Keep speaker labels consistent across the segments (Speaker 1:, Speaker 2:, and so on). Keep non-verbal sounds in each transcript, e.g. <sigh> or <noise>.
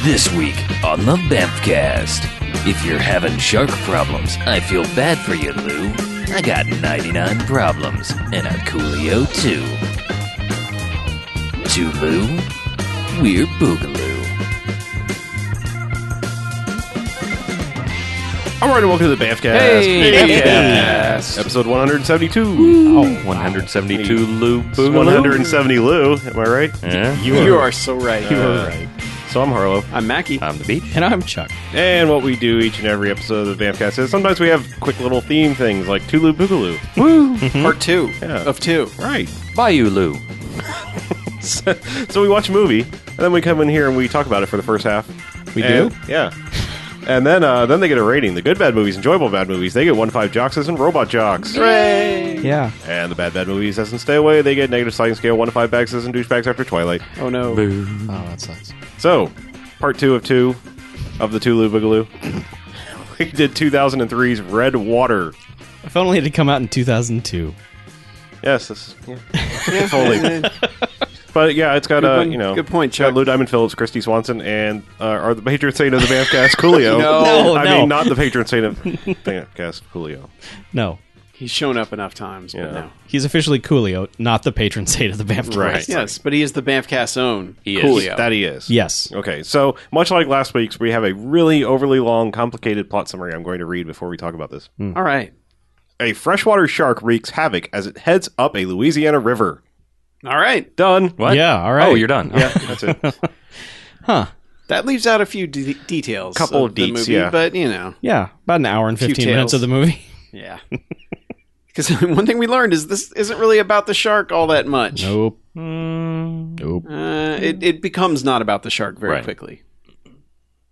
Speaker 1: This week on the Bamfcast. If you're having shark problems, I feel bad for you, Lou. I got 99 problems and a Coolio too. To Lou, we're Boogaloo.
Speaker 2: All right, and welcome to the Bamfcast.
Speaker 3: Hey!
Speaker 2: Bamfcast. Episode 172.
Speaker 3: Oh, 172 Lou
Speaker 2: It's
Speaker 3: Boogaloo.
Speaker 2: 170 Lou, am I right?
Speaker 3: Yeah.
Speaker 2: You,
Speaker 4: are so right. You are right.
Speaker 2: So I'm Harlow.
Speaker 4: I'm Mackie.
Speaker 3: I'm the beach.
Speaker 4: and I'm Chuck.
Speaker 2: And what we do each and every episode of the Bamfcast is sometimes we have quick little theme things like Tulu Boogaloo. Woo!
Speaker 4: Part two
Speaker 2: Yeah.
Speaker 4: of two.
Speaker 2: right.
Speaker 3: Bayou Lou.
Speaker 2: So we watch a movie, and then we come in here and we talk about it for the first half.
Speaker 4: We
Speaker 2: And- Yeah. And then uh, then they get a rating. The good bad movies, enjoyable bad movies, they get 1-5 joxes and robot jocks.
Speaker 4: Yeah.
Speaker 2: And the bad bad movies doesn't stay away. They get negative sliding scale, 1-5 baxes and douchebags after Twilight.
Speaker 4: Oh no. <laughs>
Speaker 3: Boo.
Speaker 4: Oh, that sucks.
Speaker 2: So, part two of two of the Tulu Boogaloo. <laughs> we did 2003's Red Water.
Speaker 5: If only it had come out in 2002.
Speaker 2: Yes, this, yeah. Totally. But yeah, it's got
Speaker 4: Good
Speaker 2: uh,
Speaker 4: one.
Speaker 2: you know,
Speaker 4: Good point,
Speaker 2: it's got
Speaker 4: Chuck.
Speaker 2: Lou Diamond Phillips, Christy Swanson, and uh, are the patron saint of the Bamfcast
Speaker 4: <laughs>
Speaker 2: Coolio.
Speaker 4: No.
Speaker 5: No,
Speaker 2: I
Speaker 5: no.
Speaker 2: mean not the patron saint of Bamfcast Coolio.
Speaker 5: No.
Speaker 4: <laughs> He's shown up enough times,
Speaker 2: Yeah.
Speaker 4: but no.
Speaker 5: He's officially Coolio, not the patron saint of the Bamfcast.
Speaker 2: Right.
Speaker 4: Yes, but he is the Banffcast's own.
Speaker 3: He is.
Speaker 4: Coolio.
Speaker 2: That he is.
Speaker 5: Yes.
Speaker 2: Okay, so much like last week's, we have a really overly long, complicated plot summary. I'm going to read before we talk about this.
Speaker 4: All right.
Speaker 2: A freshwater shark wreaks havoc as it heads up a Louisiana river.
Speaker 4: All right.
Speaker 2: Done.
Speaker 3: What?
Speaker 5: Yeah, all right.
Speaker 3: Oh, you're done.
Speaker 2: Yeah, that's it.
Speaker 4: That leaves out a few de- details.
Speaker 2: Couple
Speaker 4: of the
Speaker 2: deets,
Speaker 4: movie,
Speaker 2: yeah.
Speaker 4: But, you know.
Speaker 5: Yeah, about an hour and 15
Speaker 4: tails.
Speaker 5: minutes of the movie. <laughs>
Speaker 4: <laughs> Yeah. Because <laughs> one thing we learned is this isn't really about the shark all that much.
Speaker 5: Nope. Nope.
Speaker 4: Uh, it, it becomes not about the shark very
Speaker 3: Right.
Speaker 4: quickly.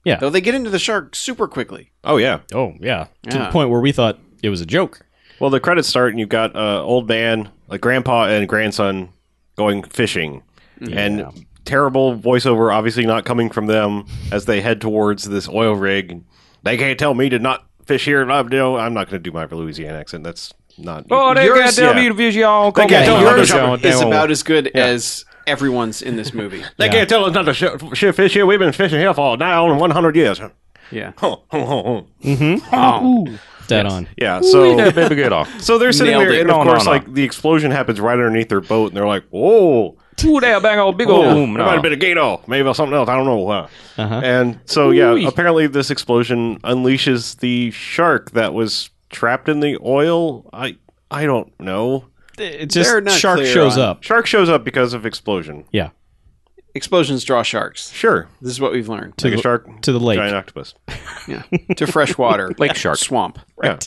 Speaker 5: Yeah.
Speaker 4: Though they get into the shark super quickly.
Speaker 2: Oh yeah.
Speaker 5: Oh, yeah. To
Speaker 4: Yeah.
Speaker 5: the point where we thought it was a joke.
Speaker 2: Well, the credits start, and you've got uh, old man, a grandpa, and grandson going fishing, and terrible voiceover, obviously not coming from them as they head towards this oil rig. They can't tell me to not fish here. I'm, you know, I'm not going to do my Louisiana accent. That's not. Yours, yeah.
Speaker 3: vision. Y'all
Speaker 2: They can't tell
Speaker 4: Your
Speaker 2: us
Speaker 4: shark
Speaker 2: not to
Speaker 4: is
Speaker 2: show-
Speaker 4: about as good as everyone's in this movie.
Speaker 2: <laughs> They can't tell us not to show, show fish here. We've been fishing here for now 100 years.
Speaker 4: yeah.
Speaker 5: Dead on.
Speaker 2: yeah. So
Speaker 3: baby get
Speaker 2: <laughs>
Speaker 3: off.
Speaker 2: So they're sitting
Speaker 4: Nailed
Speaker 2: there,
Speaker 4: it.
Speaker 2: and
Speaker 3: No,
Speaker 2: of
Speaker 3: no,
Speaker 2: course,
Speaker 3: no.
Speaker 2: like the explosion happens right underneath their boat, and they're like, "Whoa,
Speaker 3: Ooh, that bang old big old boom.
Speaker 2: there might have been a gator, maybe something else. I don't know." Uh, And so, yeah, apparently this explosion unleashes the shark that was trapped in the oil. I I don't know.
Speaker 5: It just
Speaker 4: They're not
Speaker 5: shark
Speaker 4: clear
Speaker 5: shows
Speaker 4: on-
Speaker 5: up.
Speaker 2: Shark shows up because of explosion.
Speaker 5: Yeah.
Speaker 4: Explosions draw sharks.
Speaker 2: Sure,
Speaker 4: This is what we've learned.
Speaker 5: To
Speaker 2: like a
Speaker 5: the-
Speaker 2: shark
Speaker 5: to the lake.
Speaker 2: giant octopus.
Speaker 4: Yeah. to
Speaker 2: <laughs>
Speaker 4: fresh water,
Speaker 3: Lake shark.
Speaker 4: swamp.
Speaker 2: Right.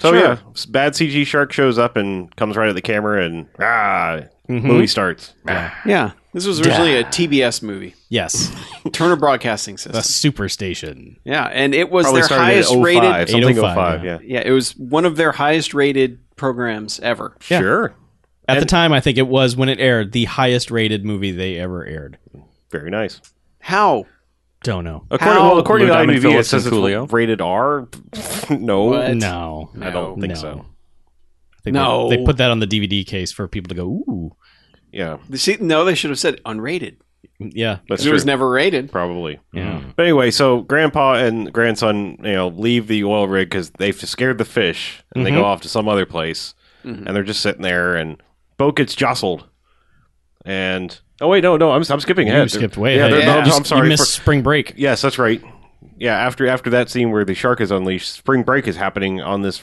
Speaker 2: So yeah, s- bad CG shark shows up and comes right at the camera, and ah, movie starts.
Speaker 4: Yeah. This was originally a TBS movie,
Speaker 5: Yes.
Speaker 4: Turner Broadcasting
Speaker 5: The
Speaker 4: System.
Speaker 5: superstation.
Speaker 4: yeah, and it was
Speaker 2: Probably
Speaker 4: their
Speaker 2: started oh at
Speaker 4: highest
Speaker 2: 05,
Speaker 4: rated.
Speaker 2: something
Speaker 5: 805,
Speaker 2: 05,
Speaker 5: yeah.
Speaker 2: yeah.
Speaker 4: Yeah, it was one of their highest rated programs ever.
Speaker 5: Yeah.
Speaker 2: Sure.
Speaker 5: At the time, I think it was when it aired, the highest rated movie they ever aired.
Speaker 2: Very nice.
Speaker 4: How?
Speaker 5: Don't know.
Speaker 2: According,
Speaker 4: How-
Speaker 2: well, according
Speaker 3: Lou
Speaker 2: to IMDb,
Speaker 3: Diamond
Speaker 2: it
Speaker 3: Phillips
Speaker 2: says
Speaker 3: and
Speaker 2: it's
Speaker 3: Coolio?
Speaker 2: rated R. <laughs> no,
Speaker 4: What?
Speaker 5: No.
Speaker 2: I don't think so.
Speaker 5: I think
Speaker 4: No.
Speaker 5: They, they put that on the DVD case for people to go, ooh.
Speaker 2: Yeah,
Speaker 4: See, no, they should have said unrated.
Speaker 5: Yeah.
Speaker 2: that's
Speaker 4: 'cause
Speaker 2: true.
Speaker 4: It was never rated.
Speaker 2: probably.
Speaker 5: Yeah.
Speaker 2: But anyway, so grandpa and grandson, you know, leave the oil rig because they've scared the fish, and they go
Speaker 5: Mm-hmm.
Speaker 2: off to some other place, and they're just sitting there, and boat gets jostled, and oh wait, no, no, I'm, I'm skipping ahead.
Speaker 5: You skipped way
Speaker 2: Yeah,
Speaker 5: ahead.
Speaker 2: they're- no,
Speaker 5: You just-
Speaker 2: I'm sorry.
Speaker 5: You missed
Speaker 2: For-
Speaker 5: spring break.
Speaker 2: yes, that's right. Yeah, after after that scene where the shark is unleashed, spring break is happening on this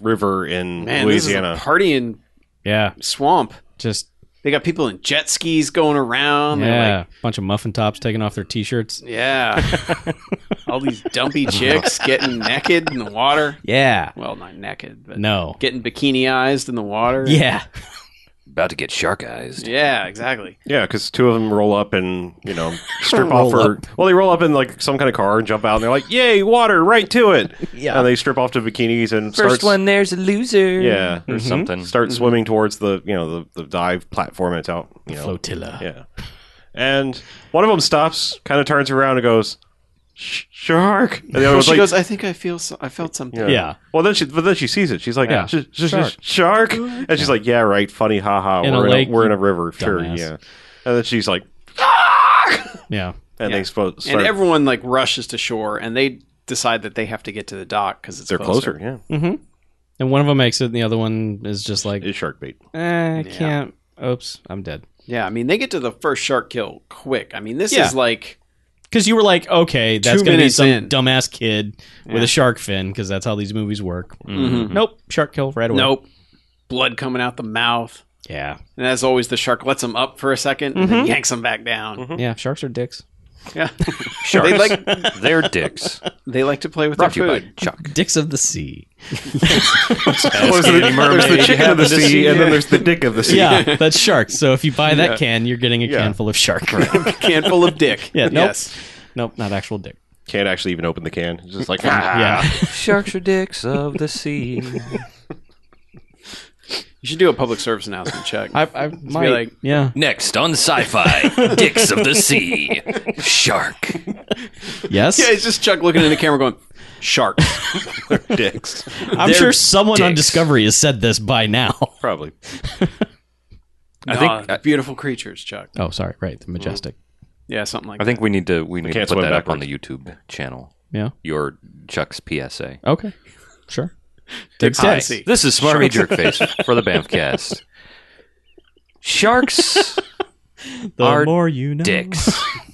Speaker 2: river in
Speaker 4: Man,
Speaker 2: Louisiana.
Speaker 4: this is a party in
Speaker 5: Yeah,
Speaker 4: swamp.
Speaker 5: just
Speaker 4: They got people in jet skis going
Speaker 2: Oh,
Speaker 4: around. They're
Speaker 5: yeah,
Speaker 4: like,
Speaker 5: bunch of muffin tops taking off their t-shirts.
Speaker 4: Yeah.
Speaker 3: <laughs>
Speaker 4: All these dumpy chicks getting naked in the water.
Speaker 5: Yeah,
Speaker 4: Well, not naked, but
Speaker 5: no,
Speaker 4: getting bikini-ized in the water.
Speaker 5: yeah,
Speaker 3: About to get shark eyes.
Speaker 4: Yeah, exactly.
Speaker 2: Yeah, because two of them roll up and you know strip off for. Well, they roll up in like some kind of car and jump out, and they're like, "Yay, water! Right to it!"
Speaker 5: Yeah.
Speaker 2: and they strip off to bikinis and starts,
Speaker 3: there's a loser.
Speaker 2: yeah,
Speaker 3: Or something.
Speaker 2: start swimming towards the you know the, the dive platform. It's out, you know,
Speaker 5: <laughs> flotilla.
Speaker 2: yeah. And one of them stops, kind of turns around and goes, "Sh- "Shark!" And the other
Speaker 4: Well,
Speaker 2: one's
Speaker 4: she
Speaker 2: like,
Speaker 4: goes, I think I feel so- I felt something.
Speaker 5: Yeah.
Speaker 2: Well, then she, but then she sees it. She's like,
Speaker 5: Yeah.
Speaker 2: "Sh- sh- sh- shark. Mm-hmm. and she's like, "Yeah, right. Funny, haha.
Speaker 5: In a
Speaker 2: we're in
Speaker 5: lake,
Speaker 2: a, we're in a river, sure,
Speaker 5: dumbass.
Speaker 2: yeah." And then she's like,
Speaker 5: yeah.
Speaker 2: and
Speaker 4: Yeah.
Speaker 2: they spo- start,
Speaker 4: and everyone like rushes to shore, and they decide that they have to get to the dock because it's
Speaker 2: they're
Speaker 4: closer.
Speaker 2: closer. Yeah,
Speaker 5: <laughs> And one of them makes it, and the other one is just like, eh,
Speaker 2: it's shark bait.
Speaker 5: I can't. Oops, I'm dead.
Speaker 4: Yeah, I mean they get to the first shark kill quick. I mean this
Speaker 5: Yeah.
Speaker 4: is like
Speaker 5: Because you were like, okay, that's
Speaker 4: Two
Speaker 5: going to be
Speaker 4: minutes
Speaker 5: some
Speaker 4: in.
Speaker 5: dumbass kid with a shark fin, because that's how these movies work.
Speaker 2: Mm-hmm.
Speaker 5: Nope, shark kill right away.
Speaker 4: nope, blood coming out the mouth.
Speaker 5: Yeah.
Speaker 4: And as always, the shark lets him up for a 2nd and
Speaker 3: Mm-hmm.
Speaker 4: then yanks him back down.
Speaker 5: Yeah, sharks are dicks.
Speaker 4: Yeah,
Speaker 3: Sharks.
Speaker 4: they
Speaker 2: <laughs>
Speaker 4: like
Speaker 3: They're dicks.
Speaker 4: they like to play with
Speaker 3: Brought to you
Speaker 4: their
Speaker 3: by
Speaker 4: food.
Speaker 3: Chuck.
Speaker 5: Dicks of the sea.
Speaker 2: There's the, there's the chicken of the sea, and then there's the dick of the sea.
Speaker 5: <laughs> Yeah, that's sharks. So if you buy that can, you're getting a can full of shark.
Speaker 4: Can full of dick.
Speaker 5: Yeah, nope.
Speaker 4: Yes.
Speaker 5: <laughs> nope, not actual dick.
Speaker 2: <laughs> Can't actually even open the can. It's just like
Speaker 5: <laughs> Yeah.
Speaker 3: <laughs> Sharks are dicks of the sea.
Speaker 4: You should do a public service announcement, Chuck.
Speaker 5: I, I might.
Speaker 4: like-
Speaker 5: yeah.
Speaker 3: <laughs> Next on Sci-Fi, dicks of the <laughs> sea. Shark.
Speaker 4: <laughs>
Speaker 5: Yes.
Speaker 4: yeah, it's just Chuck looking in the camera going, shark.
Speaker 5: <laughs>
Speaker 2: "Ah, dicks.
Speaker 5: I'm
Speaker 3: They're
Speaker 5: sure someone on
Speaker 3: dicks.
Speaker 5: Discovery has said this by now. <laughs>
Speaker 2: Probably.
Speaker 3: I
Speaker 4: Nah,
Speaker 3: think- I-
Speaker 4: uh, beautiful creatures, Chuck.
Speaker 5: Oh, sorry. Right. The majestic.
Speaker 4: Yeah, something like
Speaker 3: I think we need to we need to
Speaker 2: can't
Speaker 3: put
Speaker 2: swim
Speaker 3: that up on the YouTube channel.
Speaker 5: Yeah.
Speaker 3: Your Chuck's PSA.
Speaker 5: Okay. Sure.
Speaker 4: Dick's
Speaker 5: Hi.
Speaker 4: dicks.
Speaker 3: This is Smarmy Jerkface <laughs> for the Bamfcast. Sharks
Speaker 5: The
Speaker 3: Are
Speaker 5: more you know.
Speaker 3: dicks.
Speaker 5: <laughs>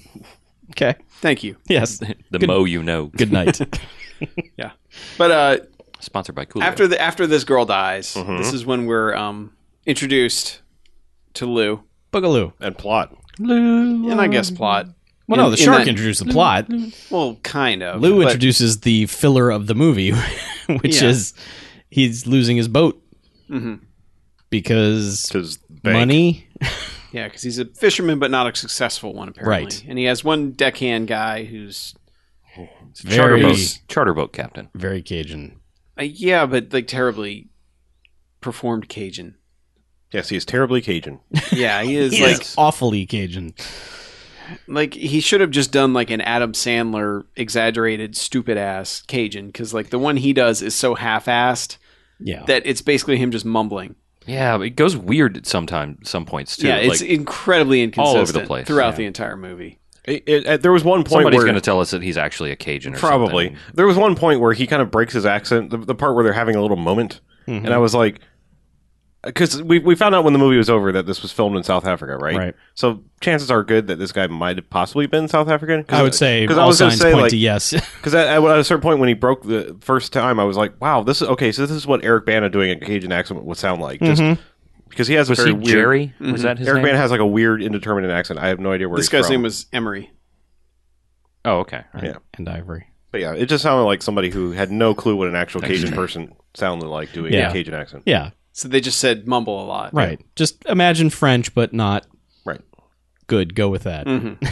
Speaker 5: Okay.
Speaker 4: Thank you.
Speaker 5: Yes.
Speaker 3: The mo you know.
Speaker 5: Good night.
Speaker 4: Yeah. But uh,
Speaker 3: Sponsored by Coolio.
Speaker 4: after the after this girl dies,
Speaker 5: Mm-hmm.
Speaker 4: this is when we're um, introduced to Lou.
Speaker 5: Boogaloo.
Speaker 2: And plot.
Speaker 4: And I guess plot.
Speaker 5: Well,
Speaker 4: In-
Speaker 5: no, the
Speaker 4: in
Speaker 5: shark
Speaker 4: that-
Speaker 5: introduced the plot.
Speaker 4: Well, kind of.
Speaker 5: Lou
Speaker 4: but-
Speaker 5: introduces the filler of the movie, <laughs> which
Speaker 4: Yeah.
Speaker 5: is he's losing his boat
Speaker 4: mm-hmm.
Speaker 5: because
Speaker 2: Because
Speaker 5: money.
Speaker 4: Yeah, because he's a fisherman, but not a successful one, apparently.
Speaker 5: Right.
Speaker 4: And he has one deckhand guy who's.
Speaker 3: charter
Speaker 5: very-
Speaker 3: boat, charter boat captain.
Speaker 5: Very Cajun.
Speaker 4: Uh, yeah, but like terribly performed Cajun.
Speaker 2: Yes, he is terribly Cajun.
Speaker 4: Yeah, he
Speaker 5: <laughs>
Speaker 4: is
Speaker 5: He's
Speaker 4: like
Speaker 5: awfully Cajun.
Speaker 4: like he should have just done like an Adam Sandler exaggerated stupid ass Cajun because like the one he does is so half assed
Speaker 5: Yeah.
Speaker 4: that it's basically him just mumbling.
Speaker 3: Yeah, but it goes weird at sometime some points too.
Speaker 4: yeah, it's
Speaker 3: like
Speaker 4: incredibly
Speaker 3: all
Speaker 4: inconsistent
Speaker 3: over the place,
Speaker 4: throughout
Speaker 3: yeah.
Speaker 4: the entire movie.
Speaker 2: It- it- uh, there was one point
Speaker 3: somebody's
Speaker 2: where
Speaker 3: going to tell us that he's actually a Cajun or
Speaker 2: probably
Speaker 3: something.
Speaker 2: there was one point where he kind of breaks his accent. The, the part where they're having a little moment,
Speaker 5: Mm-hmm.
Speaker 2: and I was like, because we we found out when the movie was over that this was filmed in South Africa, right?
Speaker 5: Right.
Speaker 2: So chances are good that this guy might have possibly been South African. 'Cause-
Speaker 5: I would say
Speaker 2: 'cause
Speaker 5: all
Speaker 2: gonna
Speaker 5: signs point to yes.
Speaker 2: Because at, at a certain point when he broke the first time, I was like, "Wow, this is okay." So this is what Eric Bana doing a Cajun accent would sound like, just
Speaker 5: Mm-hmm.
Speaker 2: because he has a
Speaker 3: Was
Speaker 2: very
Speaker 3: he
Speaker 2: weird.
Speaker 3: Jerry? Was that his
Speaker 2: Eric
Speaker 3: name?
Speaker 2: Bana has like a weird, indeterminate accent. I have no idea where
Speaker 4: This
Speaker 2: he's
Speaker 4: guy's
Speaker 2: from.
Speaker 4: name was Emery.
Speaker 3: oh, okay. Right.
Speaker 2: Yeah.
Speaker 5: <laughs> and Ivory.
Speaker 2: but yeah, it just sounded like somebody who had no clue what an actual Cajun person sounded like doing
Speaker 5: Yeah.
Speaker 2: a Cajun accent.
Speaker 5: Yeah.
Speaker 4: So they just said mumble a lot.
Speaker 5: Right. Just imagine French, but not
Speaker 2: Right.
Speaker 5: good. Go with that.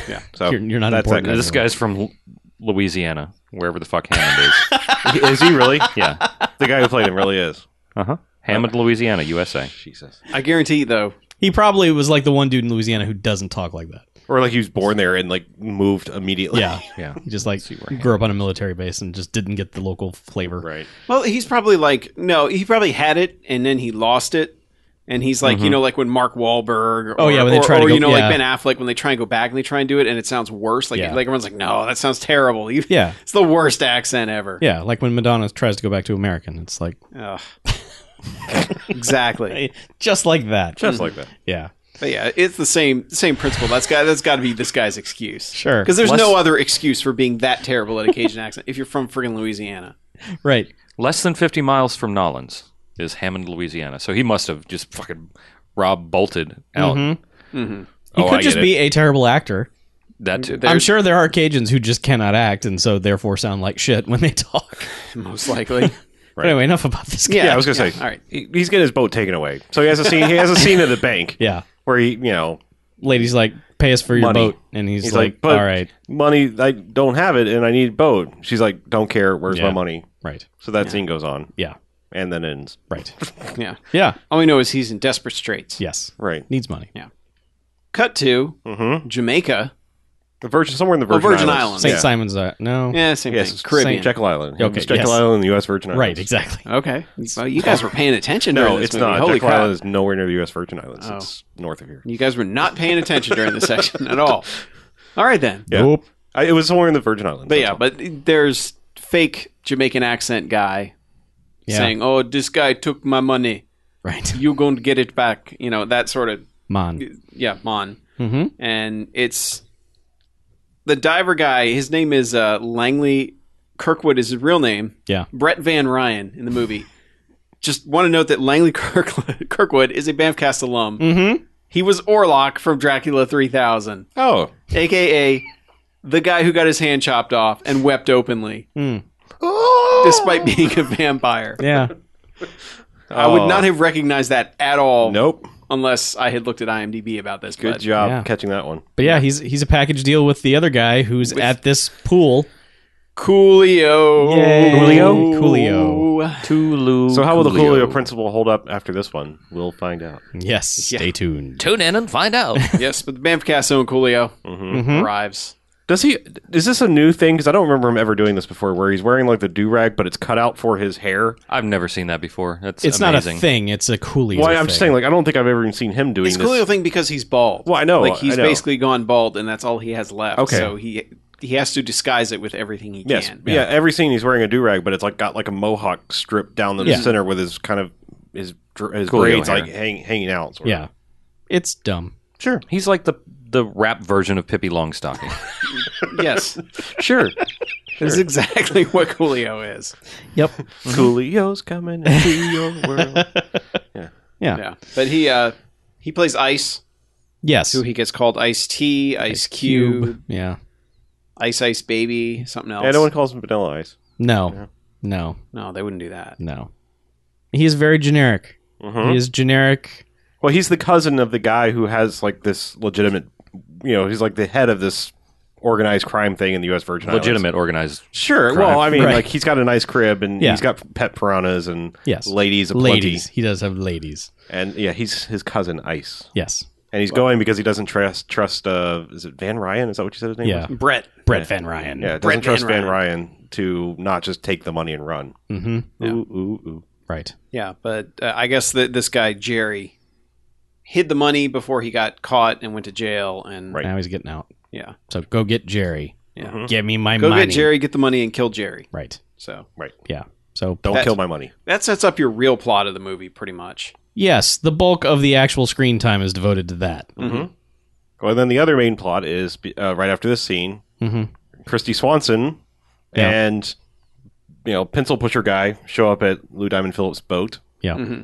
Speaker 4: Yeah.
Speaker 2: So
Speaker 5: You're- you're not
Speaker 2: that's
Speaker 5: important
Speaker 2: that-
Speaker 5: anymore.
Speaker 3: This guy's from L- Louisiana, wherever the fuck Hammond
Speaker 5: <laughs>
Speaker 3: is.
Speaker 2: is he really?
Speaker 3: yeah.
Speaker 2: The guy who played him really is.
Speaker 3: Uh
Speaker 5: Uh-huh.
Speaker 3: huh. Hammond, Louisiana, USA.
Speaker 2: Jesus.
Speaker 4: I guarantee though,
Speaker 5: He probably was like the one dude in Louisiana who doesn't talk like that.
Speaker 2: Or like he was born there and like moved immediately.
Speaker 5: Yeah.
Speaker 3: Yeah.
Speaker 5: He just like grew up on a military base and just didn't get the local flavor.
Speaker 2: <laughs> Right.
Speaker 4: Well, he's probably like, no, he probably had it and then he lost it. And he's like,
Speaker 3: Mm-hmm.
Speaker 4: you know, like when Mark Wahlberg, or,
Speaker 5: Oh, yeah, when they
Speaker 4: or,
Speaker 5: try to
Speaker 4: or,
Speaker 5: go-
Speaker 4: you know,
Speaker 5: yeah.
Speaker 4: like Ben Affleck, when they try and go back and they try and do it, and it sounds worse. Like,
Speaker 5: Yeah.
Speaker 4: like everyone's like, no, that sounds terrible. <laughs> You-
Speaker 5: Yeah.
Speaker 4: it's the worst accent ever.
Speaker 5: Yeah, like when Madonna tries to go back to American, it's like eh,
Speaker 4: Ugh. <laughs> exactly.
Speaker 5: just like that.
Speaker 2: Just like that.
Speaker 5: yeah.
Speaker 4: But yeah, it's the same same principle. That's got that's got to be this guy's excuse.
Speaker 5: Sure.
Speaker 4: because there's
Speaker 3: Less-
Speaker 4: no other excuse for being that terrible at a Cajun <laughs> accent if you're from friggin' Louisiana. <laughs>
Speaker 5: Right.
Speaker 3: Less than 50 miles from Nolens is Hammond, Louisiana. So he must have just fucking Rob bolted out.
Speaker 5: He
Speaker 2: Oh,
Speaker 5: could
Speaker 2: I
Speaker 5: just
Speaker 2: get it.
Speaker 5: be a terrible actor.
Speaker 3: That too.
Speaker 5: I'm sure there are Cajuns who just cannot act and so therefore sound like shit when they talk. <laughs>
Speaker 2: <laughs>
Speaker 4: Most likely.
Speaker 5: But anyway, enough about this guy.
Speaker 4: Yeah.
Speaker 2: Yeah, I was gonna
Speaker 4: yeah,
Speaker 2: say.
Speaker 4: all right.
Speaker 2: he- he's getting his boat taken away. So he has a scene. He has a scene at the bank.
Speaker 5: <laughs> Yeah.
Speaker 2: where he, you know,
Speaker 5: Lady's like, pay us for your
Speaker 2: Money.
Speaker 5: boat. And he's,
Speaker 2: he's
Speaker 5: like,
Speaker 2: like, "But
Speaker 5: all right.
Speaker 2: money, I don't have it, and I need boat." She's like, "Don't care. Where's
Speaker 5: Yeah.
Speaker 2: my money?"
Speaker 5: Right.
Speaker 2: So that scene goes on
Speaker 5: Yeah.
Speaker 2: and then ends.
Speaker 5: <laughs> Right.
Speaker 4: Yeah.
Speaker 5: Yeah.
Speaker 4: All we know is he's in desperate straits.
Speaker 5: Yes.
Speaker 2: Right.
Speaker 5: Needs money.
Speaker 4: Cut to
Speaker 2: Mm-hmm.
Speaker 4: Jamaica.
Speaker 2: The Virgin, somewhere in the
Speaker 4: Oh,
Speaker 2: Virgin,
Speaker 4: Virgin Islands.
Speaker 2: Islands.
Speaker 5: St.
Speaker 2: Yeah.
Speaker 5: Simon's uh, no.
Speaker 4: Yeah, same
Speaker 2: Yes,
Speaker 4: thing.
Speaker 2: it's
Speaker 4: Caribbean.
Speaker 2: Jekyll Island.
Speaker 5: Okay,
Speaker 2: It's Jekyll
Speaker 5: yes.
Speaker 2: Island and the U.S. Virgin Islands.
Speaker 5: Right, exactly.
Speaker 4: Okay. Well, you guys were paying attention during
Speaker 2: <laughs> No,
Speaker 4: this
Speaker 2: it's
Speaker 4: movie.
Speaker 2: not.
Speaker 4: Holy
Speaker 2: Jekyll
Speaker 4: crap.
Speaker 2: Island is
Speaker 5: Oh.
Speaker 2: nowhere near the U.S. Virgin Islands. It's north of here. <laughs>
Speaker 4: You guys were not paying attention during the section at all. All right then.
Speaker 2: Yeah.
Speaker 5: Nope.
Speaker 2: I, it was somewhere in the Virgin Islands.
Speaker 4: But
Speaker 2: that's
Speaker 4: yeah,
Speaker 2: all.
Speaker 4: but there's fake Jamaican accent guy
Speaker 5: Yeah.
Speaker 4: saying, "Oh, this guy took my money.
Speaker 5: Right. <laughs>
Speaker 4: You going to get it back?" You know that sort of
Speaker 5: Mon.
Speaker 4: yeah, mon.
Speaker 5: Mm-hmm.
Speaker 4: and it's the diver guy. His name is uh, Langley Kirkwood is his real name.
Speaker 5: Yeah.
Speaker 4: Brett Van Ryan in the movie. Just want to note that Langley <laughs> Kirk- Kirkwood is a Banffcast alum.
Speaker 5: Mm-hmm.
Speaker 4: He was Orlok from Dracula 3000,
Speaker 2: oh,
Speaker 4: aka the guy who got his hand chopped off and wept openly, despite <laughs> being a vampire.
Speaker 5: Yeah.
Speaker 4: I would not have recognized that at all,
Speaker 2: Nope.
Speaker 4: unless I had looked at IMDb about this.
Speaker 2: Good
Speaker 4: but
Speaker 2: job
Speaker 5: yeah.
Speaker 2: catching that one.
Speaker 5: But yeah, he's he's a package deal with the other guy who's at this pool.
Speaker 4: Coolio,
Speaker 5: Yay. Coolio? Coolio.
Speaker 3: Tulu.
Speaker 2: So how will the Julio principle hold up after this one? We'll find out.
Speaker 5: Yes. Stay tuned.
Speaker 1: Tune in and find
Speaker 5: <laughs>
Speaker 1: out.
Speaker 4: Yes, but the Banffcast own Coolio
Speaker 2: Mm-hmm.
Speaker 4: arrives.
Speaker 2: Does he? Is this a new thing? Because I don't remember him ever doing this before, where he's wearing like the do rag, but it's cut out for his hair.
Speaker 3: I've never seen that before. That's
Speaker 5: It's
Speaker 3: amazing.
Speaker 5: not a thing. It's a Coolio.
Speaker 2: Well, I'm
Speaker 5: thing.
Speaker 2: just saying, like I don't think I've ever even seen him doing
Speaker 4: It's
Speaker 2: this.
Speaker 4: Coolio thing because he's bald.
Speaker 2: Well, I know,
Speaker 4: Like he's
Speaker 2: I know.
Speaker 4: basically gone bald, and that's all he has left.
Speaker 2: Okay.
Speaker 4: So he he has to disguise it with everything he
Speaker 2: Yes,
Speaker 4: can.
Speaker 2: yeah. Every scene he's wearing a do rag, but it's like got like a mohawk strip down the
Speaker 5: Yeah.
Speaker 2: center with his kind of his dr- his
Speaker 3: Coolio
Speaker 2: braids
Speaker 3: hair.
Speaker 2: like hang, hanging out. sort of.
Speaker 5: Yeah. It's dumb.
Speaker 2: sure,
Speaker 3: He's like the the rap version of
Speaker 5: <laughs>
Speaker 3: Pippi Longstocking.
Speaker 4: <laughs> Yes.
Speaker 2: <laughs> sure.
Speaker 4: That's exactly <laughs> what Coolio is. <laughs>
Speaker 5: Yep.
Speaker 2: Coolio's coming into your world.
Speaker 5: Yeah.
Speaker 4: Yeah. But he uh he plays Ice,
Speaker 5: Yes.
Speaker 4: who he gets called Ice T, Ice Cube,
Speaker 5: Yeah.
Speaker 4: Ice Ice Baby, something else.
Speaker 2: Yeah, no one calls him Vanilla Ice.
Speaker 5: No. No.
Speaker 4: No, they wouldn't do that.
Speaker 5: No. He is very generic.
Speaker 2: Mhm.
Speaker 4: Mm-hmm.
Speaker 5: He is generic.
Speaker 2: Well, he's the cousin of the guy who has like this legitimate, you know, he's like the head of this organized crime thing in the U.S. Virgin Islands.
Speaker 3: Legitimate, organized.
Speaker 2: Sure.
Speaker 3: Crime.
Speaker 2: Well, I mean,
Speaker 5: Right.
Speaker 2: like he's got a nice crib and
Speaker 5: Yeah.
Speaker 2: he's got pet piranhas and
Speaker 5: Yes.
Speaker 2: ladies, aplenty.
Speaker 5: Ladies. He does have ladies.
Speaker 2: and yeah, he's his cousin Ice,
Speaker 5: Yes.
Speaker 2: and he's going because he doesn't trust trust. Uh, is it Van Ryan? Is that what you said his name?
Speaker 5: Yeah.
Speaker 2: was?
Speaker 4: Brett.
Speaker 5: Brett Van Ryan.
Speaker 2: yeah. Doesn't
Speaker 4: Brett Van
Speaker 2: trust Van Ryan. to not just take the money and run.
Speaker 5: Mm-hmm.
Speaker 4: Yeah.
Speaker 2: Ooh, ooh, ooh.
Speaker 5: Right.
Speaker 4: Yeah, but uh, I guess that this guy Jerry hid the money before he got caught and went to jail and
Speaker 2: Right. Mm-hmm.
Speaker 5: Now he's getting out.
Speaker 4: yeah.
Speaker 5: So go get Jerry.
Speaker 4: Yeah.
Speaker 5: Give me my
Speaker 4: Go
Speaker 5: money.
Speaker 4: get Jerry, get the money and kill Jerry.
Speaker 5: Right.
Speaker 4: So
Speaker 5: Yeah. So
Speaker 2: Don't
Speaker 4: That's-
Speaker 2: kill my money.
Speaker 4: that sets up your real plot of the movie pretty much.
Speaker 5: yes, the bulk of the actual screen time is devoted to that.
Speaker 4: Mm. Mm-hmm.
Speaker 2: Mm-hmm. Well, then the other main plot is uh, right after this scene,
Speaker 5: Mhm.
Speaker 2: Christy Swanson
Speaker 5: Yeah.
Speaker 2: and you know pencil pusher guy show up at Lou Diamond Phillips' boat
Speaker 5: Yeah.
Speaker 2: Mm-hmm.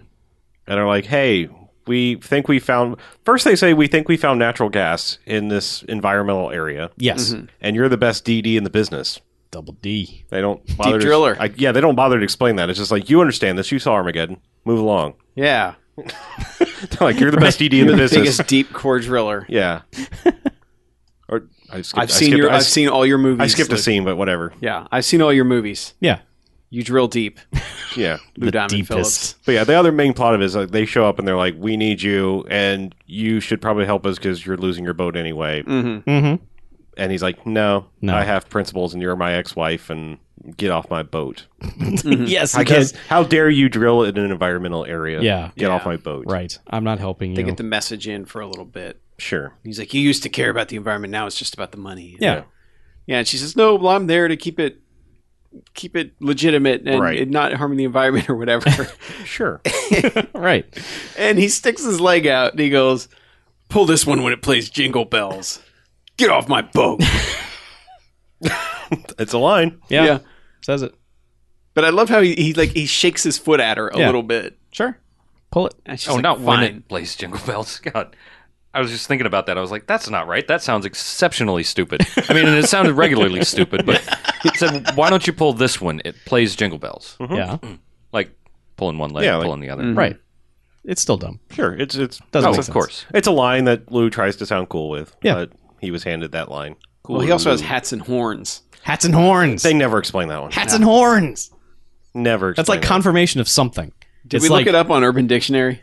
Speaker 2: and are like, "Hey, we think we found." First, they say we think we found natural gas in this environmental area,
Speaker 5: Yes.
Speaker 4: Mm-hmm.
Speaker 2: and you're the best DD in the business.
Speaker 5: Double D.
Speaker 2: They don't bother to-
Speaker 4: driller.
Speaker 2: I, yeah, they don't bother to explain that. It's just like you understand this. You saw Armageddon. Move along. <laughs>
Speaker 4: Yeah.
Speaker 2: They're like you're the best DD in the business.
Speaker 4: <laughs> Biggest deep core driller.
Speaker 2: <laughs>
Speaker 4: <laughs>
Speaker 2: Yeah. Or I skipped,
Speaker 4: I've
Speaker 2: I
Speaker 4: seen
Speaker 2: skipped-
Speaker 4: your
Speaker 2: I
Speaker 4: I've
Speaker 2: s-
Speaker 4: seen all your movies.
Speaker 2: I skipped a
Speaker 4: Luke.
Speaker 2: scene, but whatever.
Speaker 4: Yeah. I've seen all your movies.
Speaker 5: Yeah.
Speaker 4: You drill
Speaker 2: <laughs>
Speaker 4: deep.
Speaker 2: Yeah.
Speaker 4: Lou Diamond
Speaker 5: deepest.
Speaker 4: Phillips.
Speaker 2: But yeah, the other main plot of it is like they show up and they're like, "We need you, and you should probably help us because you're losing your boat anyway."
Speaker 5: Mm-hmm.
Speaker 2: And he's like, "No,
Speaker 5: No.
Speaker 2: I have principles, and you're my ex-wife, and get off my boat.
Speaker 4: Mm-hmm.
Speaker 5: <laughs> yes.
Speaker 2: I
Speaker 5: he does.
Speaker 2: guess how dare you drill in an environmental area?
Speaker 5: Yeah.
Speaker 2: get off my boat.
Speaker 5: Right. I'm not helping you.
Speaker 4: They get the message in for a little bit.
Speaker 2: Sure.
Speaker 4: He's like, You used to care about the environment, now it's just about the money.
Speaker 5: yeah.
Speaker 4: Yeah, and she says, No, well, I'm there to keep it keep it legitimate and,
Speaker 2: Right.
Speaker 4: and not harming the environment <laughs> or whatever.
Speaker 2: Sure.
Speaker 5: Right.
Speaker 4: and he sticks his leg out and he goes, Pull this one when it plays jingle bells. Get off my boat.
Speaker 2: <laughs> it's a line.
Speaker 5: Yeah. Says it.
Speaker 4: But I love how he, he like he shakes his foot at her a
Speaker 5: Yeah.
Speaker 4: little bit.
Speaker 5: Sure. Pull it.
Speaker 4: And she's
Speaker 3: oh,
Speaker 4: like,
Speaker 3: not when
Speaker 4: fine.
Speaker 3: it plays Jingle Bells. <laughs> God. I was just thinking about that. I was like, that's not right. That sounds exceptionally stupid. I mean, and it
Speaker 4: <laughs>
Speaker 3: sounded regularly stupid, but he said, why don't you pull this one? It plays Jingle Bells.
Speaker 4: Hmm. Mm-hmm.
Speaker 5: Yeah.
Speaker 3: Like pulling one leg,
Speaker 2: Yeah, like-
Speaker 3: pulling the other.
Speaker 4: mm.
Speaker 5: Right. It's still dumb.
Speaker 2: Sure. It's it's
Speaker 5: Doesn't
Speaker 3: Oh,
Speaker 5: make
Speaker 3: of
Speaker 5: sense.
Speaker 3: course.
Speaker 2: it's a line that Lou tries to sound cool with.
Speaker 5: Yeah.
Speaker 2: But he was handed that line.
Speaker 4: Well, he also has hats and horns.
Speaker 5: Hats and horns.
Speaker 2: They never explain that one.
Speaker 5: Hats and horns.
Speaker 2: Never.
Speaker 5: That's like
Speaker 2: explain
Speaker 5: confirmation of something.
Speaker 4: Did we look it up on Urban Dictionary?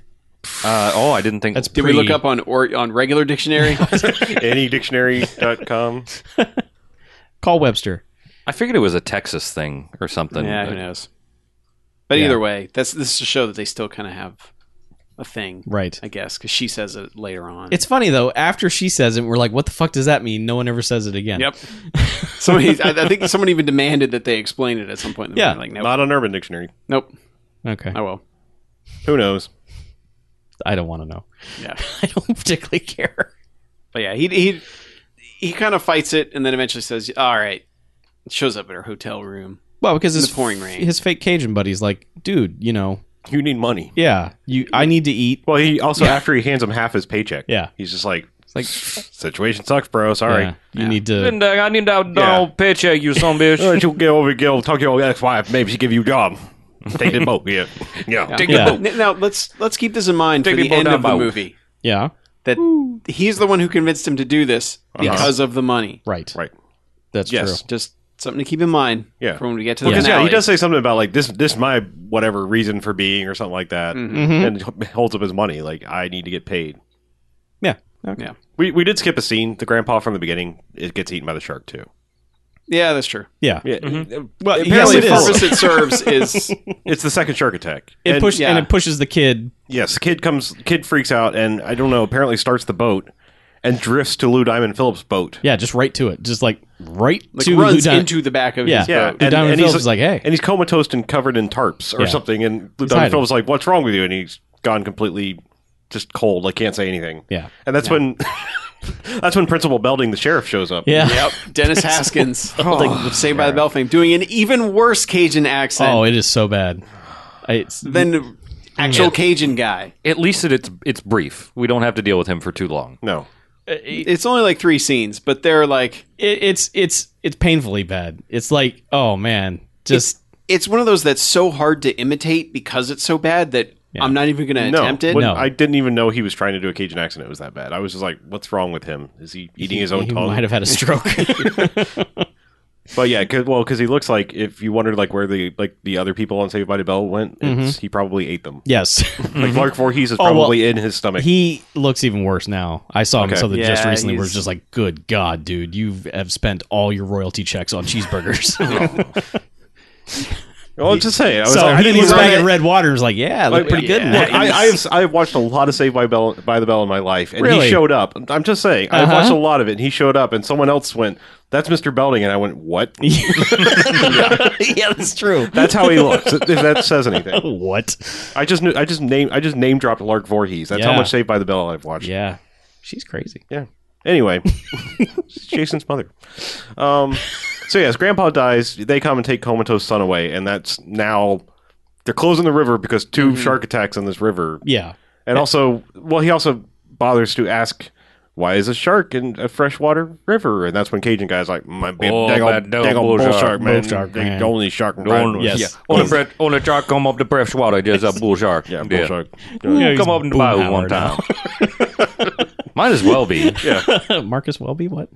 Speaker 3: Uh, oh, I didn't think.
Speaker 5: That's
Speaker 3: That's
Speaker 4: Did we look up on or on regular dictionary?
Speaker 2: <laughs> that one. anydictionary.com.
Speaker 5: Call Webster.
Speaker 3: I figured it was a Texas thing or something.
Speaker 4: yeah, who
Speaker 3: but-
Speaker 4: knows. But
Speaker 5: Yeah.
Speaker 4: either way, that's this is to show that they still kind of have a a thing,
Speaker 5: Right.
Speaker 4: I guess, because she says it later on.
Speaker 5: It's funny though. After she says it, we're like, "What the fuck does that mean?" No one ever says it again.
Speaker 4: yep. <laughs> Somebody, I, I think someone even demanded that they explain it at some point. In the
Speaker 5: Yeah.
Speaker 4: movie. like nope,
Speaker 2: Not on Urban Dictionary.
Speaker 4: nope.
Speaker 5: Okay.
Speaker 4: I will.
Speaker 2: Who knows?
Speaker 5: I don't want to know. <laughs>
Speaker 4: Yeah,
Speaker 5: I don't particularly care.
Speaker 4: but yeah, he he he kind of fights it, and then eventually says, "All right." Shows up at her hotel room.
Speaker 5: Well, because
Speaker 4: In
Speaker 5: his
Speaker 4: the pouring
Speaker 5: f-
Speaker 4: rain.
Speaker 5: his fake Cajun buddy's like, dude, you know,
Speaker 2: You need money.
Speaker 5: yeah, you, I need to eat.
Speaker 2: Well, he also after he hands him half his paycheck.
Speaker 5: Yeah.
Speaker 2: he's just like,
Speaker 5: like-
Speaker 2: situation sucks, bro. Sorry.
Speaker 5: Yeah, you need to.
Speaker 3: I need that
Speaker 2: Yeah.
Speaker 3: paycheck, you son
Speaker 5: <laughs>
Speaker 3: bitch.
Speaker 2: All right, "Oh, you get over, get over, talk to your ex-wife. Maybe she give you a job. Take the boat. Yeah, yeah.
Speaker 3: Take
Speaker 5: Yeah.
Speaker 3: the boat.
Speaker 4: N- Now let's let's keep this in mind for
Speaker 3: Diggity
Speaker 4: the end
Speaker 3: Bodabo.
Speaker 4: of the movie
Speaker 5: Yeah,
Speaker 4: that he's the one who convinced him to do this because of the money.
Speaker 5: right.
Speaker 2: Right.
Speaker 5: That's
Speaker 2: Yes.
Speaker 5: true.
Speaker 4: Just something to keep in mind.
Speaker 2: Yeah.
Speaker 4: for when we get to the
Speaker 2: Because yeah,
Speaker 4: finale.
Speaker 2: he does say something about like this. This my whatever reason for being or something like that, and h- holds up his money. Like I need to get paid.
Speaker 5: Yeah. Okay.
Speaker 4: Yeah,
Speaker 2: We we did skip a scene. The grandpa from the beginning it gets eaten by the shark too.
Speaker 4: yeah, that's true.
Speaker 5: Yeah.
Speaker 2: Yeah,
Speaker 5: Well, yes,
Speaker 4: Apparently,
Speaker 5: it
Speaker 4: the
Speaker 5: is.
Speaker 4: purpose it
Speaker 5: <laughs>
Speaker 4: serves is
Speaker 2: it's the second shark attack.
Speaker 5: It
Speaker 2: and,
Speaker 5: pushes
Speaker 4: yeah.
Speaker 5: and it pushes the kid.
Speaker 2: Yes, kid comes. Kid freaks out, and I don't know. Apparently, starts the boat and drifts to Lou Diamond Phillips' boat.
Speaker 5: Yeah, just right to it. Just like right
Speaker 4: like
Speaker 5: to
Speaker 4: runs
Speaker 5: Ludan-
Speaker 4: into the back of
Speaker 5: Yeah.
Speaker 4: his
Speaker 2: Yeah,
Speaker 4: boat.
Speaker 5: Lou Diamond Phillips
Speaker 2: he's
Speaker 5: is like, "Hey."
Speaker 2: and he's comatose and covered in tarps or
Speaker 5: Yeah.
Speaker 2: something. And Lou
Speaker 5: hiding.
Speaker 2: Diamond Phillips is like, "What's wrong with you?" And he's gone completely just cold, like can't say anything.
Speaker 5: Yeah.
Speaker 2: and that's when <laughs> that's when Principal Belding, the sheriff, shows up.
Speaker 5: Yeah.
Speaker 4: Yep, Dennis
Speaker 5: <laughs>
Speaker 4: Haskins,
Speaker 5: Oh,
Speaker 4: like Saved by the Bell fame, doing an even worse Cajun accent
Speaker 5: <laughs> Oh, it is so bad. I, it's,
Speaker 4: than actual Cajun guy.
Speaker 3: At least it, it's it's brief. We don't have to deal with him for too long.
Speaker 2: no,
Speaker 4: It's only like three scenes, but they're like
Speaker 5: it, it's it's it's painfully bad. It's like, oh man, just
Speaker 4: it's one of those that's so hard to imitate because it's so bad that I'm not even going to
Speaker 2: no,
Speaker 4: attempt it.
Speaker 2: When-
Speaker 5: No.
Speaker 2: I didn't even know he was trying to do a Cajun accent. It was that bad. I was just like, "What's wrong with him? Is he eating his own
Speaker 5: he
Speaker 2: tongue?"
Speaker 5: might have had a stroke. <laughs>
Speaker 2: But yeah, cause, well, because he looks like if you wondered like where the like the other people on Saved by the Bell went, it's, he probably ate them.
Speaker 5: yes.
Speaker 2: Like Lark Voorhees is
Speaker 5: Oh, well,
Speaker 2: probably in his stomach.
Speaker 5: He looks even worse now. I saw him
Speaker 2: Okay.
Speaker 5: something just
Speaker 4: Yeah,
Speaker 5: recently where
Speaker 4: he's-
Speaker 5: it's just like, good God, dude, you have spent all your royalty checks on cheeseburgers. <laughs>
Speaker 2: well, just say I was
Speaker 5: so
Speaker 2: like, I
Speaker 5: he
Speaker 2: didn't
Speaker 5: looks
Speaker 2: even
Speaker 5: back
Speaker 2: know
Speaker 5: at Red Water and is like, yeah, look pretty good. in
Speaker 2: Look,
Speaker 5: that.
Speaker 2: I, I've I've watched a lot of Saved by Bell by the Bell in my life, and
Speaker 5: Really?
Speaker 2: he showed up. I'm just saying, I've watched a lot of it. And he showed up, and someone else went, "That's Mr. Belding," and I went,
Speaker 5: <laughs>
Speaker 2: "What?"
Speaker 5: yeah, that's true.
Speaker 2: That's how he looks. if that says anything,
Speaker 5: what?
Speaker 2: I just knew. I just name. I just name dropped Lark Voorhees. That's how
Speaker 5: Yeah.
Speaker 2: much Saved by the Bell I've watched.
Speaker 5: Yeah. She's crazy.
Speaker 2: Yeah. Anyway,
Speaker 5: <laughs>
Speaker 2: it's Jason's mother. Um, so yes, Grandpa dies. They come and take comatose son away, and that's now they're closing the river because 2 shark attacks on this river.
Speaker 5: Mm-hmm. Yeah.
Speaker 2: And also, well, he also bothers to ask, why is a shark in a freshwater river? And that's when Cajun guy's like, my big
Speaker 3: Oh,
Speaker 2: dang old,
Speaker 3: that no
Speaker 2: dang old bull,
Speaker 3: bull
Speaker 2: shark,
Speaker 3: shark,
Speaker 2: man.
Speaker 5: bull shark,
Speaker 2: the
Speaker 5: man."
Speaker 2: only shark. in
Speaker 3: Don't-
Speaker 2: Brad-
Speaker 5: Yes.
Speaker 2: Yeah.
Speaker 3: Only, breath, only shark come up the fresh water. There's a bull shark.
Speaker 2: Yeah, bull shark.
Speaker 3: Ooh,
Speaker 5: Yeah, he's
Speaker 3: Mm, come up in the
Speaker 5: boom
Speaker 3: bayou
Speaker 5: hour
Speaker 3: one
Speaker 5: now.
Speaker 3: time. <laughs> Might as well be.
Speaker 5: <laughs> Marcus Welby, what?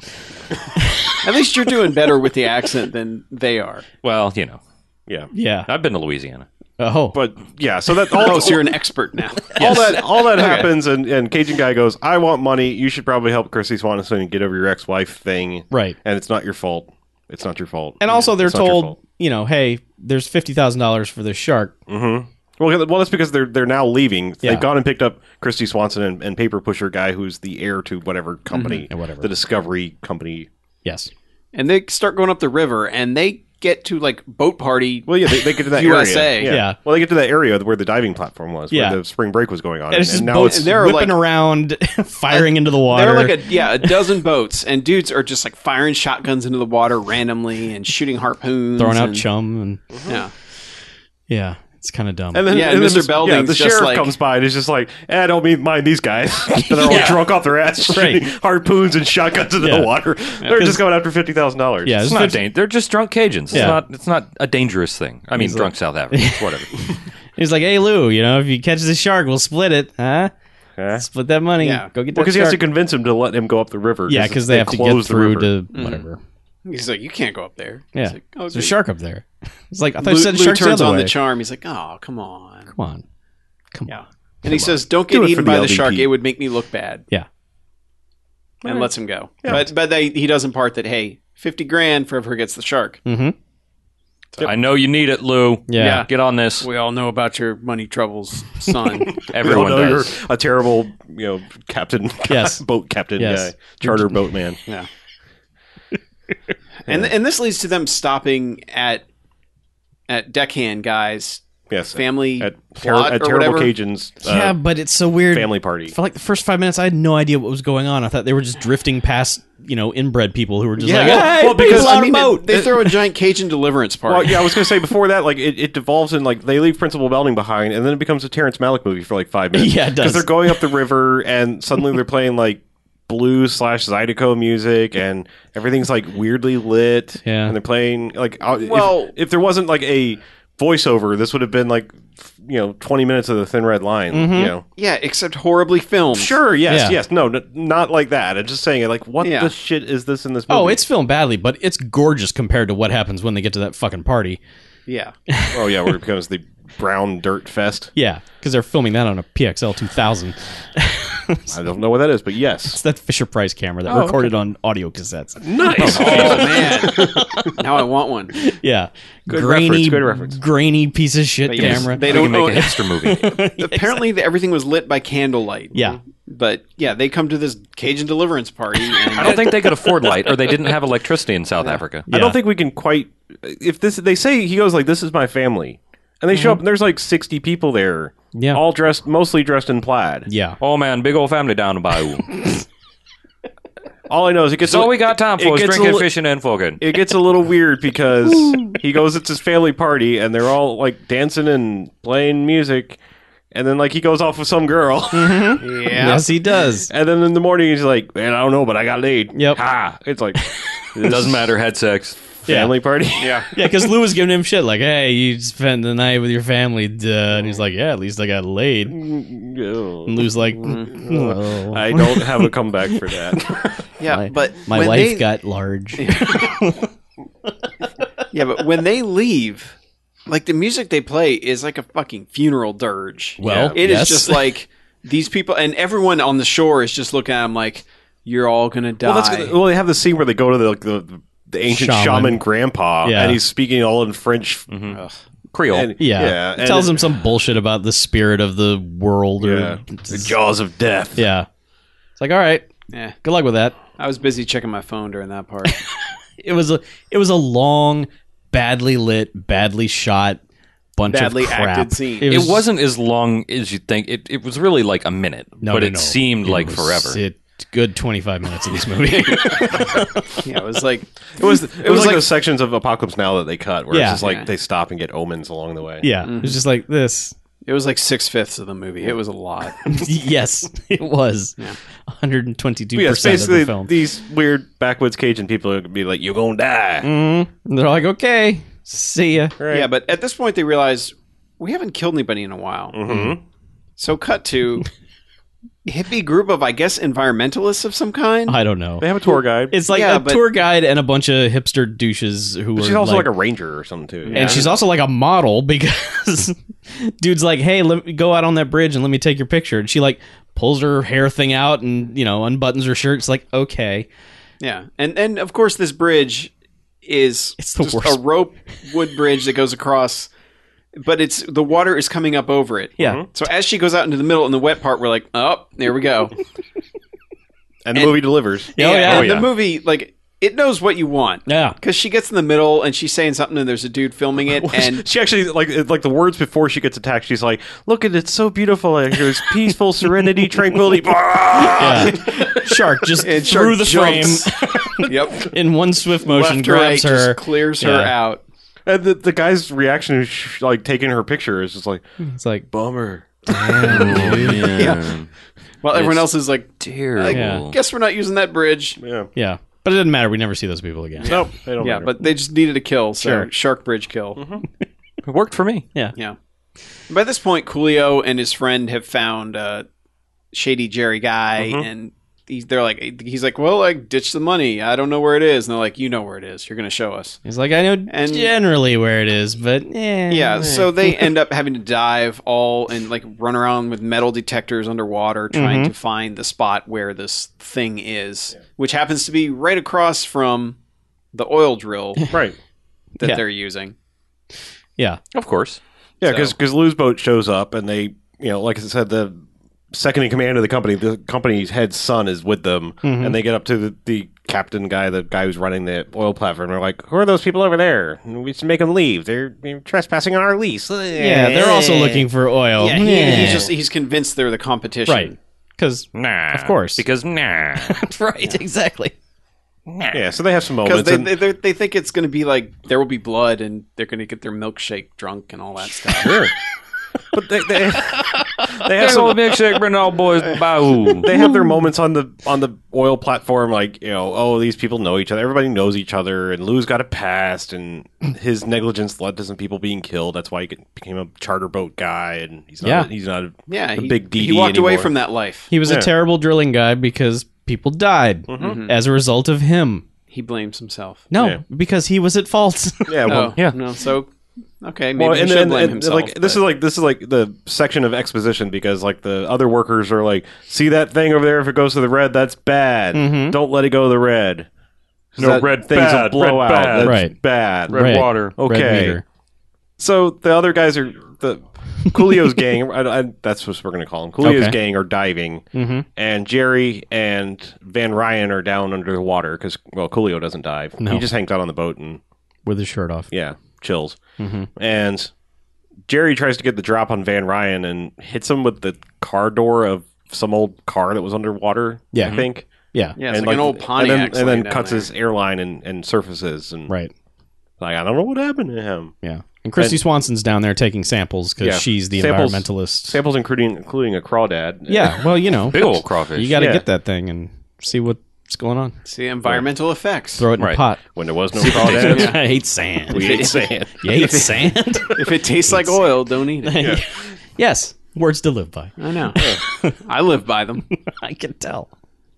Speaker 4: At least you're doing better with the accent than they
Speaker 5: <laughs>
Speaker 4: are.
Speaker 3: Well, you know,
Speaker 2: Yeah.
Speaker 5: Yeah.
Speaker 3: I've been to Louisiana.
Speaker 5: Uh, Oh.
Speaker 2: But yeah, so that
Speaker 5: <laughs>
Speaker 2: all,
Speaker 4: Oh, so you're an expert now.
Speaker 2: all that all that happens, and, and Cajun guy goes, "I want money. You should probably help Chrissy Swanson and get over your ex wife thing."
Speaker 5: Right.
Speaker 2: and it's not your fault. It's not your fault.
Speaker 5: and also they're
Speaker 2: It's not your
Speaker 5: told,
Speaker 2: fault.
Speaker 5: you know, hey, there's fifty thousand dollars for this shark.
Speaker 2: Well, well, that's because they're they're now leaving.
Speaker 5: Yeah.
Speaker 2: They've gone and picked up Christy Swanson and, and Paper Pusher guy, who's the heir to whatever company,
Speaker 5: And Mm-hmm. whatever.
Speaker 2: the Discovery company.
Speaker 5: Yes.
Speaker 4: and they start going up the river, and they get to like boat party.
Speaker 2: Well, yeah, they, they get
Speaker 5: <laughs>
Speaker 2: to that
Speaker 4: USA.
Speaker 2: area.
Speaker 5: Yeah.
Speaker 2: Well, they get to that area where the diving platform was,
Speaker 5: Yeah.
Speaker 2: where the spring break was going on,
Speaker 5: And
Speaker 2: and,
Speaker 5: it's just
Speaker 2: and now
Speaker 5: boats
Speaker 2: it's
Speaker 4: they're like-
Speaker 5: whipping around, <laughs> firing into the water.
Speaker 4: There are like a yeah a dozen boats, and dudes are just like firing shotguns into the water randomly and shooting harpoons,
Speaker 5: throwing out
Speaker 4: and-
Speaker 5: chum and
Speaker 4: Yeah,
Speaker 5: yeah, it's kind of dumb.
Speaker 2: And then,
Speaker 4: Yeah,
Speaker 2: and then
Speaker 4: Mr.
Speaker 2: the- yeah,
Speaker 4: Belding's
Speaker 2: the
Speaker 4: just
Speaker 2: sheriff
Speaker 4: like-
Speaker 2: comes by and is just like, eh, I don't mean mind these guys.
Speaker 5: <laughs>
Speaker 2: they're all drunk off their ass,
Speaker 5: Right.
Speaker 2: shooting harpoons and shotguns into
Speaker 5: Yeah.
Speaker 2: the water. They're just going after fifty thousand dollars.
Speaker 5: yeah,
Speaker 3: It's
Speaker 5: it's
Speaker 3: not
Speaker 5: fifty-
Speaker 3: dan- They're just drunk Cajuns.
Speaker 5: Yeah.
Speaker 3: It's not. It's not a dangerous thing. I mean, drunk South Africans, whatever.
Speaker 5: he's like, hey Lou, you know, if you catch this shark, we'll split it, huh?
Speaker 2: Huh?
Speaker 5: Split that money.
Speaker 4: Yeah.
Speaker 5: Go get that
Speaker 2: because he has
Speaker 5: shark.
Speaker 2: to convince him to let him go up the river.
Speaker 5: yeah, because they have to get
Speaker 2: closed the
Speaker 5: through
Speaker 2: river. Mm.
Speaker 5: to whatever.
Speaker 4: he's like, you can't go up there.
Speaker 5: Yeah,
Speaker 4: He's like, oh,
Speaker 5: there's a
Speaker 4: great.
Speaker 5: shark up there. It's like I thought
Speaker 4: Lou,
Speaker 5: you said
Speaker 4: Lou
Speaker 5: sharks the
Speaker 4: turns
Speaker 5: other
Speaker 4: on
Speaker 5: way.
Speaker 4: the charm. He's like, oh, come on.
Speaker 5: Come on, come
Speaker 4: Yeah.
Speaker 5: on.
Speaker 4: And he says, "Don't
Speaker 2: Do
Speaker 4: get
Speaker 2: it for
Speaker 4: eaten
Speaker 2: the
Speaker 4: by the
Speaker 2: LVP.
Speaker 4: shark; it would make me look bad."
Speaker 5: Yeah.
Speaker 4: and lets him go. But but they, he does impart that hey, fifty grand for whoever gets the shark.
Speaker 5: Mhm.
Speaker 4: It's
Speaker 3: I know you need it, Lou.
Speaker 5: Yeah. Yeah.
Speaker 3: Get on this.
Speaker 4: We all know about your money troubles,
Speaker 2: <laughs>
Speaker 4: son.
Speaker 3: Everyone
Speaker 2: Oh, no,
Speaker 3: does.
Speaker 2: you're a terrible, you know, captain. <laughs>
Speaker 5: Yes.
Speaker 2: boat captain
Speaker 5: Yes.
Speaker 2: guy, charter boat man.
Speaker 4: yeah. And and this leads to them stopping at at deckhand guys
Speaker 2: Yes,
Speaker 4: family
Speaker 2: at,
Speaker 4: plot
Speaker 2: at
Speaker 4: or
Speaker 2: terrible
Speaker 4: whatever.
Speaker 2: Cajuns. Uh,
Speaker 5: yeah, but it's so weird.
Speaker 2: family party.
Speaker 5: For like the first five minutes, I had no idea what was going on. I thought they were just drifting past, you know, inbred people who were just like, oh,
Speaker 4: well,
Speaker 5: "Hey,
Speaker 4: well, because
Speaker 5: people on
Speaker 4: I mean,
Speaker 5: a boat."
Speaker 4: they throw a giant Cajun deliverance party.
Speaker 2: Well, yeah, I was gonna say before that, like it, it devolves in like they leave Principal Belding behind, and then it becomes a Terrence Malick movie for like
Speaker 5: <laughs>
Speaker 2: five minutes.
Speaker 5: Yeah, it does.
Speaker 2: they're going up the river, and suddenly they're playing like blues slash zydeco music, and everything's like weirdly lit.
Speaker 5: Yeah.
Speaker 2: and they're playing like uh, if-
Speaker 4: Well-
Speaker 2: if, there wasn't like a voiceover, this would have been like f- you know twenty minutes of the Thin Red Line. You know,
Speaker 4: Yeah, except horribly filmed.
Speaker 2: sure, yes,
Speaker 5: Mm-hmm. Yeah.
Speaker 2: yes, no, n- not like that. I'm just saying, like, what
Speaker 4: Yeah.
Speaker 2: the shit is this in this movie?
Speaker 5: Oh, it's filmed badly, but it's gorgeous compared to what happens when they get to that fucking party.
Speaker 4: Yeah.
Speaker 2: oh yeah, where it becomes the brown dirt fest.
Speaker 5: Yeah, because they're filming that on a PXL 2000.
Speaker 2: I don't know what that is, but yes.
Speaker 5: It's that Fisher Price camera
Speaker 2: Oh,
Speaker 5: that recorded on audio cassettes.
Speaker 3: <laughs>
Speaker 2: Nice. <laughs>
Speaker 4: Oh man. now I want one.
Speaker 5: Yeah,
Speaker 2: Good
Speaker 5: grainy,
Speaker 2: reference, good reference.
Speaker 5: grainy piece of shit
Speaker 4: But yes,
Speaker 5: camera.
Speaker 4: They
Speaker 3: They
Speaker 4: don't
Speaker 3: can
Speaker 4: know.
Speaker 3: make a hipster movie.
Speaker 4: Apparently, the- everything was lit by candlelight.
Speaker 5: Yeah.
Speaker 4: But yeah, they come to this Cajun deliverance party. And
Speaker 3: I don't think they could afford light, or they didn't have electricity in South Africa.
Speaker 2: I
Speaker 5: Yeah.
Speaker 2: don't think we can quite. If this, they say he goes like, "This is my family," and they show
Speaker 3: Mm-hmm.
Speaker 2: up, and there's like sixty people there,
Speaker 5: Yeah.
Speaker 2: all dressed, mostly dressed in plaid.
Speaker 5: yeah,
Speaker 3: Oh man, big old family down the bayou.
Speaker 2: All I know is it gets.
Speaker 3: That's all we got time
Speaker 2: it
Speaker 3: for is
Speaker 2: gets a
Speaker 3: drinking,
Speaker 2: li-
Speaker 3: fishing, and fucking.
Speaker 2: It gets a little weird
Speaker 3: <laughs>
Speaker 2: because he goes. It's his family party, and they're all like dancing and playing music, and then like he goes off with some girl,
Speaker 3: Mm-hmm.
Speaker 4: Yeah.
Speaker 5: yes, he does.
Speaker 2: <laughs> and then in the morning he's like, "Man, I don't know, but I got laid."
Speaker 5: Yep.
Speaker 2: Ha! It's
Speaker 3: <laughs>
Speaker 2: like
Speaker 3: It doesn't matter. Had sex.
Speaker 2: family party. Yeah.
Speaker 5: Yeah, because Lou was giving him shit like, "Hey, you spent the night with your family," duh. and he's like, "Yeah, at least I got laid." And Lou's like, "Oh,
Speaker 2: <laughs> Mm-hmm. I don't have a comeback for
Speaker 3: <laughs>
Speaker 2: that.
Speaker 4: Yeah,
Speaker 5: my,
Speaker 4: but
Speaker 5: my
Speaker 4: when
Speaker 5: wife
Speaker 4: they-
Speaker 5: got <laughs> large."
Speaker 4: Yeah, but when they leave, like the music they play is like a fucking funeral dirge.
Speaker 5: Well,
Speaker 4: It is
Speaker 5: yes.
Speaker 4: just <laughs> like these people and everyone on the shore is just looking at him like, "You're all gonna die."
Speaker 2: Well, that's good. well. They have the scene where they go to the like, the, the ancient shaman,
Speaker 5: Shaman.
Speaker 2: grandpa,
Speaker 5: Yeah.
Speaker 2: and he's speaking all in French.
Speaker 3: Creole.
Speaker 2: And,
Speaker 5: Yeah,
Speaker 2: yeah and
Speaker 5: tells
Speaker 2: it-
Speaker 5: him some bullshit about the spirit of the world or
Speaker 2: yeah, the jaws of death.
Speaker 5: Yeah. It's like, all right,
Speaker 4: Yeah,
Speaker 5: good luck with that.
Speaker 4: I was busy checking my phone during that
Speaker 2: <laughs>
Speaker 4: part.
Speaker 5: It was a it was a long, badly lit, badly shot bunch
Speaker 4: Badly
Speaker 5: of crap.
Speaker 4: acted scene.
Speaker 3: It wasn't as long as you'd think. It, it was really like a minute,
Speaker 5: no,
Speaker 3: but
Speaker 5: no,
Speaker 3: it
Speaker 5: no.
Speaker 3: seemed
Speaker 5: It
Speaker 3: like
Speaker 5: was
Speaker 3: forever. <laughs>
Speaker 5: It good twenty five minutes of this
Speaker 2: <laughs>
Speaker 5: movie. <laughs>
Speaker 4: yeah, it was like
Speaker 2: It was it, was, like,
Speaker 4: like-
Speaker 2: those sections of Apocalypse Now that they cut, where
Speaker 5: Yeah.
Speaker 2: it's just like
Speaker 4: Yeah.
Speaker 2: they stop and get omens along the way.
Speaker 5: yeah, it was just like this. <laughs>
Speaker 4: it was like six fifths of the movie. It was a lot.
Speaker 5: yes, <laughs> it was one hundred and twenty two
Speaker 2: But yeah, it's
Speaker 5: percent of the
Speaker 2: basically
Speaker 5: film.
Speaker 2: these weird backwoods Cajun people are gonna be like, "You're gonna die."
Speaker 5: Mm-hmm. And they're like, okay, see ya.
Speaker 2: <laughs> Right.
Speaker 4: Yeah, but at this point they realize we haven't killed anybody in a while.
Speaker 2: Mhm.
Speaker 4: So cut
Speaker 2: <laughs>
Speaker 4: to hippie group of I guess environmentalists of some kind.
Speaker 5: I don't know.
Speaker 2: They have a tour guide.
Speaker 5: It's like
Speaker 4: Yeah,
Speaker 5: a
Speaker 4: but-
Speaker 5: tour guide and a bunch of hipster douches who are
Speaker 2: She's also like,
Speaker 5: like
Speaker 2: a ranger or something too.
Speaker 5: And she's also like a model because <laughs> dude's like, "Hey, let me go out on that bridge and let me take your picture." And she like pulls her hair thing out and you know unbuttons her shirt. It's like, okay,
Speaker 4: Yeah, and and of course this bridge is
Speaker 5: It's the
Speaker 4: just
Speaker 5: worst.
Speaker 4: a rope wood bridge that goes across, but it's the water is coming up over it.
Speaker 5: yeah,
Speaker 4: So as she goes out into the middle in the wet part, we're like, oh, there we go.
Speaker 2: and the movie delivers.
Speaker 5: Yeah, oh,
Speaker 4: And-
Speaker 5: yeah.
Speaker 4: and
Speaker 3: yeah.
Speaker 4: the movie like it knows what you want.
Speaker 5: yeah,
Speaker 4: Because she gets in the middle and she's saying something, and there's a dude filming
Speaker 5: <laughs>
Speaker 4: it, and
Speaker 2: <laughs> she actually like it- like the words before she gets attacked. She's like, "Look at it, it's so beautiful. Like, there's peaceful serenity,
Speaker 4: <laughs>
Speaker 2: tranquility."
Speaker 5: yeah. Shark just
Speaker 4: and
Speaker 5: through
Speaker 4: Shark
Speaker 5: the
Speaker 4: jumps.
Speaker 5: frame
Speaker 4: <laughs>
Speaker 5: <laughs>
Speaker 4: yep,
Speaker 5: in one swift motion,
Speaker 4: left to right,
Speaker 5: grabs her.
Speaker 4: just clears her
Speaker 5: Yeah.
Speaker 4: out.
Speaker 2: And the, the guy's reaction, is sh- like taking her picture, is just like
Speaker 5: It's like,
Speaker 2: bummer.
Speaker 4: Yeah. While everyone else is like,
Speaker 3: Terrible.
Speaker 4: I
Speaker 5: Yeah.
Speaker 4: guess we're not using that bridge.
Speaker 2: Yeah.
Speaker 5: yeah, but it doesn't matter. We never see those people again.
Speaker 2: Nope. They don't
Speaker 4: Yeah,
Speaker 2: matter.
Speaker 4: but they just needed a kill, so
Speaker 5: Sure.
Speaker 4: Shark Bridge kill.
Speaker 5: Hmm.
Speaker 3: It worked for me.
Speaker 5: Yeah,
Speaker 4: Yeah. By this point, Coolio and his friend have found uh, shady Jerry guy,
Speaker 5: Mm-hmm.
Speaker 4: and he's, they're like, he's like, well, like, ditch the money. I don't know where it is, and they're like, you know where it is. You're gonna show us.
Speaker 5: he's like, I know
Speaker 4: And-
Speaker 5: generally where it is, but eh,
Speaker 4: Yeah.
Speaker 5: eh.
Speaker 4: So they
Speaker 5: <laughs>
Speaker 4: end up having to dive all and like run around with metal detectors underwater, trying
Speaker 5: Mm-hmm.
Speaker 4: to find the spot where this thing is, which happens to be right across from the oil drill
Speaker 5: <laughs>
Speaker 2: right.
Speaker 4: that
Speaker 5: Yeah.
Speaker 4: they're using.
Speaker 5: Yeah.
Speaker 3: Of course.
Speaker 2: Yeah, because Lou's boat shows up, and they, you know, like I said, the second in command of the company, the company's head son is with them, and they get up to the, the captain guy, the guy who's running the oil platform. They're like, "Who are those people over there? We should make them leave. They're, they're trespassing on our lease."
Speaker 5: Yeah, they're also looking for oil.
Speaker 4: Yeah, he, he's just he's convinced they're the competition.
Speaker 5: right. Because
Speaker 3: Nah.
Speaker 5: Of course.
Speaker 3: Because <laughs> nah.
Speaker 5: <laughs> right, exactly.
Speaker 3: nah.
Speaker 2: Yeah, so they have some
Speaker 4: Because
Speaker 2: moments.
Speaker 4: they,
Speaker 2: and-
Speaker 4: they, they they think it's going to be like there will be blood and they're going to get their milkshake drunk and all
Speaker 2: <laughs>
Speaker 4: that stuff.
Speaker 2: Sure. but they, they, they have
Speaker 3: That's
Speaker 2: some
Speaker 3: old milkshake, bring all boys <laughs> by
Speaker 2: they have their moments on the on the oil platform, like you know, oh, these people know each other. Everybody knows each other, and Lou's got a past, and his negligence led to some people being killed. That's why he get- became a charter boat guy, and he's not
Speaker 5: Yeah.
Speaker 2: he's not a,
Speaker 4: Yeah,
Speaker 2: a
Speaker 4: he,
Speaker 2: big DD
Speaker 4: he walked away
Speaker 2: anymore.
Speaker 4: from that life.
Speaker 5: He was
Speaker 2: Yeah. Mm-hmm.
Speaker 5: a terrible drilling guy because people died as a result of him.
Speaker 4: He blames himself.
Speaker 5: No,
Speaker 2: Yeah.
Speaker 5: because he was at fault. <laughs>
Speaker 2: yeah. Well,
Speaker 4: Oh,
Speaker 3: yeah.
Speaker 4: No, so okay, maybe
Speaker 2: well,
Speaker 4: he
Speaker 2: and,
Speaker 4: should
Speaker 2: and,
Speaker 4: blame
Speaker 2: and,
Speaker 4: himself.
Speaker 2: like this is
Speaker 4: but-
Speaker 2: like this is like the section of exposition because like the other workers are like, see that thing over there? If it goes to the red, that's bad. Don't let it go to the red. 'Cause
Speaker 3: Mm-hmm. No,
Speaker 2: that
Speaker 3: red
Speaker 2: things
Speaker 3: bad,
Speaker 2: will blow out.
Speaker 3: red bad.
Speaker 2: That's
Speaker 5: Right.
Speaker 2: bad.
Speaker 3: Red
Speaker 5: Right.
Speaker 3: water.
Speaker 2: Okay.
Speaker 5: meter.
Speaker 2: So the other guys are the Coolio's gang. I, I, that's what we're gonna call them. Coolio's
Speaker 5: Okay.
Speaker 2: gang are diving,
Speaker 5: Mm-hmm.
Speaker 2: and Jerry and Van Ryan are down under the water because well, Coolio doesn't dive.
Speaker 5: No.
Speaker 2: He just hangs out on the boat and
Speaker 5: with his shirt off.
Speaker 2: yeah, chills.
Speaker 5: Mm-hmm.
Speaker 2: And Jerry tries to get the drop on Van Ryan and hits him with the car door of some old car that was underwater.
Speaker 5: Yeah.
Speaker 2: I think.
Speaker 5: Yeah,
Speaker 4: yeah, it's
Speaker 2: and
Speaker 4: like, an old
Speaker 2: and
Speaker 4: Pontiac.
Speaker 2: then, and
Speaker 4: laying
Speaker 2: then
Speaker 4: down
Speaker 2: cuts
Speaker 4: there.
Speaker 2: his airline and, and surfaces and
Speaker 5: right.
Speaker 2: like I don't know what happened to him.
Speaker 5: Yeah, and Christy Swanson's down there taking samples because
Speaker 2: Yeah.
Speaker 5: she's the
Speaker 2: Samples-
Speaker 5: environmentalist.
Speaker 2: Samples including including a crawdad.
Speaker 5: yeah, well, you know,
Speaker 3: Big old crawfish.
Speaker 5: you got to
Speaker 2: yeah.
Speaker 5: get that thing and see what's going on.
Speaker 4: See environmental effects.
Speaker 5: Throw it in a
Speaker 2: <laughs>
Speaker 3: Right.
Speaker 5: pot.
Speaker 2: when there was no crawdads.
Speaker 5: <laughs> I hate sand.
Speaker 2: We ate sand.
Speaker 5: <laughs> you
Speaker 2: <laughs>
Speaker 5: hate sand.
Speaker 4: If it tastes like oil, don't eat it.
Speaker 5: <laughs> yes, words to live by. <laughs>
Speaker 4: I know. I live
Speaker 2: <laughs>
Speaker 4: by them.
Speaker 5: I can tell.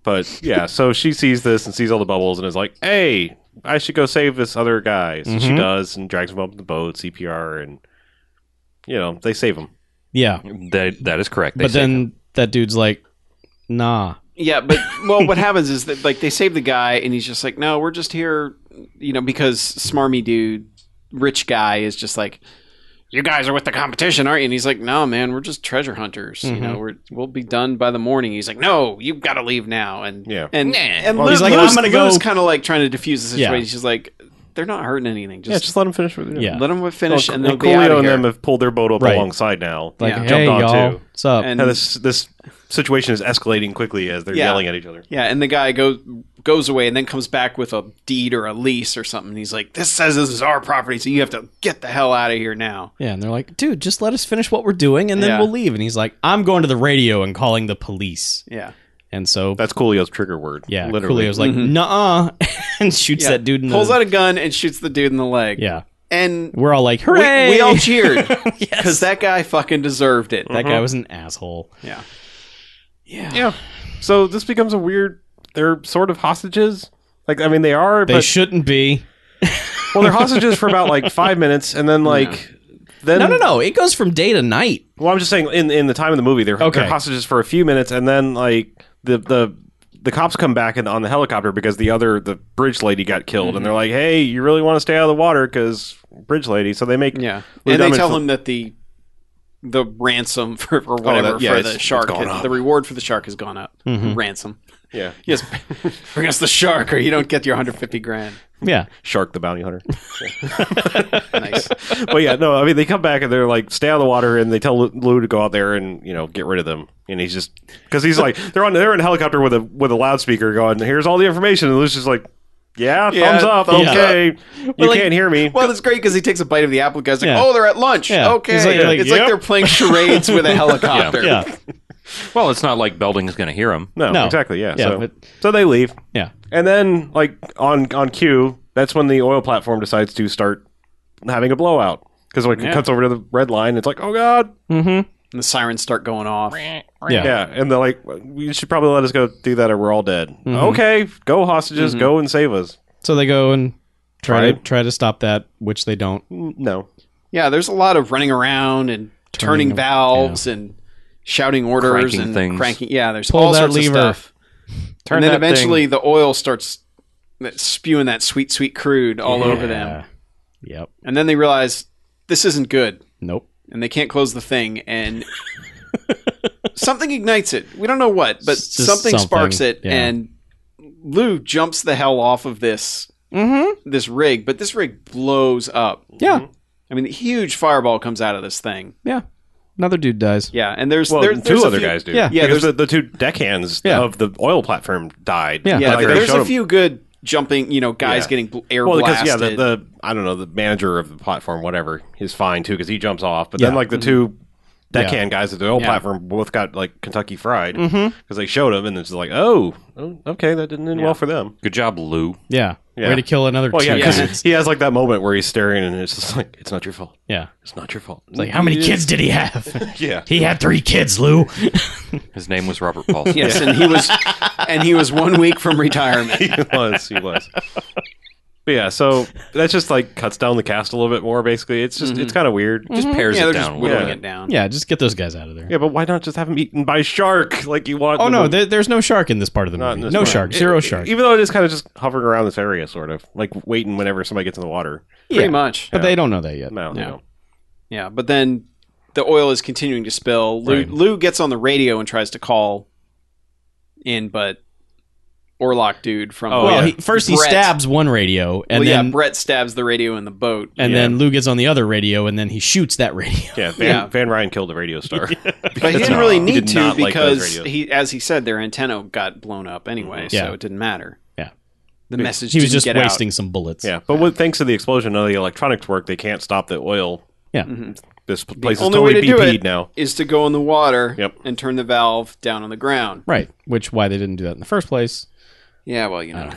Speaker 2: But yeah, so she sees this and sees all the bubbles and is like, "Hey, I should go save this other guy." So she does and drags him up the boat, CPR, and you know they save him.
Speaker 5: Yeah,
Speaker 3: That, that is correct. They
Speaker 5: but
Speaker 3: say
Speaker 5: then that dude's like, "Nah,
Speaker 4: Yeah, but well, what happens is that like they save the guy, and he's just like, "No, we're just here," you know, because smarmy dude, rich guy is just like, "You guys are with the competition, aren't you?" And he's like, "No, man, we're just treasure hunters. You know, we're we'll be done by the morning." He's like, "No, you've got to leave now." And
Speaker 2: Yeah.
Speaker 4: and and
Speaker 5: he's
Speaker 4: Lou's,
Speaker 5: like,
Speaker 4: Lou's,
Speaker 5: "I'm gonna go-
Speaker 4: kind of like trying to defuse the
Speaker 5: Yeah.
Speaker 4: situation. She's like, "They're not hurting anything. Just,
Speaker 2: yeah, just let him finish with it.
Speaker 5: Yeah.
Speaker 4: let them finish, and
Speaker 2: and,
Speaker 4: they'll be out
Speaker 2: Coolio
Speaker 4: of
Speaker 2: and them
Speaker 4: here."
Speaker 2: have pulled their boat up
Speaker 5: Right.
Speaker 2: alongside now.
Speaker 5: like,
Speaker 4: Yeah.
Speaker 5: hey,
Speaker 2: Jumped on
Speaker 5: y'all,
Speaker 2: too.
Speaker 5: what's up?"
Speaker 4: And-
Speaker 2: Now this this situation is escalating quickly as they're
Speaker 4: Yeah.
Speaker 2: yelling at each other.
Speaker 4: Yeah, and the guy goes goes away and then comes back with a deed or a lease or something. He's like, "This says this is our property, so you have to get the hell out of here now."
Speaker 5: yeah, and they're like, "Dude, just let us finish what we're doing, and then
Speaker 4: Yeah.
Speaker 5: we'll leave." And he's like, "I'm going to the radio and calling the police."
Speaker 4: Yeah,
Speaker 5: And so,
Speaker 2: That's Coolio's trigger word.
Speaker 5: yeah,
Speaker 2: literally.
Speaker 5: Coolio's like, "Nuh-uh," <laughs> and shoots
Speaker 4: Mm-hmm. yeah.
Speaker 5: that dude in
Speaker 4: pulls
Speaker 5: the
Speaker 4: out a gun and shoots the dude in the leg.
Speaker 5: yeah.
Speaker 4: and we,
Speaker 5: We're all like, "Hooray!" <laughs>
Speaker 4: we all cheered because that Uh-huh. guy fucking deserved it.
Speaker 5: that guy was an asshole.
Speaker 4: Yeah,
Speaker 2: yeah. So this becomes a weird. They're sort of hostages. Like I mean, they are.
Speaker 5: They
Speaker 2: but
Speaker 5: shouldn't be.
Speaker 2: well, they're hostages for about like five minutes, and then like. Then
Speaker 5: No, no, no. It goes from day to night.
Speaker 2: Well, I'm just saying in, in the time of the movie, they're,
Speaker 5: Okay.
Speaker 2: they're hostages for a few minutes, and then like the the the cops come back and, on the helicopter because the other the bridge lady got killed,
Speaker 4: Mm-hmm.
Speaker 2: and they're like, "Hey, you really want to stay out of the water because bridge lady?" So they make
Speaker 4: yeah,
Speaker 2: Lou
Speaker 4: and they
Speaker 2: Diamond
Speaker 4: tell
Speaker 2: fl-
Speaker 4: him that the the ransom <laughs> for or whatever
Speaker 2: yeah,
Speaker 4: for
Speaker 2: it's-
Speaker 4: the
Speaker 2: it's
Speaker 4: shark,
Speaker 2: gone
Speaker 4: has-
Speaker 2: up.
Speaker 4: the reward for the shark has gone up. Ransom. <laughs>
Speaker 2: yeah
Speaker 4: Yes, bring us the shark, or you don't get your 150 grand.
Speaker 5: Yeah.
Speaker 2: shark the bounty hunter.
Speaker 4: Nice.
Speaker 2: but yeah, no, I mean they come back and they're like, "Stay out of the water," and they tell Lou- Lou to go out there and you know get rid of them, and he's just because he's like they're on they're in a helicopter with a with a loudspeaker going, "Here's all the information," and Lou's just like. Yeah,
Speaker 4: Yeah,
Speaker 2: thumbs up.
Speaker 4: thumbs
Speaker 2: okay, you
Speaker 5: like-
Speaker 2: can't hear me.
Speaker 4: Well, it's great because he takes a bite of the apple. Guy's like,
Speaker 5: Yeah.
Speaker 4: "Oh, they're at lunch.
Speaker 5: Yeah.
Speaker 4: Okay."
Speaker 5: He's like-
Speaker 4: it's
Speaker 5: like,
Speaker 4: like
Speaker 5: yep.
Speaker 4: they're playing charades
Speaker 5: <laughs>
Speaker 4: with a helicopter.
Speaker 5: Yeah.
Speaker 3: that. Well, it's not like Belding's going to hear him.
Speaker 2: No,
Speaker 5: No.
Speaker 2: exactly. Yeah.
Speaker 5: Yeah,
Speaker 2: so,
Speaker 5: but-
Speaker 2: so they leave,
Speaker 5: Yeah.
Speaker 2: and then like on on cue, that's when the oil platform decides to start having a blowout because like it cuts over to the red line. It's like, oh god,
Speaker 4: And the sirens start going off.
Speaker 5: Mm-hmm. Yeah.
Speaker 2: yeah. And they're like, you should probably let us go do that, or we're all dead. Okay, go hostages, go and save us.
Speaker 5: So they go and try to
Speaker 2: Try.
Speaker 5: try to stop that, which they don't.
Speaker 2: Mm, No,
Speaker 4: Yeah, there's a lot of running around and turning,
Speaker 5: Turning,
Speaker 4: valves and shouting orders
Speaker 3: Cranking
Speaker 4: and
Speaker 3: things.
Speaker 4: cranking. Yeah, there's
Speaker 5: Pull
Speaker 4: all
Speaker 5: that
Speaker 4: sorts
Speaker 5: lever.
Speaker 4: of stuff.
Speaker 3: Turn
Speaker 4: and then
Speaker 3: that thing-
Speaker 4: eventually the oil starts spewing that sweet, sweet crude all over them.
Speaker 5: Yep.
Speaker 4: And then they realize this isn't good.
Speaker 5: Nope.
Speaker 4: And they can't close the thing, and <laughs> something ignites it. We don't know what, but
Speaker 5: S- just
Speaker 4: something,
Speaker 5: something,
Speaker 4: sparks it,
Speaker 5: yeah.
Speaker 4: and Lou jumps the hell off of this
Speaker 2: Mm-hmm.
Speaker 4: this rig. But this rig blows up.
Speaker 5: Yeah.
Speaker 4: I mean, a huge fireball comes out of this thing.
Speaker 5: Yeah. Another dude dies.
Speaker 4: Yeah, and there's
Speaker 2: Well,
Speaker 4: there- there's
Speaker 2: two
Speaker 4: a
Speaker 2: other
Speaker 4: few-
Speaker 2: guys do.
Speaker 5: Yeah.
Speaker 2: Yeah,
Speaker 4: Yeah,
Speaker 2: because the,
Speaker 4: there's-
Speaker 2: the two deckhands
Speaker 5: Yeah.
Speaker 2: of the oil platform died.
Speaker 5: Yeah.
Speaker 4: Yeah,
Speaker 2: Like,
Speaker 4: there-
Speaker 2: they
Speaker 4: there's
Speaker 2: showed
Speaker 4: a
Speaker 2: 'em.
Speaker 4: few good jumping. You know, guys
Speaker 2: Yeah.
Speaker 4: getting bl- air
Speaker 2: Well, because
Speaker 4: blasted.
Speaker 2: yeah, the, the I don't know the manager of the platform, whatever, is fine too because he jumps off. But
Speaker 5: Yeah.
Speaker 2: then like the two deckhand guys at the oil
Speaker 4: Yeah. Mm-hmm.
Speaker 2: platform both got like Kentucky fried because they showed him, and it's like, oh, oh, okay, that didn't end well for them.
Speaker 3: Good job, Lou.
Speaker 5: Yeah.
Speaker 2: Yeah.
Speaker 5: Way to kill another
Speaker 2: Well, yeah,
Speaker 5: two.
Speaker 2: 'cause
Speaker 4: Yeah.
Speaker 2: he has like that moment where he's staring, and it's just like, it's not your fault.
Speaker 5: Yeah.
Speaker 2: It's not your fault.
Speaker 5: Like, how many kids did he <laughs> have?
Speaker 2: Yeah.
Speaker 5: he had three kids, Lou.
Speaker 3: His name was Robert Paulson.
Speaker 4: yes, and he was and he was one
Speaker 2: <laughs>
Speaker 4: week from retirement.
Speaker 2: he was. He was. But yeah, so that just like cuts down the cast a little bit more. Basically, it's just
Speaker 5: Mm-hmm.
Speaker 2: it's kind of weird.
Speaker 3: Just pairs
Speaker 4: yeah,
Speaker 3: it
Speaker 4: they're just
Speaker 3: down. a little
Speaker 4: whittling
Speaker 2: Yeah.
Speaker 4: it down.
Speaker 5: yeah, just get those guys out of there.
Speaker 2: yeah, but why not just have him eaten by a shark like you want?
Speaker 5: Oh
Speaker 2: in
Speaker 5: no,
Speaker 2: the-
Speaker 5: there, there's no shark in this part of the
Speaker 2: not
Speaker 5: movie.
Speaker 2: in
Speaker 5: No
Speaker 2: this part.
Speaker 5: shark,
Speaker 2: It-
Speaker 5: zero
Speaker 2: it-
Speaker 5: shark.
Speaker 2: Even though it is kind of just hovering around this area, sort of like waiting whenever somebody gets in the water.
Speaker 4: Pretty
Speaker 5: Yeah.
Speaker 4: much.
Speaker 5: But they don't know that yet.
Speaker 2: No,
Speaker 4: Yeah.
Speaker 2: no.
Speaker 4: Yeah, but then the oil is continuing to spill. Lou,
Speaker 5: Right.
Speaker 4: Lou gets on the radio and tries to call in, but Orlock dude from
Speaker 2: Oh,
Speaker 5: well,
Speaker 2: yeah.
Speaker 5: he, first he
Speaker 4: Brett-
Speaker 5: stabs one radio, and
Speaker 4: well,
Speaker 5: then
Speaker 4: yeah, Brett stabs the radio in
Speaker 2: <laughs>
Speaker 4: the boat.
Speaker 5: and
Speaker 2: yeah.
Speaker 5: then Lou gets on the other radio, and then he shoots that radio. <laughs>
Speaker 2: Yeah, Van,
Speaker 4: Yeah.
Speaker 2: Van Ryan killed the radio star.
Speaker 4: but he didn't really
Speaker 2: He
Speaker 4: need
Speaker 2: did
Speaker 4: to
Speaker 2: not like those
Speaker 4: because
Speaker 2: radios. Mm-hmm.
Speaker 4: he, as he said, their antenna got blown up anyway,
Speaker 5: Yeah.
Speaker 4: so it didn't matter.
Speaker 5: Yeah.
Speaker 4: the message
Speaker 5: He was
Speaker 4: didn't
Speaker 5: just
Speaker 4: get out.
Speaker 5: wasting some bullets.
Speaker 2: yeah, but with, thanks to the explosion, none of the electronics work. They can't stop the oil.
Speaker 5: Yeah.
Speaker 2: This place is
Speaker 4: only way
Speaker 2: totally
Speaker 4: to do
Speaker 2: BP'd
Speaker 4: it-
Speaker 2: now.
Speaker 4: Is to go in the water
Speaker 2: Yep.
Speaker 4: and turn the valve down on the ground.
Speaker 5: Right. Which why they didn't do that in the first place.
Speaker 4: Yeah, well, you
Speaker 2: Uh,
Speaker 4: know,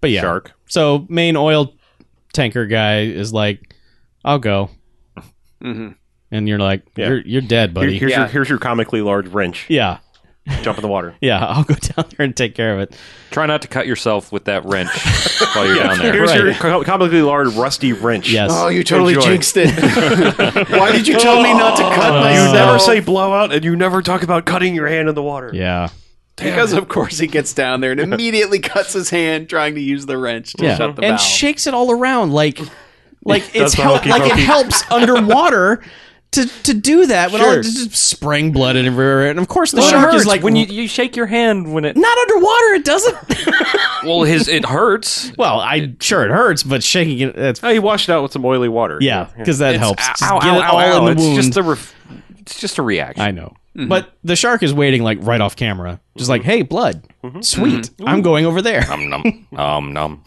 Speaker 5: But yeah.
Speaker 2: Shark.
Speaker 5: So main oil tanker guy is like, I'll go.
Speaker 4: Mhm.
Speaker 5: And you're like,
Speaker 2: Yeah.
Speaker 5: You're you're dead,
Speaker 2: Here-
Speaker 5: buddy.
Speaker 2: here's
Speaker 4: Yeah.
Speaker 2: your here's your comically large wrench.
Speaker 5: <laughs> yeah.
Speaker 2: Jump in the water.
Speaker 5: Yeah. <laughs> I'll go down there and take care of it.
Speaker 3: Try not to cut yourself with that wrench
Speaker 2: <laughs>
Speaker 3: while you're down there.
Speaker 2: Here's
Speaker 5: Right.
Speaker 2: your co- comically large rusty wrench.
Speaker 5: Yes.
Speaker 4: Oh, you totally
Speaker 2: Enjoy. Uh, <laughs>
Speaker 4: jinxed it. Why did you tell me not to cut myself?
Speaker 2: You
Speaker 5: Oh.
Speaker 2: never say blowout, and you never talk about cutting your hand in the water.
Speaker 5: Yeah.
Speaker 4: because of course he gets down there and immediately cuts his hand trying to use the wrench to
Speaker 5: Yeah.
Speaker 4: shut the
Speaker 5: and
Speaker 4: valve.
Speaker 5: shakes it all around
Speaker 3: <laughs>
Speaker 5: like like it's
Speaker 2: the
Speaker 5: help,
Speaker 2: hokey
Speaker 5: like it
Speaker 2: pokey.
Speaker 5: helps
Speaker 3: <laughs>
Speaker 5: underwater to to do that when all
Speaker 4: Sure.
Speaker 5: it's just spraying blood and everywhere. And of course the
Speaker 3: Well, it
Speaker 5: shark
Speaker 3: hurts
Speaker 5: is like
Speaker 3: when you, you shake your hand when it.
Speaker 5: not underwater, it doesn't <laughs>
Speaker 3: Well, his it hurts.
Speaker 5: Well, I sure it hurts, but shaking it that's
Speaker 2: Oh, he washed it out with some oily water.
Speaker 5: yeah, because that helps. Just
Speaker 3: Ow,
Speaker 5: get
Speaker 3: ow,
Speaker 5: it
Speaker 3: ow,
Speaker 5: all
Speaker 3: ow.
Speaker 5: in the
Speaker 3: it's
Speaker 5: wound.
Speaker 3: Just Mm-hmm. a ref- it's just a reaction.
Speaker 5: I know. But the shark is waiting like right off camera. Just
Speaker 3: Mm-hmm.
Speaker 5: like, hey, blood. Sweet. I'm going over there.
Speaker 3: Um, num, um, num.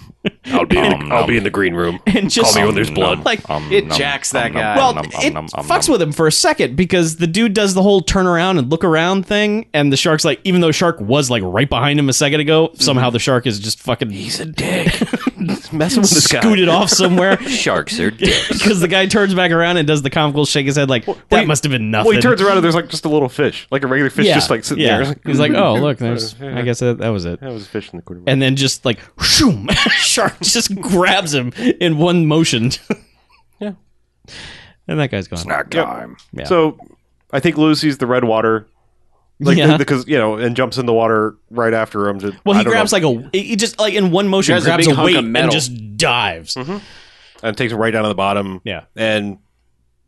Speaker 3: I'll
Speaker 2: Be in- <laughs> I'll be in the green room.
Speaker 5: <laughs> and just
Speaker 2: Call me when there's blood.
Speaker 5: Like
Speaker 4: It jacks that guy.
Speaker 5: well, it fucks with him for a second because the dude does the whole turn around and look around thing, and the shark's like, even though shark was like right behind him a second ago, somehow the shark is just fucking
Speaker 2: He's a dick. messing with this guy.
Speaker 5: <laughs> scooted
Speaker 2: <laughs>
Speaker 5: off somewhere
Speaker 3: sharks are dicks.
Speaker 5: because the guy turns back around and does the comical shake his head like that
Speaker 2: he-
Speaker 5: must have been nothing.
Speaker 2: Well, he turns around and there's like just a little fish, like a regular fish, just like sitting there.
Speaker 5: He's like, oh
Speaker 2: <laughs>
Speaker 5: look, there's. I guess that, that was it.
Speaker 2: that was a fish in the corner.
Speaker 5: And then just like, shoom, <laughs> shark just grabs him in one motion. yeah. And that guy's gone.
Speaker 3: Snack time.
Speaker 5: yeah.
Speaker 2: So, I think Lou sees the red water, like
Speaker 5: Yeah.
Speaker 2: because you know, and jumps in the water right after him. To,
Speaker 5: well,
Speaker 2: I
Speaker 5: he
Speaker 2: don't
Speaker 5: grabs
Speaker 2: know,
Speaker 5: like a, he he just like in one motion
Speaker 4: Grabs a
Speaker 5: grabs
Speaker 4: big
Speaker 5: a
Speaker 4: hunk
Speaker 5: weight
Speaker 4: of metal.
Speaker 5: and just dives.
Speaker 2: Mm-hmm. and takes it right down to the bottom.
Speaker 5: Yeah.
Speaker 2: and.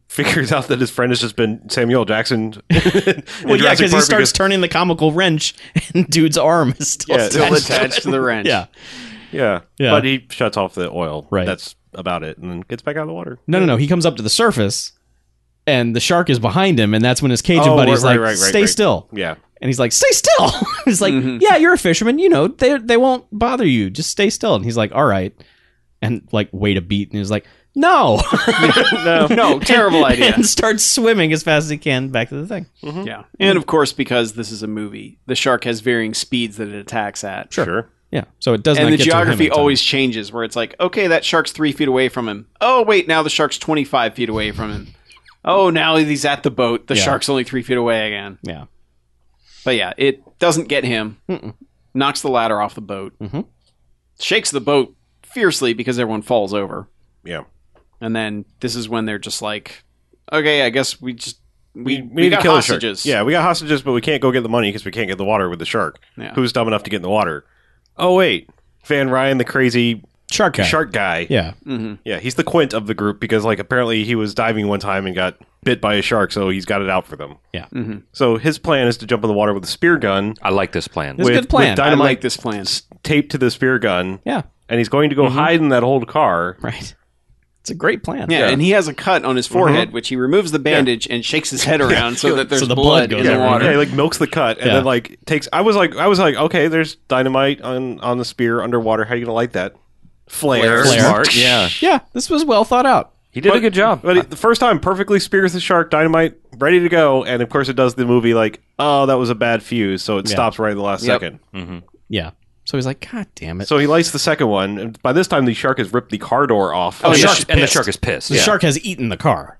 Speaker 2: Figures <laughs> out that his friend has just been Samuel L. Jackson. <laughs>
Speaker 5: Well, yeah, because he starts turning the comical wrench, <laughs> and dude's arm is still
Speaker 2: Yeah,
Speaker 5: attached.
Speaker 4: still attached to the wrench.
Speaker 5: Yeah.
Speaker 2: Yeah.
Speaker 5: Yeah.
Speaker 2: But he shuts off the oil.
Speaker 5: Right.
Speaker 2: That's about it. And then gets back out of the water.
Speaker 5: No, no, no. He comes up to the surface, and the shark is behind him, and that's when his Cajun
Speaker 2: Oh,
Speaker 5: buddy's
Speaker 2: right,
Speaker 5: like,
Speaker 2: right, right, right,
Speaker 5: "Stay
Speaker 2: right.
Speaker 5: still."
Speaker 2: Yeah.
Speaker 5: And he's like, "Stay still." <laughs> he's like, "Yeah, you're a fisherman. You know, they they won't bother you. Just stay still." And he's like, "All right." And like, wait a beat, and he's like, <laughs> "No."
Speaker 2: No.
Speaker 4: No, terrible idea.
Speaker 5: <laughs> and Mhm. starts swimming as fast as he can back to the thing.
Speaker 4: yeah. And of course, because this is a movie, the shark has varying speeds that it attacks at.
Speaker 2: Sure.
Speaker 5: Yeah. So it does
Speaker 4: And the
Speaker 5: not get to him in
Speaker 4: geography
Speaker 5: time.
Speaker 4: always changes where it's like, okay, that shark's three feet away from him. Oh, wait, now the shark's 25 feet away from him. Oh, now he's at the boat. The
Speaker 5: Yeah.
Speaker 4: shark's only three feet away again.
Speaker 5: Yeah.
Speaker 4: But yeah, it doesn't get him. Knocks the ladder off the boat.
Speaker 2: Mm-hmm.
Speaker 5: Mhm.
Speaker 4: Shakes the boat fiercely because everyone falls over.
Speaker 2: Yeah.
Speaker 4: and then this is when they're just like, okay, I guess we just we we,
Speaker 2: need
Speaker 4: got
Speaker 2: to kill the shark.
Speaker 4: hostages.
Speaker 2: Yeah, we got hostages, but we can't go get the money because we can't get the water with the shark.
Speaker 4: Yeah.
Speaker 2: Who's dumb enough to get in the water? Oh wait, Van Ryan, the crazy
Speaker 5: Shark guy.
Speaker 2: Shark guy.
Speaker 5: Yeah.
Speaker 2: Yeah, he's the Quint of the group because like apparently he was diving one time and got bit by a shark, so he's got it out for them.
Speaker 5: Yeah.
Speaker 2: So his plan is to jump in the water with a spear gun
Speaker 3: I like this plan.
Speaker 5: It's a
Speaker 2: with,
Speaker 5: good plan.
Speaker 2: with
Speaker 5: I
Speaker 4: I
Speaker 2: dynamite
Speaker 4: like this plan.
Speaker 2: s- taped to the spear gun,
Speaker 5: Yeah.
Speaker 2: and he's going to
Speaker 5: Mm-hmm.
Speaker 2: go hide in that old car.
Speaker 5: Right. It's a great plan.
Speaker 4: Yeah, and he has a cut on his forehead,
Speaker 2: Mm-hmm.
Speaker 4: which he removes the bandage and shakes his
Speaker 2: <laughs>
Speaker 4: head around so that there's
Speaker 5: the
Speaker 4: blood,
Speaker 5: blood goes
Speaker 4: in the
Speaker 5: everywhere.
Speaker 4: water.
Speaker 2: Yeah, he like milks the cut and
Speaker 5: Yeah.
Speaker 2: then like takes. I was like, I was like, okay, there's dynamite on on the spear underwater. How you gonna light that? Flare,
Speaker 5: Flare.
Speaker 2: <laughs>
Speaker 3: Smart. Yeah.
Speaker 5: Yeah. This was well thought out.
Speaker 3: He did a good job.
Speaker 2: But it- the first time, perfectly spears the shark, dynamite, ready to go, and of course it does the movie like, oh, that was a bad fuse, so it stops right at the last
Speaker 4: Yep.
Speaker 2: second.
Speaker 5: Yeah. So he's like, God damn it.
Speaker 2: So he lights the second one. and By this time, the shark has ripped the car door off.
Speaker 4: Oh,
Speaker 3: The
Speaker 4: yeah.
Speaker 3: shark- and the shark is pissed.
Speaker 5: the
Speaker 3: yeah.
Speaker 5: shark has eaten the car.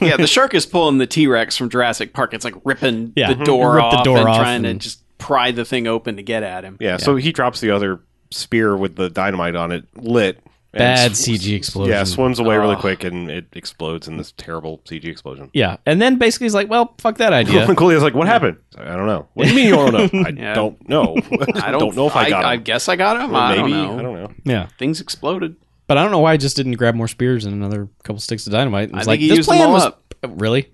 Speaker 4: yeah, the shark is pulling the T Rex from Jurassic Park. It's like ripping
Speaker 5: Yeah.
Speaker 2: Mm-hmm.
Speaker 4: the door
Speaker 5: Rip
Speaker 4: off
Speaker 5: the door
Speaker 4: and
Speaker 5: off
Speaker 4: trying
Speaker 5: and-
Speaker 4: to just pry the thing open to get at him.
Speaker 2: Yeah, so he drops the other spear with the dynamite on it, lit. and
Speaker 5: Bad
Speaker 2: sw-
Speaker 5: CG explosion.
Speaker 2: Yeah, swims away really quick, and it explodes in this terrible CG explosion.
Speaker 5: Yeah. And then basically he's like, well, fuck that idea.
Speaker 2: <laughs> And Coolio's like, "What happened?" He's like, I don't know. What do you mean you don't know? I
Speaker 4: <laughs> Yeah.
Speaker 2: don't know. <laughs> I don't, know if I, got
Speaker 4: I,
Speaker 2: him.
Speaker 4: guess I got him.
Speaker 2: Or
Speaker 4: I
Speaker 2: maybe
Speaker 4: don't know.
Speaker 2: I don't know.
Speaker 5: yeah.
Speaker 4: Things exploded.
Speaker 5: But I don't know why I just didn't grab more spears and another couple sticks of dynamite. It was
Speaker 4: think
Speaker 5: like,
Speaker 4: he
Speaker 5: this
Speaker 4: used them
Speaker 5: plan
Speaker 4: all
Speaker 5: was Oh,
Speaker 4: up.
Speaker 5: really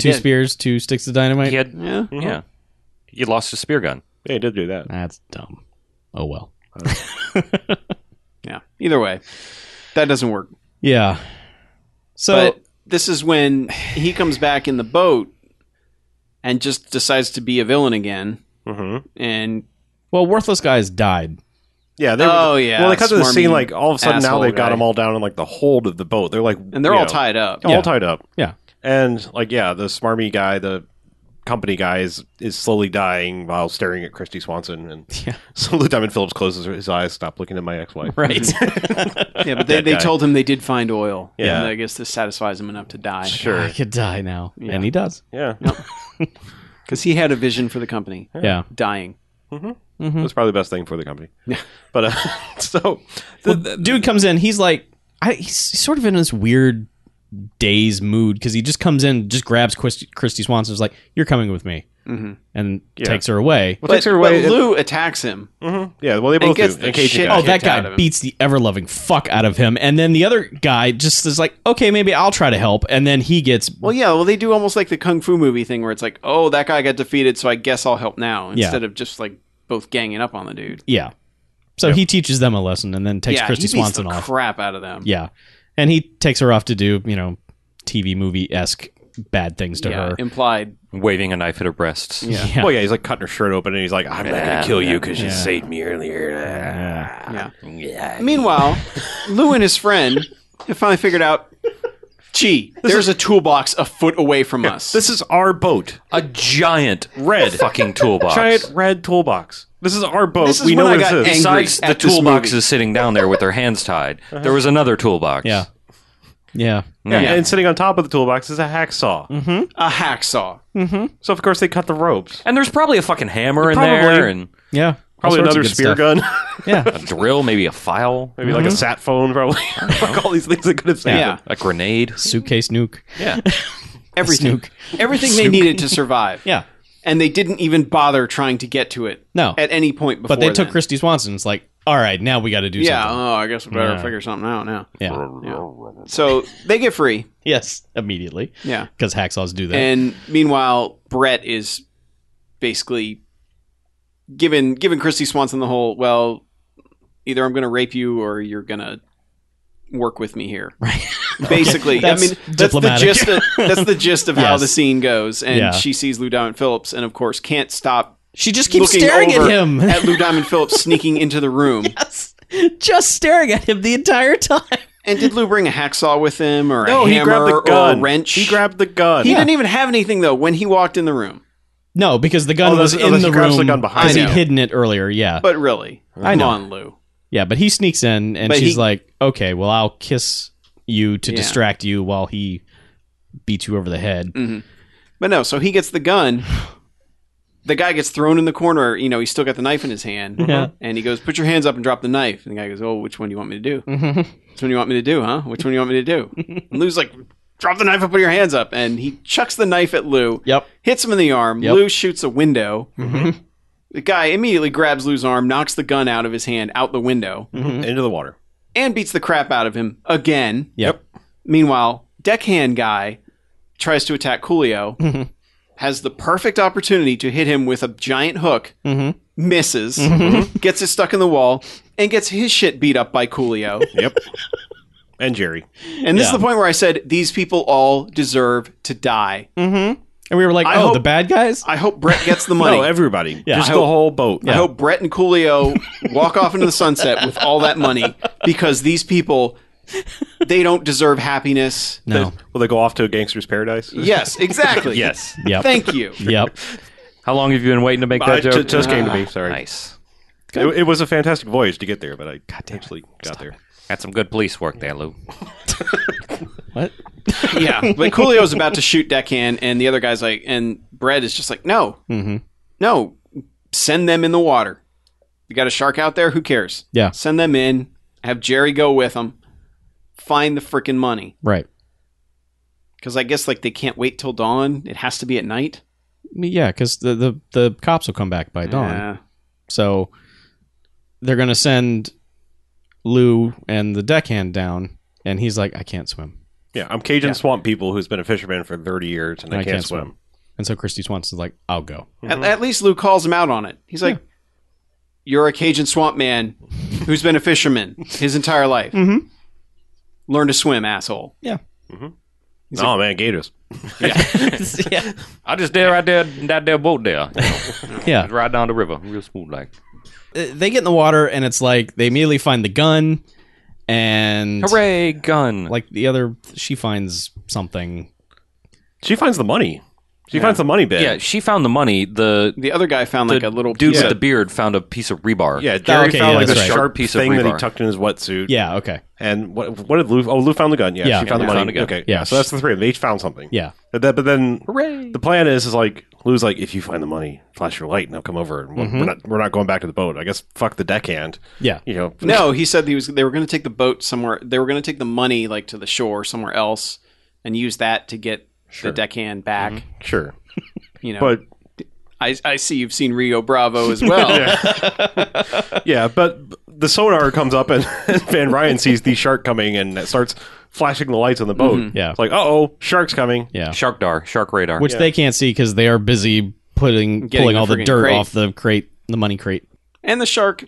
Speaker 5: two
Speaker 4: did.
Speaker 5: spears, two sticks of dynamite.
Speaker 3: He had,
Speaker 2: Hmm.
Speaker 4: Yeah.
Speaker 3: yeah. He lost his spear gun.
Speaker 2: Yeah, he did do that.
Speaker 5: That's dumb. Oh well.
Speaker 4: Yeah. Either way, that doesn't work.
Speaker 5: Yeah. So
Speaker 4: but this is when he comes back in the boat and just decides to be a villain again.
Speaker 2: Mm-hmm.
Speaker 4: And
Speaker 5: well, worthless guys died.
Speaker 2: Yeah. They
Speaker 4: Oh,
Speaker 2: were,
Speaker 4: yeah,
Speaker 2: Well, they cut to the scene
Speaker 4: smarmy
Speaker 2: like all of a sudden now
Speaker 4: asshole
Speaker 2: they've got
Speaker 4: guy.
Speaker 2: them all down in like the hold of the boat. They're like,
Speaker 4: and they're
Speaker 2: you
Speaker 4: all
Speaker 2: know,
Speaker 4: tied up.
Speaker 2: all
Speaker 5: Yeah.
Speaker 2: tied up.
Speaker 5: Yeah.
Speaker 2: And like, yeah, the smarmy guy, the company guy is, is slowly dying while staring at Christy Swanson. And <laughs>
Speaker 5: Yeah.
Speaker 2: so the Diamond Phillips closes his eyes, stop looking at my ex-wife.
Speaker 5: <laughs> Right. <laughs>
Speaker 4: Yeah, but they,
Speaker 2: That
Speaker 4: they
Speaker 2: guy.
Speaker 4: told him they did find oil.
Speaker 2: Yeah.
Speaker 4: And I guess this satisfies him enough to die.
Speaker 2: <laughs>
Speaker 4: <laughs>
Speaker 5: I
Speaker 2: Sure.
Speaker 5: could die now.
Speaker 4: Yeah.
Speaker 5: And he does.
Speaker 2: Yeah.
Speaker 4: Because he had a vision for the company
Speaker 5: Yeah.
Speaker 4: dying.
Speaker 2: That's probably the best thing for the company. But uh, <laughs> so the, the-
Speaker 5: Dude comes in, he's like I, he's sort of in this weird daze mood because he just comes in, just grabs Christy, Christy Swanson, is like, You're coming with me. And takes her away.
Speaker 2: what
Speaker 4: But,
Speaker 2: Mm-hmm. takes her away.
Speaker 4: but Lou attacks him.
Speaker 2: Mhm. Yeah, well, they
Speaker 4: And
Speaker 2: both do.
Speaker 4: gets the
Speaker 2: and Cajun
Speaker 4: shit
Speaker 2: guy.
Speaker 5: Oh, that
Speaker 4: kicked out of
Speaker 5: guy
Speaker 4: him.
Speaker 5: beats the ever loving fuck out of him. And then the other guy just is like, okay, maybe I'll try to help. And then he gets.
Speaker 4: Well, yeah. Well, they do almost like the kung fu movie thing where it's like, oh, that guy got defeated, so I guess I'll help now
Speaker 5: Yeah.
Speaker 4: instead of just like both ganging up on the dude.
Speaker 5: Yeah. So he teaches them a lesson and then takes
Speaker 4: yeah,
Speaker 5: Christy
Speaker 4: he beats
Speaker 5: Swanson
Speaker 4: the
Speaker 5: off.
Speaker 4: crap out of them.
Speaker 5: Yeah. And he takes her off to do, you know, TV movie esque bad things to
Speaker 4: Yeah,
Speaker 5: her.
Speaker 4: implied.
Speaker 3: Waving a knife at her breasts.
Speaker 4: Yeah.
Speaker 5: Yeah.
Speaker 2: Well, Oh, yeah, he's like cutting her shirt open, and he's like, "I'm not gonna kill you because you saved me earlier."
Speaker 4: Yeah. Meanwhile, Lou and his friend have finally figured out. Gee, there's a toolbox a foot away from us.
Speaker 2: This is our boat,
Speaker 3: A giant red <laughs> fucking toolbox.
Speaker 2: giant red toolbox. This is our boat.
Speaker 4: This is
Speaker 2: we
Speaker 4: when
Speaker 2: know
Speaker 4: I
Speaker 2: what
Speaker 4: got
Speaker 2: this is.
Speaker 4: angry.
Speaker 3: Besides the
Speaker 4: at this
Speaker 3: toolbox
Speaker 4: movie.
Speaker 3: is sitting down there with their hands tied, there was another toolbox.
Speaker 5: Uh-huh. Yeah. Yeah.
Speaker 2: Yeah, Mm-hmm.
Speaker 4: Yeah.
Speaker 2: And sitting on top of the toolbox is a hacksaw.
Speaker 4: a hacksaw.
Speaker 2: So of course they cut the ropes.
Speaker 3: And there's probably a fucking hammer in there
Speaker 2: Probably.
Speaker 3: and
Speaker 5: Yeah. All
Speaker 2: Probably
Speaker 5: sorts of
Speaker 2: another spear
Speaker 5: good stuff.
Speaker 2: <laughs> gun,
Speaker 5: Yeah.
Speaker 3: a drill, maybe a file,
Speaker 2: maybe like a sat phone, <laughs> probably. like all these things they could have saved.
Speaker 4: Mm-hmm. Yeah.
Speaker 2: it.
Speaker 3: a grenade.
Speaker 5: Suitcase nuke.
Speaker 3: Yeah.
Speaker 4: Everything.
Speaker 5: Snook.
Speaker 4: Everything they needed to survive.
Speaker 5: <laughs> Yeah.
Speaker 4: And they didn't even bother trying to get to it.
Speaker 5: No.
Speaker 4: At any point before.
Speaker 5: But they took
Speaker 4: then.
Speaker 5: Christy Swanson. It's like, all right, now we got to do
Speaker 4: Yeah. uh,
Speaker 5: something.
Speaker 4: Oh, I guess we better
Speaker 5: Yeah.
Speaker 4: figure something out now.
Speaker 5: Yeah.
Speaker 4: So they get free.
Speaker 5: Yes. Immediately.
Speaker 4: Yeah.
Speaker 5: Because hacksaws do that.
Speaker 4: And meanwhile, Brett is basically giving giving Christy Swanson the whole well, either I'm going to rape you or you're going to work with me here.
Speaker 5: Right.
Speaker 4: <laughs> Basically, I
Speaker 5: That's
Speaker 4: mean that's
Speaker 5: diplomatic.
Speaker 4: the gist. Of, that's the gist of how
Speaker 5: Yes.
Speaker 4: the scene goes, and
Speaker 5: Yeah.
Speaker 4: she sees Lou Diamond Phillips, and of course can't stop
Speaker 5: she just keeps
Speaker 4: looking
Speaker 5: staring at
Speaker 4: over
Speaker 5: him. <laughs>
Speaker 4: at Lou Diamond Phillips sneaking into the room.
Speaker 5: just staring at him the entire time.
Speaker 4: And did Lou bring a hacksaw with him or
Speaker 2: No,
Speaker 4: a
Speaker 2: he
Speaker 4: hammer
Speaker 2: grabbed the gun.
Speaker 4: or a wrench?
Speaker 2: He grabbed the gun.
Speaker 4: He didn't even have anything though when he walked in the room.
Speaker 5: No, because the gun
Speaker 2: Oh,
Speaker 5: was
Speaker 2: that's- oh,
Speaker 5: in
Speaker 2: that's-
Speaker 5: the
Speaker 2: he grabs
Speaker 5: room
Speaker 2: the gun behind
Speaker 5: because he'd
Speaker 4: him.
Speaker 5: hidden it earlier. Yeah,
Speaker 4: But really,
Speaker 5: I
Speaker 4: come
Speaker 5: know.
Speaker 4: on, Lou.
Speaker 5: yeah. But he sneaks in, and
Speaker 4: But
Speaker 5: she's
Speaker 4: he-
Speaker 5: like, "Okay, well, I'll kiss you to
Speaker 4: Yeah.
Speaker 5: distract you while he beats you over the head."
Speaker 4: Mm. But no, so he gets the gun. The guy gets thrown in the corner. You know, he's still got the knife in his hand.
Speaker 5: Yeah.
Speaker 4: And he goes, Put your hands up and drop the knife. And the guy goes, Oh, which one do you want me to do? Which one do you want me to do, huh? Which one do you want me to do? and Lou's like, Drop the knife and put your hands up. And he chucks the knife at Lou,
Speaker 5: Yep.
Speaker 4: hits him in the arm.
Speaker 5: Yep.
Speaker 4: Lou shoots a window. The guy immediately grabs Lou's arm, knocks the gun out of his hand out the window,
Speaker 2: Into the water.
Speaker 4: and beats the crap out of him again.
Speaker 5: Yep.
Speaker 4: Meanwhile, deckhand guy tries to attack Coolio, has the perfect opportunity to hit him with a giant hook, misses, gets it stuck in the wall, and gets his shit beat up by Coolio.
Speaker 2: <laughs> Yep. and Jerry.
Speaker 4: And this
Speaker 5: Yeah.
Speaker 4: is the point where I said these people all deserve to die.
Speaker 5: And we were like,
Speaker 4: I
Speaker 5: oh,
Speaker 4: hope-
Speaker 5: the bad guys?
Speaker 4: I hope Brett gets the money.
Speaker 2: No, everybody.
Speaker 5: Yeah.
Speaker 2: Just
Speaker 5: I
Speaker 2: the
Speaker 5: hope-
Speaker 2: whole boat.
Speaker 4: I hope Brett and Coolio walk off into the sunset with all that money because these people they don't deserve happiness.
Speaker 5: no.
Speaker 2: Will they go off to a gangster's paradise?
Speaker 4: Yes, exactly.
Speaker 3: Yes.
Speaker 5: Yep.
Speaker 4: Thank you.
Speaker 5: Yep.
Speaker 3: How long have you been waiting Uh, to make
Speaker 2: I
Speaker 3: that
Speaker 2: ju-
Speaker 3: joke?
Speaker 2: just came to me. Sorry.
Speaker 3: Nice.
Speaker 2: It, it was a fantastic voyage to get there, but I actually got there.
Speaker 3: Got some good police work there, Lou.
Speaker 5: What?
Speaker 4: Yeah. But Coolio's about to shoot Deccan and the other guy's like and Brett is just like, No. No. Send them in the water. You got a shark out there? Who cares?
Speaker 5: Yeah.
Speaker 4: Send them in. Have Jerry go with them. Find the freaking money.
Speaker 5: Right.
Speaker 4: Because I guess like they can't wait till dawn. It has to be at night.
Speaker 5: I mean, yeah, because the, the, the cops will come back by dawn.
Speaker 4: Yeah.
Speaker 5: So they're going to send Lou and the deckhand down. And he's like, I can't swim.
Speaker 2: Yeah, I'm Cajun swamp people who's been a fisherman for 30 years and I, can't, swim.
Speaker 5: And so Christy Swanson's like, I'll go.
Speaker 4: At, at least Lou calls him out on it. He's like, "You're a Cajun swamp man who's been a fisherman his entire life.
Speaker 5: Mhm.
Speaker 4: Learn to swim, asshole."
Speaker 5: Yeah.
Speaker 2: oh man, gators.
Speaker 5: yeah.
Speaker 3: I just did right there, that there boat <laughs> there. you know,
Speaker 5: Yeah.
Speaker 3: right down the river, real smooth like.
Speaker 5: Uh, They get in the water and it's like they immediately find the gun and
Speaker 3: Hooray, gun.
Speaker 5: like the other she finds something.
Speaker 2: She finds the money. She finds the money bag.
Speaker 3: yeah, she found the money. The,
Speaker 4: The other guy found like
Speaker 3: the
Speaker 4: a little
Speaker 3: dude
Speaker 4: piece
Speaker 3: with the
Speaker 4: of-
Speaker 3: beard found a piece of
Speaker 2: Oh,
Speaker 3: rebar.
Speaker 2: Yeah, Jerry
Speaker 5: okay,
Speaker 2: found
Speaker 5: yeah,
Speaker 2: like
Speaker 5: that's
Speaker 2: this
Speaker 5: right.
Speaker 2: sharp
Speaker 3: Piece of
Speaker 2: thing that he
Speaker 3: rebar.
Speaker 2: tucked in his wetsuit.
Speaker 5: Yeah, okay.
Speaker 2: And what, what did Lou? Oh, Lou found the gun. Yeah,
Speaker 5: Yeah.
Speaker 2: she found
Speaker 5: Yeah,
Speaker 2: the money.
Speaker 3: found a gun.
Speaker 2: Okay,
Speaker 5: Yeah.
Speaker 2: yeah. So that's the three of them. They each found something.
Speaker 5: Yeah.
Speaker 2: But then, but then
Speaker 3: Hooray.
Speaker 2: the plan is is like Lou's like, if you find the money, flash your light, and I'll come over. And we're- we're not we're not going back to the boat. I guess fuck the deckhand.
Speaker 5: Yeah.
Speaker 2: You know.
Speaker 4: No, he said he was. They were going to take the boat somewhere. They were going to take the money like to the shore somewhere else and use that to get
Speaker 2: Sure. Mm-hmm.
Speaker 4: the deckhand back.
Speaker 2: Sure.
Speaker 4: You know,
Speaker 2: But
Speaker 4: I, I see you've seen Rio Bravo as well.
Speaker 2: yeah, but the sonar comes up and <laughs> Van Ryan sees the shark coming and starts flashing the lights on the boat.
Speaker 5: Mm-hmm. Yeah.
Speaker 2: It's like, uh oh, shark's coming.
Speaker 5: Yeah.
Speaker 3: Shark dar, shark radar.
Speaker 5: Which they can't see because they are busy putting
Speaker 4: Getting
Speaker 5: pulling
Speaker 4: the
Speaker 5: all the
Speaker 4: friggin'
Speaker 5: dirt
Speaker 4: crate.
Speaker 5: off the crate, the money crate.
Speaker 4: And the shark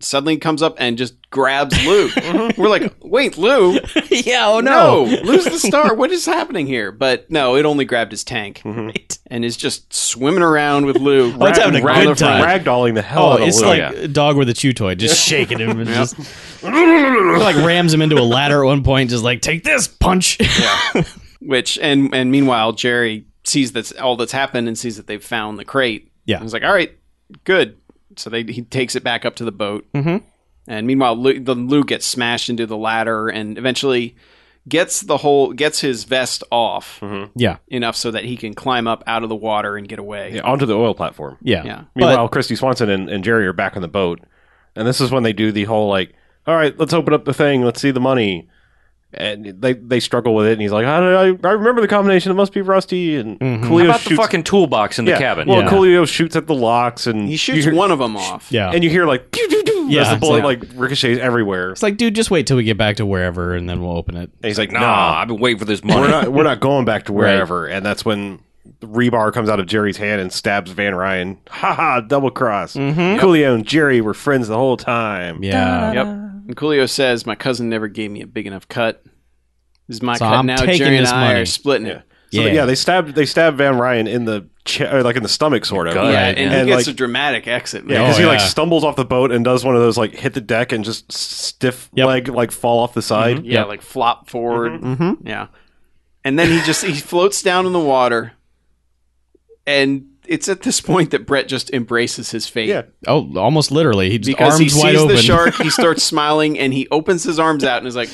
Speaker 4: suddenly comes up and just grabs Lou. We're like, wait, Lou?
Speaker 5: <laughs> yeah, oh
Speaker 4: No, Lou's the star. What is happening here? But no, it only grabbed his tank
Speaker 5: Mm-hmm.
Speaker 4: and is just swimming around with Lou.
Speaker 5: Oh, it's having a
Speaker 4: Rag-
Speaker 5: good
Speaker 4: rag-
Speaker 5: time.
Speaker 4: rag-
Speaker 2: Ragdolling the hell
Speaker 5: Oh,
Speaker 2: out of
Speaker 5: it's
Speaker 2: Lou.
Speaker 5: like
Speaker 3: yeah.
Speaker 5: a dog with a chew toy, just shaking him and just <laughs> like rams him into a ladder at one point, just like take this punch.
Speaker 4: Which and and meanwhile, Jerry sees that's all that's happened and sees that they've found the crate.
Speaker 5: Yeah.
Speaker 4: and he's like, all right, good. So they he takes it back up to the boat. Mm-hmm. And meanwhile, Lou, the Lou gets smashed into the ladder and eventually gets the whole gets his vest off
Speaker 5: yeah,
Speaker 4: enough so that he can climb up out of the water and get away.
Speaker 2: Yeah, onto the oil platform.
Speaker 5: yeah,
Speaker 4: Yeah.
Speaker 5: But
Speaker 2: Meanwhile, Christy Swanson and, and Jerry are back on the boat. And this is when they do the whole like, all right, let's open up the thing, let's see the money. And they they struggle with it, and he's like, I, I, I remember the combination. It must be rusty. And
Speaker 5: Mm-hmm.
Speaker 2: Coolio
Speaker 3: How about the
Speaker 2: shoots-
Speaker 3: fucking toolbox in the
Speaker 2: yeah,
Speaker 3: cabin?
Speaker 2: Well,
Speaker 5: Yeah.
Speaker 2: Coolio shoots at the locks, and
Speaker 4: He
Speaker 2: you
Speaker 4: shoots
Speaker 2: hear-
Speaker 4: one of them off.
Speaker 5: yeah,
Speaker 2: and you hear like, "Pew, pew, pew,"
Speaker 5: Oh. Yeah,
Speaker 2: as the
Speaker 5: it's
Speaker 2: bullet
Speaker 5: like-
Speaker 2: like ricochets everywhere.
Speaker 5: it's like, dude, just wait till we get back to wherever, and then we'll open it.
Speaker 2: And he's like,
Speaker 3: Nah,
Speaker 2: Nah,
Speaker 3: I've been waiting for this
Speaker 2: we're
Speaker 3: money.
Speaker 2: not we're not going
Speaker 5: <laughs>
Speaker 2: back to wherever. And that's when the rebar comes out of Jerry's hand and stabs Van Ryan. Ha ha! Double cross. Coolio and Jerry were friends the whole time.
Speaker 5: Mm-hmm. Yeah,
Speaker 4: Yep. And Coolio says, "My cousin never gave me a big enough cut. This is my
Speaker 5: So
Speaker 4: cut
Speaker 5: I'm
Speaker 4: now.
Speaker 5: taking
Speaker 4: Jerry and
Speaker 5: this
Speaker 4: I
Speaker 5: money."
Speaker 4: are splitting it."
Speaker 2: So
Speaker 5: Yeah.
Speaker 2: yeah, they stabbed they stabbed Van Ryan in the ch- or like in the stomach, sort of.
Speaker 3: Gut.
Speaker 4: Yeah,
Speaker 3: Yeah,
Speaker 4: and, he
Speaker 2: and
Speaker 4: gets
Speaker 2: like
Speaker 4: a dramatic exit.
Speaker 2: yeah,
Speaker 4: man.
Speaker 2: because he like
Speaker 5: Oh, yeah.
Speaker 2: stumbles off the boat and does one of those like hit the deck and just stiff
Speaker 5: Yep. Mm-hmm.
Speaker 2: leg like fall off the side.
Speaker 4: yeah, like flop forward. Yeah, and then he just he floats down in the water, and it's at this point that Brett just embraces his fate.
Speaker 2: Yeah.
Speaker 5: Oh, almost literally, he just
Speaker 4: because
Speaker 5: arms
Speaker 4: he sees
Speaker 5: wide
Speaker 4: the
Speaker 5: open.
Speaker 4: shark, he starts smiling, and he opens his arms out and is like,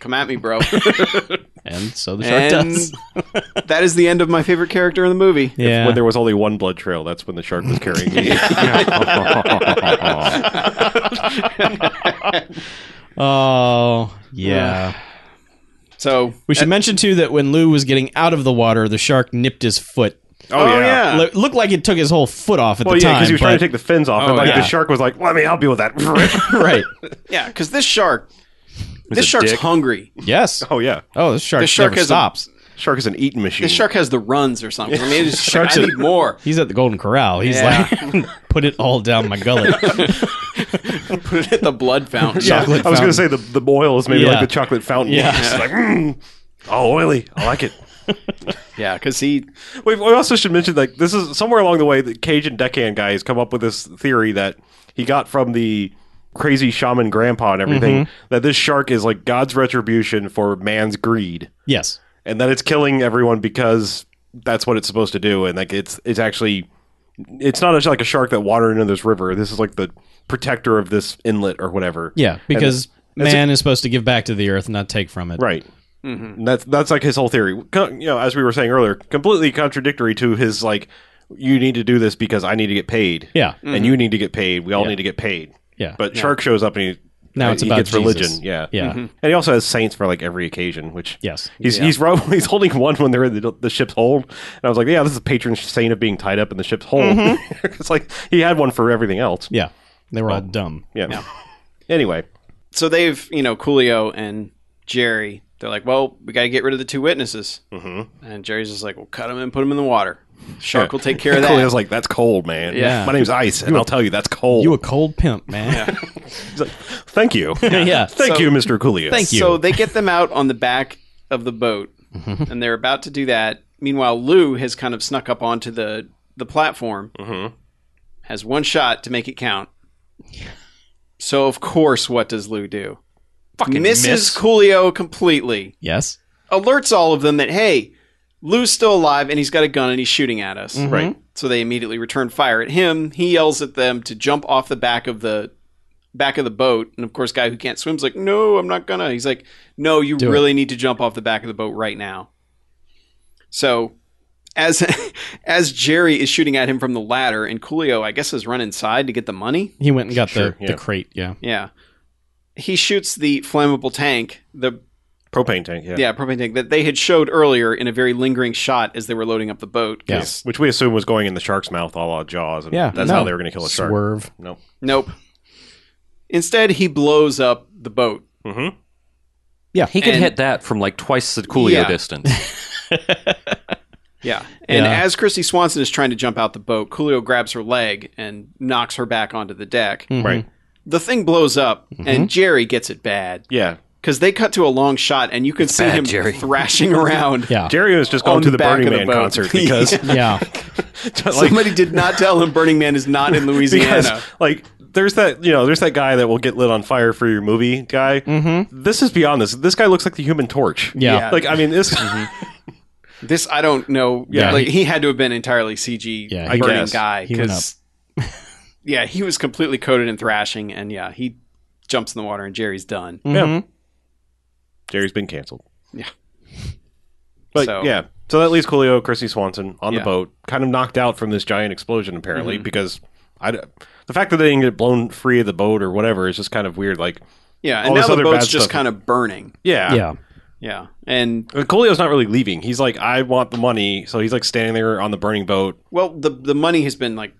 Speaker 4: "Come at me,
Speaker 5: <laughs>
Speaker 4: bro."
Speaker 5: <laughs> and so the shark
Speaker 4: and
Speaker 5: does.
Speaker 4: that is the end of my favorite character in the movie.
Speaker 5: <laughs> Yeah,
Speaker 2: When there was only one blood trail, that's when the shark was
Speaker 5: <laughs>
Speaker 2: carrying. yeah.
Speaker 5: oh yeah.
Speaker 4: So
Speaker 5: We should mention too that when Lou was getting out of the water, the shark nipped his foot
Speaker 2: <laughs> Oh, yeah.
Speaker 5: Lo- looked like it took his whole foot off at
Speaker 2: Well,
Speaker 5: the
Speaker 2: yeah,
Speaker 5: time.
Speaker 2: because he was trying to
Speaker 5: but-
Speaker 2: take the fins off,
Speaker 5: Oh,
Speaker 2: and like
Speaker 5: yeah.
Speaker 2: the shark was like, "Let me help you
Speaker 5: <laughs>
Speaker 2: with that." <laughs>
Speaker 5: right.
Speaker 4: Yeah, because this shark, this shark's
Speaker 3: dick.
Speaker 4: hungry.
Speaker 5: Yes.
Speaker 2: oh yeah,
Speaker 5: Oh, this shark,
Speaker 4: This shark
Speaker 5: never
Speaker 4: has a-
Speaker 5: stops.
Speaker 2: shark is an eating machine.
Speaker 4: This shark has the runs or something. I mean, it's just like,
Speaker 5: <laughs> Sharks
Speaker 4: I
Speaker 5: are-
Speaker 4: need more.
Speaker 5: He's at the Golden Corral. He's
Speaker 4: Yeah.
Speaker 5: like, <laughs> put it all down my
Speaker 2: <laughs>
Speaker 5: gullet.
Speaker 4: Put it at the blood fountain.
Speaker 2: yeah,
Speaker 5: chocolate
Speaker 2: I was going
Speaker 5: fountain.
Speaker 2: to say the the boil is maybe
Speaker 5: Yeah.
Speaker 2: like the chocolate fountain.
Speaker 5: Yeah.
Speaker 2: It's like, mm, oh oily, I like it. <laughs>
Speaker 4: Yeah, because he.
Speaker 2: we we also should mention like this is somewhere along the way the Cajun Deccan guy has come up with this theory that he got from the crazy shaman grandpa and everything
Speaker 5: Mm-hmm.
Speaker 2: that this shark is like God's retribution for man's greed
Speaker 5: yes.
Speaker 2: and that it's killing everyone because that's what it's supposed to do and like it's it's actually it's not like a shark that watered into this river this is like the protector of this inlet or whatever
Speaker 5: Yeah, because
Speaker 2: it's a-
Speaker 5: man is supposed to give back to the earth, not take from it.
Speaker 2: Right. And that's that's like his whole theory. Co- you know, as we were saying earlier, completely contradictory to his like, you need to do this because I need to get paid.
Speaker 5: Yeah.
Speaker 2: and you need to get paid. We all need to get paid.
Speaker 5: Yeah.
Speaker 2: But Shark shows up and he
Speaker 5: Now it's
Speaker 2: he
Speaker 5: about
Speaker 2: gets
Speaker 5: Jesus.
Speaker 2: religion. Yeah, Mm-hmm.
Speaker 5: Yeah.
Speaker 2: and he also has saints for like every occasion. Which
Speaker 5: Yes.
Speaker 2: he's he's ro- <laughs> he's holding one when they're in the, the ship's hold, and I was like, yeah, this is a patron saint of being tied up in the ship's hold. <laughs>
Speaker 4: Mm-hmm.
Speaker 2: it's like he had one for everything else.
Speaker 5: Yeah. They were all dumb.
Speaker 2: Yeah. <laughs> anyway,
Speaker 4: So they've, you know, Coolio and Jerry, they're like, well, we got to get rid of the two witnesses. Mm-hmm. And Jerry's just like, well, cut them and put them in the water. Shark will take care of
Speaker 2: Coolio's
Speaker 4: that.
Speaker 2: like, that's cold, man.
Speaker 5: Yeah.
Speaker 2: My name's Ice, and I'll tell you, that's cold.
Speaker 5: You a cold pimp, man.
Speaker 2: He's like, thank you.
Speaker 5: <laughs>
Speaker 2: <laughs>
Speaker 5: Yeah.
Speaker 2: Thank
Speaker 4: So-
Speaker 2: you, Mr. Coolio.
Speaker 5: Thank you.
Speaker 4: So they get them out on the back of the boat, and they're about to do that. Meanwhile, Lou has kind of snuck up onto the the platform, has one shot to make it count. So of course, what does Lou do?
Speaker 3: Fucking
Speaker 4: Misses
Speaker 3: miss.
Speaker 4: Coolio completely,
Speaker 5: yes.
Speaker 4: alerts all of them that hey, Lou's still alive and he's got a gun and he's shooting at us.
Speaker 2: Right.
Speaker 4: So they immediately return fire at him. He yells at them to jump off the back of the back of the boat. And of course, guy who can't swim's like, "No, I'm not gonna." He's like, "No, you
Speaker 5: it."
Speaker 4: really need to jump off the back of the boat right now." So as <laughs> as Jerry is shooting at him from the ladder, and Coolio, I guess, has run inside to get the money.
Speaker 5: He went and got
Speaker 2: Sure,
Speaker 5: the,
Speaker 2: yeah.
Speaker 5: the crate. Yeah.
Speaker 4: Yeah, he shoots the flammable tank, the
Speaker 2: Propane tank, yeah.
Speaker 4: yeah propane tank that they had showed earlier in a very lingering shot as they were loading up the boat. 'cause-
Speaker 5: Yes.
Speaker 2: Which we assume was going in the shark's mouth, a la Jaws. And
Speaker 5: Yeah.
Speaker 2: That's
Speaker 5: No.
Speaker 2: how they were going to kill a shark.
Speaker 5: Swerve. Mm-hmm.
Speaker 2: No.
Speaker 4: Nope. Instead, he blows up the boat.
Speaker 3: <laughs> He could
Speaker 4: And-
Speaker 3: hit that from like twice the Coolio
Speaker 4: Yeah.
Speaker 3: distance.
Speaker 4: Yeah. And
Speaker 5: Yeah.
Speaker 4: as Christy Swanson is trying to jump out the boat, Coolio grabs her leg and knocks her back onto the deck.
Speaker 2: Right.
Speaker 4: The thing blows up, and Jerry gets it bad
Speaker 2: Yeah.
Speaker 4: because they cut to a long shot, and you can see
Speaker 3: bad,
Speaker 4: him
Speaker 3: Jerry.
Speaker 4: thrashing <laughs> around.
Speaker 5: Yeah.
Speaker 2: Jerry was just
Speaker 4: on
Speaker 2: going to the
Speaker 4: back
Speaker 2: Burning
Speaker 4: of the
Speaker 2: Man
Speaker 4: boat. <laughs>
Speaker 2: concert because,
Speaker 4: Yeah.
Speaker 5: <laughs>
Speaker 2: <laughs>
Speaker 5: Yeah.
Speaker 2: like,
Speaker 4: somebody did not tell him Burning Man is not in Louisiana.
Speaker 2: because like there's that you know there's that guy that will get lit on fire for your movie guy. Mm-hmm. This is beyond this. This guy looks like the Human Torch.
Speaker 5: Yeah.
Speaker 2: Like I mean this.
Speaker 4: This I don't know.
Speaker 5: Yeah,
Speaker 4: like he, had to have been entirely CG
Speaker 5: Yeah,
Speaker 2: he- I
Speaker 4: burning
Speaker 2: guess.
Speaker 4: guy
Speaker 5: He went
Speaker 4: because yeah, he was completely coated in thrashing, and yeah, he jumps in the water, and Jerry's done.
Speaker 2: Yeah. Jerry's been canceled.
Speaker 4: Yeah.
Speaker 2: But
Speaker 4: So-
Speaker 2: yeah, so that leaves Coolio, Chrissy Swanson on
Speaker 4: Yeah.
Speaker 2: the boat, kind of knocked out from this giant explosion apparently because I d- the fact that they didn't get blown free of the boat or whatever is just kind of weird. Like,
Speaker 4: Yeah,
Speaker 2: All
Speaker 4: and
Speaker 2: this
Speaker 4: now the
Speaker 2: other
Speaker 4: boat's
Speaker 2: bad
Speaker 4: just
Speaker 2: stuff.
Speaker 4: kind of burning.
Speaker 2: yeah,
Speaker 5: Yeah.
Speaker 4: Yeah, and
Speaker 2: But Coolio's not really leaving. He's like, I want the money, so he's like standing there on the burning boat.
Speaker 4: well, the the money has been like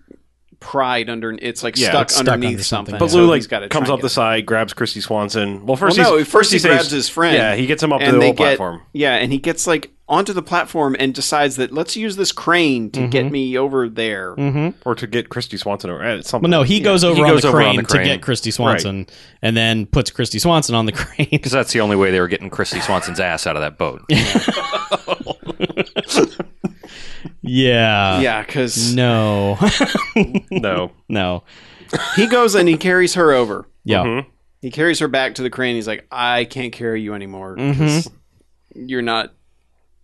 Speaker 4: pried under. It's like
Speaker 2: Yeah,
Speaker 4: stuck
Speaker 2: it's
Speaker 5: stuck
Speaker 4: underneath
Speaker 5: under
Speaker 4: something.
Speaker 5: something,
Speaker 2: But
Speaker 5: So
Speaker 2: Lou
Speaker 4: he's gotta
Speaker 2: like comes
Speaker 4: try
Speaker 2: up
Speaker 4: and
Speaker 2: the
Speaker 4: get-
Speaker 2: side, grabs Chrissy Swanson. Well, first
Speaker 4: Well, no,
Speaker 2: he's,
Speaker 4: first, he
Speaker 2: saves-
Speaker 4: grabs his friend.
Speaker 2: Yeah, he gets him up to
Speaker 4: and
Speaker 2: the
Speaker 4: they
Speaker 2: little
Speaker 4: get-
Speaker 2: platform.
Speaker 4: Yeah, and he gets like onto the platform and decides that let's use this crane
Speaker 2: Mm-hmm.
Speaker 4: to get me over there.
Speaker 2: or to get Christy Swanson or eh, something.
Speaker 5: Well, no, he goes, over,
Speaker 3: He
Speaker 5: on
Speaker 3: goes
Speaker 5: the
Speaker 3: over on
Speaker 5: crane
Speaker 3: the
Speaker 5: to
Speaker 3: crane.
Speaker 5: get Christy Swanson and then puts Christy Swanson on the <laughs> crane.
Speaker 3: Because that's the only way they were getting Christy Swanson's ass out of that boat.
Speaker 5: yeah.
Speaker 4: yeah,
Speaker 2: Mm-hmm.
Speaker 4: because
Speaker 5: No. <laughs>
Speaker 2: no, <laughs>
Speaker 5: no.
Speaker 4: he goes and he carries her over.
Speaker 5: Yeah.
Speaker 2: Mm-hmm.
Speaker 4: He carries her back to the crane. He's like, I can't carry you anymore. 'cause You're not.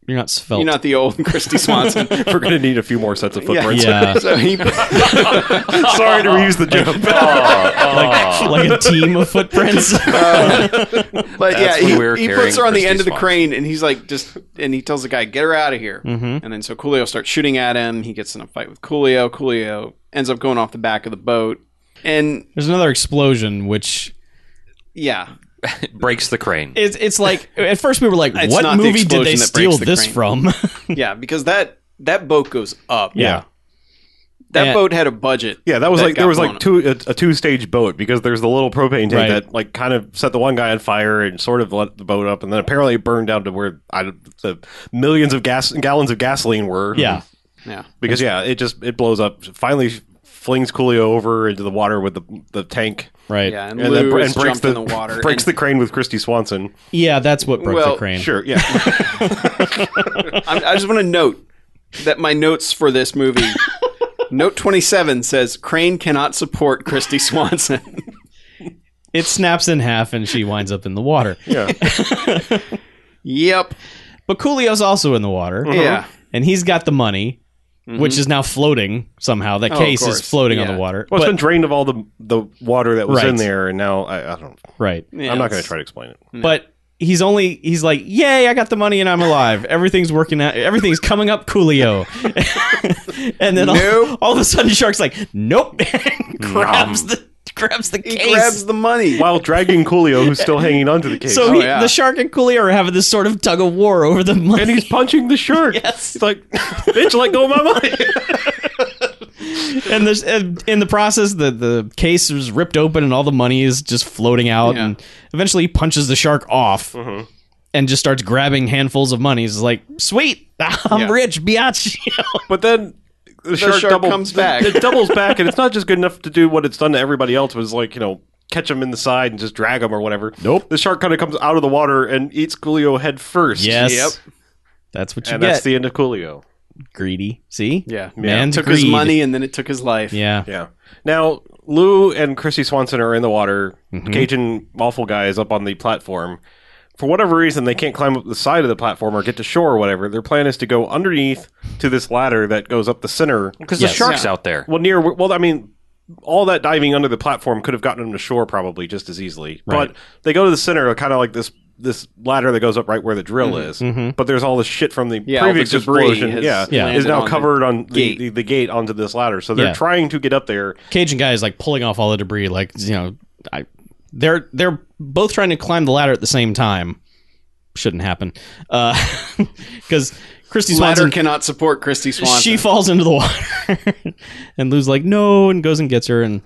Speaker 5: You're not svelte.
Speaker 4: You're not the old <laughs> Christy Swanson.
Speaker 2: we're gonna need a few more sets
Speaker 4: <laughs>
Speaker 2: of <laughs> footprints.
Speaker 5: yeah.
Speaker 4: so he
Speaker 2: Sorry to reuse the joke.
Speaker 3: <laughs>
Speaker 5: like, <laughs> like a team
Speaker 4: <laughs>
Speaker 5: of footprints.
Speaker 4: But
Speaker 3: That's
Speaker 4: yeah,
Speaker 3: when
Speaker 4: he,
Speaker 3: we were
Speaker 4: he
Speaker 3: carrying
Speaker 4: puts her on the
Speaker 3: Christy
Speaker 4: end of the
Speaker 3: Swanson.
Speaker 4: crane, and he's like, just, and he tells the guy, get her out of here.
Speaker 2: Mm-hmm.
Speaker 4: And then so Coolio starts shooting at him. He gets in a fight with Coolio. Coolio ends up going off the back of the boat, and
Speaker 5: There's another explosion, which
Speaker 4: yeah,
Speaker 3: Breaks the crane.
Speaker 5: it's it's like at first we were like,
Speaker 4: It's
Speaker 5: what
Speaker 4: not the
Speaker 5: movie did
Speaker 4: explosion
Speaker 5: they
Speaker 4: that
Speaker 5: steal
Speaker 4: breaks the
Speaker 5: this
Speaker 4: crane.
Speaker 5: from? <laughs>
Speaker 4: yeah, because that that boat goes up.
Speaker 5: Yeah.
Speaker 4: That
Speaker 5: Yeah.
Speaker 4: boat had a budget.
Speaker 2: <laughs> Yeah, that was like
Speaker 4: got
Speaker 2: there was
Speaker 4: blown
Speaker 2: like
Speaker 4: up.
Speaker 2: two a, a two stage boat because there's the little propane tank
Speaker 5: Right.
Speaker 2: that like kind of set the one guy on fire and sort of let the boat up and then apparently it burned down to where I, the millions of gas gallons of gasoline were.
Speaker 5: Yeah.
Speaker 4: Yeah.
Speaker 2: because yeah, it just it blows up. Finally, flings Coolio over into the water with the the tank
Speaker 5: Right.
Speaker 4: Yeah, and,
Speaker 2: and
Speaker 4: Lou
Speaker 2: then br-
Speaker 4: is
Speaker 2: and breaks
Speaker 4: jumped
Speaker 2: the,
Speaker 4: in the water.
Speaker 2: <laughs> breaks
Speaker 4: and
Speaker 2: the crane with Christy Swanson.
Speaker 5: Yeah, that's what broke
Speaker 4: Well,
Speaker 5: the crane.
Speaker 2: Sure, <laughs> yeah,
Speaker 4: I, I just want to note that my notes for this movie. Note 27 says Crane cannot support Christy Swanson.
Speaker 5: It snaps in half and she winds up in
Speaker 4: <laughs>
Speaker 5: the water.
Speaker 2: yeah.
Speaker 4: yep.
Speaker 5: But Coolio's also in the water.
Speaker 4: Uh-huh. Yeah. Mm-hmm.
Speaker 5: And he's got the money, which is now floating somehow. That
Speaker 4: Oh, of
Speaker 5: case is
Speaker 4: course.
Speaker 5: floating on
Speaker 4: Yeah.
Speaker 5: the water.
Speaker 2: Well, it's
Speaker 5: But-
Speaker 2: been drained of all the the water that was in
Speaker 5: Right.
Speaker 2: there, and now I, I don't.
Speaker 5: right.
Speaker 4: Yeah,
Speaker 2: I'm not going
Speaker 4: it's-
Speaker 2: to try to explain it.
Speaker 5: But he's only he's like, "Yay, I got the money and I'm alive. Everything's working out. Everything's coming up, Coolio." <laughs> and then all- all,
Speaker 4: Nope.
Speaker 5: of a sudden, Shark's like, "Nope," <laughs> and grabs the grabs the
Speaker 4: He
Speaker 5: case.
Speaker 4: grabs the money.
Speaker 2: While dragging Coolio, who's
Speaker 4: <laughs>
Speaker 2: still hanging onto the case,
Speaker 5: so he,
Speaker 4: yeah.
Speaker 5: the shark and Coolio are having this sort of tug of war over the
Speaker 2: <laughs>
Speaker 5: money.
Speaker 2: and he's punching the shark.
Speaker 5: Yes.
Speaker 2: He's like, bitch, let go of my
Speaker 4: <laughs>
Speaker 2: money.
Speaker 5: <laughs> and there's and in the process the the case is ripped open and all the money is just floating out
Speaker 4: Yeah. Mm-hmm.
Speaker 5: and eventually he punches the shark off and just starts grabbing handfuls of money he's like sweet <laughs> i'm
Speaker 4: Yeah.
Speaker 5: rich biatch <laughs>
Speaker 2: But then the, shark,
Speaker 4: shark
Speaker 2: double-
Speaker 4: comes back.
Speaker 2: It doubles back, and it's not just good enough to do what it's done to everybody else. Was like you know catch him in the side and just drag him or whatever. Nope. The shark kind of comes out of the water and eats Coolio head first.
Speaker 5: yes
Speaker 4: Yep.
Speaker 5: that's what you
Speaker 2: And
Speaker 5: get
Speaker 2: that's the end of Coolio.
Speaker 5: greedy see
Speaker 4: Yeah.
Speaker 5: man's
Speaker 4: took his
Speaker 5: greed.
Speaker 4: money and then it took his life.
Speaker 5: yeah
Speaker 2: Yeah. Now Lou and Christy Swanson are in the water.
Speaker 5: Mm-hmm.
Speaker 2: Cajun awful guy is up on the platform. For whatever reason, they can't climb up the side of the platform or get to shore or whatever. Their plan is to go underneath to this ladder that goes up the center.
Speaker 3: Because
Speaker 5: Yes.
Speaker 3: the shark's out there.
Speaker 2: Well, near well, I mean, all that diving under the platform could have gotten them to shore probably just as easily. But they go to the center, kind of like this this ladder that goes up right where the drill is. But there's all this shit from the
Speaker 4: Mm-hmm. Yeah, all the
Speaker 2: previous
Speaker 4: debris
Speaker 2: explosion.
Speaker 4: has
Speaker 2: Yeah,
Speaker 5: Mm-hmm. Yeah.
Speaker 2: is
Speaker 4: landed on
Speaker 2: now
Speaker 4: the
Speaker 2: covered on the
Speaker 4: gate.
Speaker 2: The, the gate onto this ladder. So they're
Speaker 5: Yeah.
Speaker 2: trying to get up there.
Speaker 5: cajun guy is like pulling off all the debris like you know i they're they're both trying to climb the ladder at the same time shouldn't happen uh <laughs> because christy
Speaker 4: Ladder
Speaker 5: swanson
Speaker 4: cannot support Christy Swanson.
Speaker 5: she falls into the water, <laughs> and Lou's like, "No," and goes and gets her, and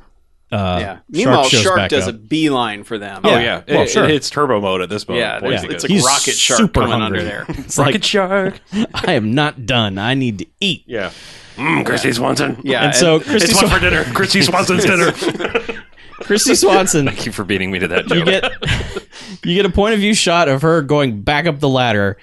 Speaker 5: uh,
Speaker 4: yeah.
Speaker 5: Shark
Speaker 4: Meanwhile,
Speaker 5: shows
Speaker 4: Shark,
Speaker 5: back
Speaker 4: does
Speaker 5: up.
Speaker 4: a beeline for them.
Speaker 5: Oh,
Speaker 2: Oh
Speaker 5: Yeah.
Speaker 2: yeah,
Speaker 5: Well,
Speaker 2: it,
Speaker 5: sure.
Speaker 2: it hits turbo mode at this moment.
Speaker 4: Yeah,
Speaker 2: Boy,
Speaker 4: it's,
Speaker 2: it
Speaker 4: it's
Speaker 2: goes.
Speaker 4: like
Speaker 5: He's
Speaker 4: rocket shark
Speaker 5: super
Speaker 4: coming
Speaker 5: hungry.
Speaker 4: under there.
Speaker 5: It's like
Speaker 2: shark.
Speaker 5: I am not done. I need to eat.
Speaker 2: Yeah, mm, Christy Swanson.
Speaker 4: Yeah,
Speaker 5: And so Christy,
Speaker 2: It's one
Speaker 5: Swa-
Speaker 2: for dinner. Christy Swanson's dinner.
Speaker 5: <laughs> Christy Swanson,
Speaker 3: <laughs> Thank you for beating me to that
Speaker 5: you
Speaker 3: joke.
Speaker 5: get <laughs> you get a point of view shot of her going back up the ladder,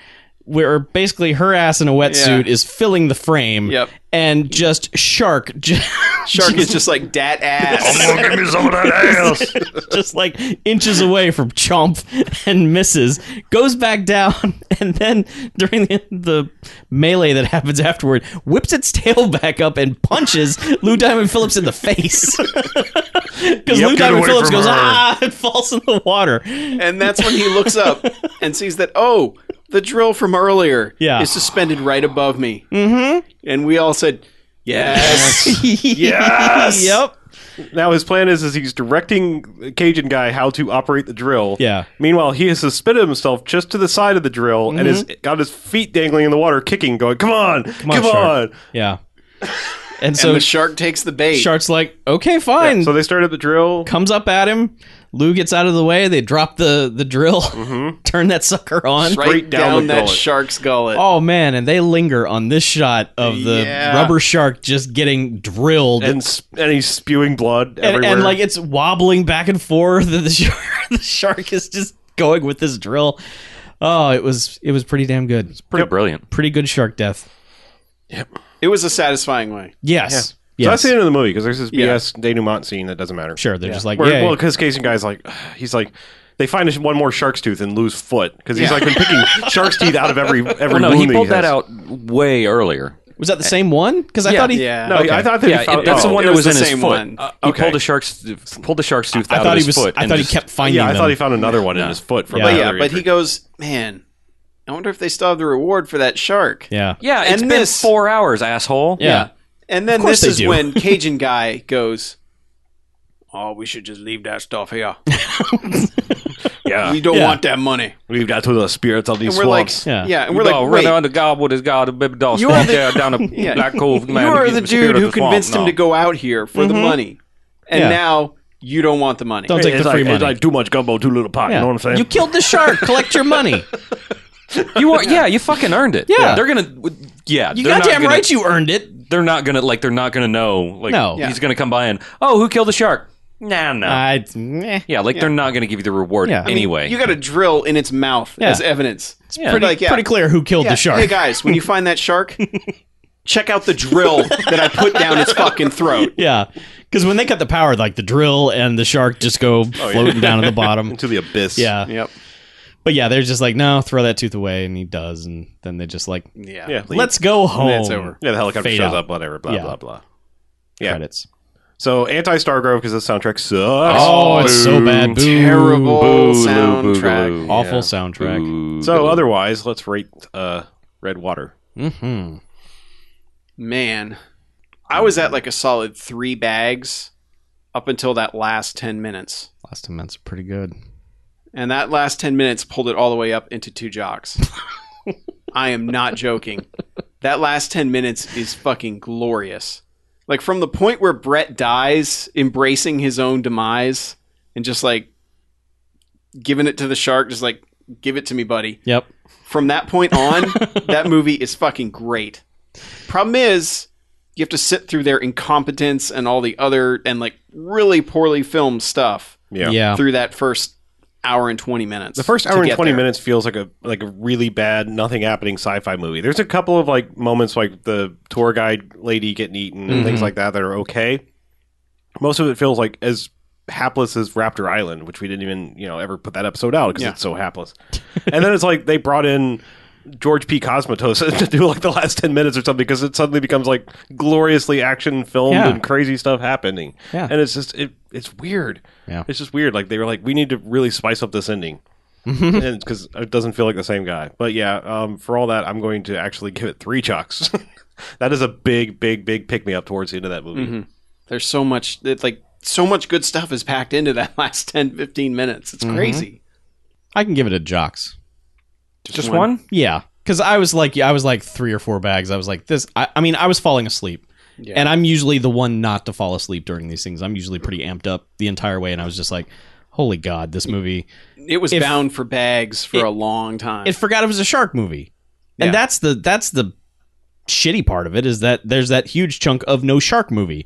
Speaker 5: where basically her ass in a wetsuit
Speaker 4: Yeah.
Speaker 5: is filling the frame,
Speaker 4: Yep.
Speaker 5: and just shark, <laughs> just,
Speaker 4: Shark is just like dat ass.
Speaker 2: Come on, give me some of that ass.
Speaker 5: <laughs> just like inches away from Chomp and misses, goes back down, <laughs> and then during the, the melee that happens afterward, whips its tail back up and punches Lou Diamond Phillips in the face. <laughs> Because Lou
Speaker 2: get
Speaker 5: Diamond
Speaker 2: away
Speaker 5: Phillips
Speaker 2: from
Speaker 5: goes,
Speaker 2: her.
Speaker 5: ah, and falls in the water.
Speaker 4: and that's when he looks up and sees that oh, the drill from earlier
Speaker 5: Yeah.
Speaker 4: is suspended right above me. Mm-hmm. And we all said, Yes.
Speaker 5: <laughs> yes. Yep.
Speaker 2: Now his plan is is he's directing the Cajun guy how to operate the drill.
Speaker 5: Yeah.
Speaker 2: Meanwhile, he has suspended himself just to the side of the drill and
Speaker 5: Mm-hmm.
Speaker 2: has got his feet dangling in the water, kicking, going, "Come on, come on!"
Speaker 5: Shark." Yeah. And so
Speaker 4: and the shark takes the bait.
Speaker 5: Shark's like, okay, fine.
Speaker 2: So they start up the drill.
Speaker 5: Comes up at him. Lou gets out of the way. They drop the, the drill, <laughs> turn that sucker on.
Speaker 4: right
Speaker 2: straight down
Speaker 4: down,
Speaker 2: the
Speaker 4: that
Speaker 2: gullet.
Speaker 4: shark's gullet.
Speaker 5: Oh man, and they linger on this shot of the
Speaker 4: Yeah.
Speaker 5: rubber shark just getting drilled
Speaker 2: And, s- and he's spewing blood
Speaker 5: and,
Speaker 2: everywhere.
Speaker 5: and, like it's wobbling back and forth <laughs> and the shark, the shark is just going with this drill. Oh, it was it was pretty damn good.
Speaker 3: Pretty brilliant.
Speaker 5: Pretty good shark death.
Speaker 4: It was a satisfying way.
Speaker 5: <laughs> Yes.
Speaker 2: So
Speaker 5: Yes.
Speaker 2: that's the end of the movie because there's this BS denouement scene that doesn't matter.
Speaker 5: sure, they're just like,
Speaker 2: Where,
Speaker 5: yeah.
Speaker 2: Well, because Cajun guy's like, <sighs> he's like, they find his- one more shark's tooth and lose foot because he's
Speaker 4: Yeah.
Speaker 2: like been
Speaker 5: <laughs>
Speaker 2: picking shark's teeth out of every every
Speaker 3: Well, no,
Speaker 2: wound
Speaker 3: he
Speaker 2: that
Speaker 3: pulled that
Speaker 2: has.
Speaker 3: out way earlier.
Speaker 5: was that the same one? Because I
Speaker 3: Yeah.
Speaker 5: thought he
Speaker 4: Yeah.
Speaker 2: No, I thought that he
Speaker 3: Yeah,
Speaker 2: found,
Speaker 3: it, that's
Speaker 2: oh.
Speaker 3: the one
Speaker 4: It
Speaker 3: that
Speaker 4: was
Speaker 3: was,
Speaker 4: the
Speaker 3: in
Speaker 4: same
Speaker 3: his foot.
Speaker 4: one.
Speaker 3: Uh, He pulled the shark's pulled the shark's tooth
Speaker 5: I
Speaker 3: out
Speaker 5: thought
Speaker 3: of
Speaker 5: he
Speaker 3: his
Speaker 5: was
Speaker 3: foot.
Speaker 5: I
Speaker 3: and
Speaker 5: thought he
Speaker 3: just-
Speaker 5: kept finding
Speaker 2: Yeah, I
Speaker 5: them.
Speaker 2: thought he found another one in his foot from.
Speaker 5: Yeah.
Speaker 4: But
Speaker 2: another
Speaker 4: yeah, but he
Speaker 2: injury.
Speaker 4: goes, Man, I wonder if they still have the reward for that shark.
Speaker 5: yeah.
Speaker 3: Yeah, it's
Speaker 4: And
Speaker 3: been
Speaker 4: this-
Speaker 3: four hours, asshole.
Speaker 5: Yeah.
Speaker 4: And then this
Speaker 5: course they
Speaker 4: is
Speaker 5: do. <laughs>
Speaker 4: when Cajun guy goes, Oh, we should just leave that stuff here.
Speaker 2: Yeah,
Speaker 4: You don't
Speaker 5: Yeah.
Speaker 4: want that money.
Speaker 2: we've got to the spirits of these
Speaker 4: And we're like,
Speaker 2: swamps.
Speaker 5: Yeah.
Speaker 4: yeah. and we're like,
Speaker 3: oh,
Speaker 4: wait,
Speaker 3: running under God, what is God? A baby doll
Speaker 4: You are
Speaker 3: swamp
Speaker 4: the-
Speaker 3: there down the
Speaker 4: <laughs> Yeah.
Speaker 3: black cove. Man,
Speaker 4: you are the
Speaker 3: spirit
Speaker 4: dude
Speaker 3: of
Speaker 4: who
Speaker 3: the swamp.
Speaker 4: convinced him
Speaker 3: No.
Speaker 4: to go out here for the money, and
Speaker 5: Mm-hmm. Yeah.
Speaker 4: now you don't want the money.
Speaker 5: Don't take
Speaker 2: it's
Speaker 5: the
Speaker 2: like,
Speaker 5: free
Speaker 2: it's
Speaker 5: money.
Speaker 2: like too much gumbo, too little pot.
Speaker 5: Yeah.
Speaker 2: You know what I'm saying?
Speaker 5: You killed the shark. Collect your money.
Speaker 4: <laughs>
Speaker 3: You are, yeah, you fucking earned it.
Speaker 5: Yeah.
Speaker 3: they're gonna, yeah,
Speaker 5: You
Speaker 3: they're not
Speaker 5: goddamn
Speaker 3: gonna-
Speaker 5: right you earned it.
Speaker 3: They're not gonna like, they're not gonna know. Like,
Speaker 5: No.
Speaker 3: he's gonna come by and, oh, who killed the shark? Nah, no.
Speaker 5: I, meh.
Speaker 3: yeah, like they're not gonna give you the reward
Speaker 5: Yeah. I mean,
Speaker 3: anyway.
Speaker 4: you got a drill in its mouth
Speaker 5: Yeah.
Speaker 4: as evidence. It's
Speaker 3: pretty-
Speaker 5: Pretty clear who killed the shark.
Speaker 4: Hey guys, when you find that shark, check out the drill that I put down its fucking throat.
Speaker 5: <laughs> Yeah, because when they cut the power, like the drill and the shark just go floating down at the
Speaker 2: <laughs>
Speaker 5: bottom.
Speaker 2: into the abyss.
Speaker 5: Yeah,
Speaker 4: Yep.
Speaker 5: but yeah, they're just like, no, throw that tooth away, and he does, and then they just like,
Speaker 4: Yeah.
Speaker 2: yeah. leave.
Speaker 5: let's go home.
Speaker 4: then it's over.
Speaker 2: Yeah, the helicopter
Speaker 5: Fade
Speaker 2: shows
Speaker 5: out.
Speaker 2: up, whatever, blah,
Speaker 5: Yeah.
Speaker 2: blah, blah. Yeah.
Speaker 5: Credits.
Speaker 2: So, anti Stargrove, because the soundtrack sucks.
Speaker 5: Oh, it's so bad. Boo.
Speaker 4: Terrible
Speaker 3: Boo, loo,
Speaker 4: soundtrack.
Speaker 3: boo, loo, loo.
Speaker 5: Awful soundtrack.
Speaker 3: Ooh.
Speaker 2: So, otherwise, let's rate uh, Red Water.
Speaker 5: Mm-hmm.
Speaker 4: Man, I was at like a solid three bags up until that last 10 minutes.
Speaker 5: Last ten minutes are pretty good.
Speaker 4: And that last 10 minutes pulled it all the way up into two jocks. I am not joking. That last 10 minutes is fucking glorious. Like from the point where Brett dies, embracing his own demise and just like giving it to the shark, just like, give it to me, buddy.
Speaker 5: Yep.
Speaker 4: From that point on, that movie is fucking great. Problem is, you have to sit through their incompetence and all the other and like really poorly filmed stuff
Speaker 2: Yeah.
Speaker 5: Yeah.
Speaker 4: through that first hour and 20 minutes.
Speaker 2: The first
Speaker 4: to
Speaker 2: hour and
Speaker 4: get
Speaker 2: 20
Speaker 4: there.
Speaker 2: minutes feels like a like a really bad, nothing happening sci fi movie. There's a couple of like moments like the tour guide lady getting eaten and
Speaker 5: Mm-hmm.
Speaker 2: things like that that are okay. Most of it feels like as hapless as Raptor Island, which we didn't even, you know, ever put that episode out because
Speaker 4: Yeah.
Speaker 2: it's so hapless. and then it's like they brought in George P. Cosmatos <laughs> to do like the last 10 minutes or something because it suddenly becomes like gloriously action filmed
Speaker 5: Yeah.
Speaker 2: and crazy stuff happening.
Speaker 5: Yeah.
Speaker 2: And it's just, it, it's weird.
Speaker 5: Yeah.
Speaker 2: It's just weird. Like they were like, we need to really spice up this ending.
Speaker 5: Mm-hmm.
Speaker 2: and because it doesn't feel like the same guy. But yeah, um, for all that, I'm going to actually give it three chucks. <laughs> that is a big, big, big pick me up towards the end of that movie.
Speaker 5: Mm-hmm.
Speaker 4: There's so much, it's like so much good stuff is packed into that <laughs> last 10, 15 minutes. It's
Speaker 5: Mm-hmm.
Speaker 4: crazy.
Speaker 5: I can give it a jocks.
Speaker 3: just one?
Speaker 5: Yeah, because I was like, I was like three or four bags. I was like, this. I, I mean, I was falling asleep, and I'm usually the one not to fall asleep during these things. I'm usually pretty amped up the entire way, and I was just like, holy god, this movie.
Speaker 4: It was
Speaker 5: If-
Speaker 4: bound for bags for a long time.
Speaker 5: It forgot it was a shark movie, and
Speaker 4: Yeah.
Speaker 5: that's the that's the shitty part of it is that there's that huge chunk of no shark movie.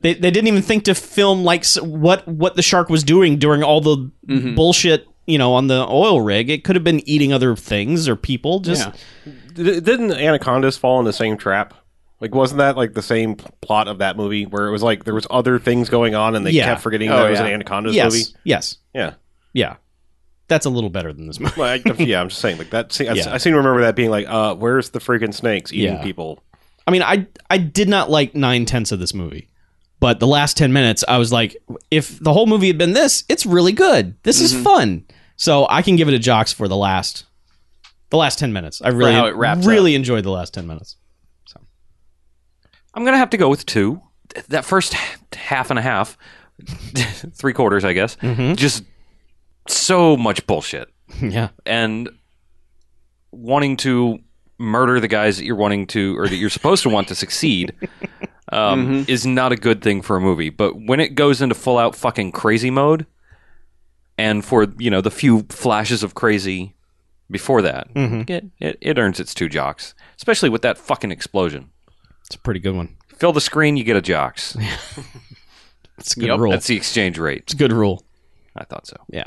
Speaker 5: They, they didn't even think to film like s- what what the shark was doing during all the bullshit you know on the oil rig. It could have been eating other things or people. Just
Speaker 4: Yeah.
Speaker 2: Did- Didn't Anacondas fall in the same trap? Like, wasn't that like the same p- plot of that movie where it was like there was other things going on and they
Speaker 5: Yeah.
Speaker 2: kept forgetting
Speaker 4: Oh,
Speaker 2: that it was
Speaker 4: yeah.
Speaker 2: an Anacondas
Speaker 5: yes,
Speaker 2: movie?
Speaker 5: yes.
Speaker 2: Yeah.
Speaker 5: Yeah. That's a little better than this movie.
Speaker 2: Well, I, yeah, I'm just saying. Like that, se- I, s-
Speaker 5: Yeah.
Speaker 2: I seem to remember that being like, uh, "Where's the freaking snakes eating
Speaker 5: Yeah.
Speaker 2: people?"
Speaker 5: I mean, I I did not like nine tenths of this movie, but the last ten minutes, I was like, if the whole movie had been this, it's really good. This
Speaker 2: Mm-hmm.
Speaker 5: is fun. So I can give it a jocks for the last, the last ten minutes. I really
Speaker 4: how it wraps
Speaker 5: really enjoyed the last ten minutes.
Speaker 3: I'm gonna have to go with two. Th- That first h- half and a half, <laughs> three quarters, I
Speaker 5: Mm-hmm.
Speaker 3: guess,
Speaker 2: Mm-hmm.
Speaker 3: just so much bullshit
Speaker 5: <laughs> yeah,
Speaker 3: and wanting to murder the guys that you're wanting to or that you're supposed to want to succeed um, is not a good thing for a movie. But when it goes into full out fucking crazy mode, and for you know the few flashes of crazy before that, it, it it earns its two jocks, especially with that fucking explosion.
Speaker 5: it's a pretty good one.
Speaker 3: Fill the screen, you get a jocks.
Speaker 5: It's a good
Speaker 4: Yep,
Speaker 5: rule.
Speaker 3: That's
Speaker 5: It's
Speaker 3: the exchange rate.
Speaker 5: a good rule.
Speaker 3: I thought so.
Speaker 5: Yeah,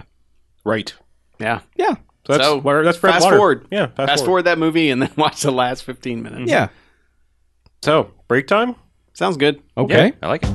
Speaker 2: Right.
Speaker 4: yeah.
Speaker 5: yeah,
Speaker 2: So that's
Speaker 4: So,
Speaker 2: where that's Fred
Speaker 4: fast
Speaker 2: Water.
Speaker 4: forward.
Speaker 2: Yeah, fast,
Speaker 4: Fast
Speaker 2: forward.
Speaker 4: forward that movie and then <laughs> watch the last 15 minutes.
Speaker 5: yeah.
Speaker 2: So break time.
Speaker 4: Sounds good.
Speaker 5: Okay.
Speaker 3: I like it.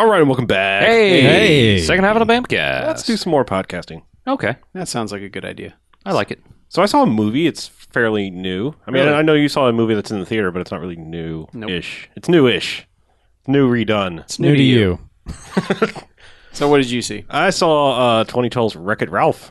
Speaker 2: All right, and welcome back.
Speaker 3: Hey,
Speaker 5: Hey.
Speaker 3: second half of the Bamcast.
Speaker 2: let's do some more podcasting.
Speaker 3: Okay,
Speaker 4: That sounds like a good idea.
Speaker 3: I like it.
Speaker 2: So I saw a movie. It's fairly new. I mean, I know you saw a movie that's in the theater, but it's not really new ish. It's new ish. New redone.
Speaker 4: It's
Speaker 5: New to you.
Speaker 4: So what did you see?
Speaker 2: I saw uh, 2012's Wreck It Ralph.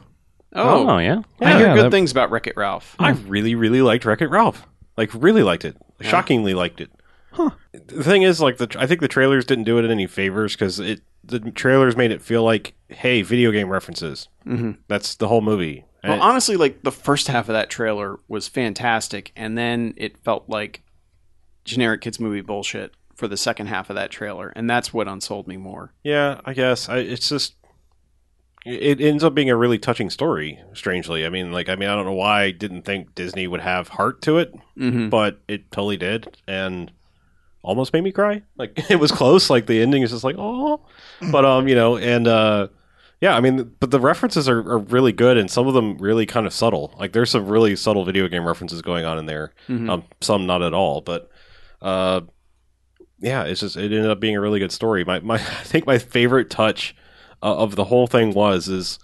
Speaker 4: Oh,
Speaker 3: yeah.
Speaker 4: I hear
Speaker 5: Yeah,
Speaker 4: good
Speaker 5: that-
Speaker 4: things about Wreck It Ralph.
Speaker 2: I really, really liked Wreck It Ralph. Like, really liked it. Shockingly liked it. Huh. The thing is, like, the tr- I think the trailers didn't do it any favors because it the trailers made it feel like, hey, video game references. Mm-hmm. That's the whole movie. And
Speaker 4: Well, honestly, like the first half of that trailer was fantastic, and then it felt like generic kids movie bullshit for the second half of that trailer, and that's what unsold me more.
Speaker 2: Yeah, I guess I, it's just it ends up being a really touching story. Strangely, I mean, like, I mean, I don't know why I didn't think Disney would have heart to it, <laughs>
Speaker 4: Mm-hmm.
Speaker 2: but it totally did, and almost made me cry. Like, <laughs> it was close. Like the ending is just like, oh, but um, you know, and uh, yeah, I mean, but the references are, are really good, and some of them really kind of subtle. Like, there's some really subtle video game references going on in there.
Speaker 4: Hmm.
Speaker 2: Um, some not at all, but uh, yeah, it's just it ended up being a really good story. My <laughs> my I think my favorite touch uh, of the whole thing was is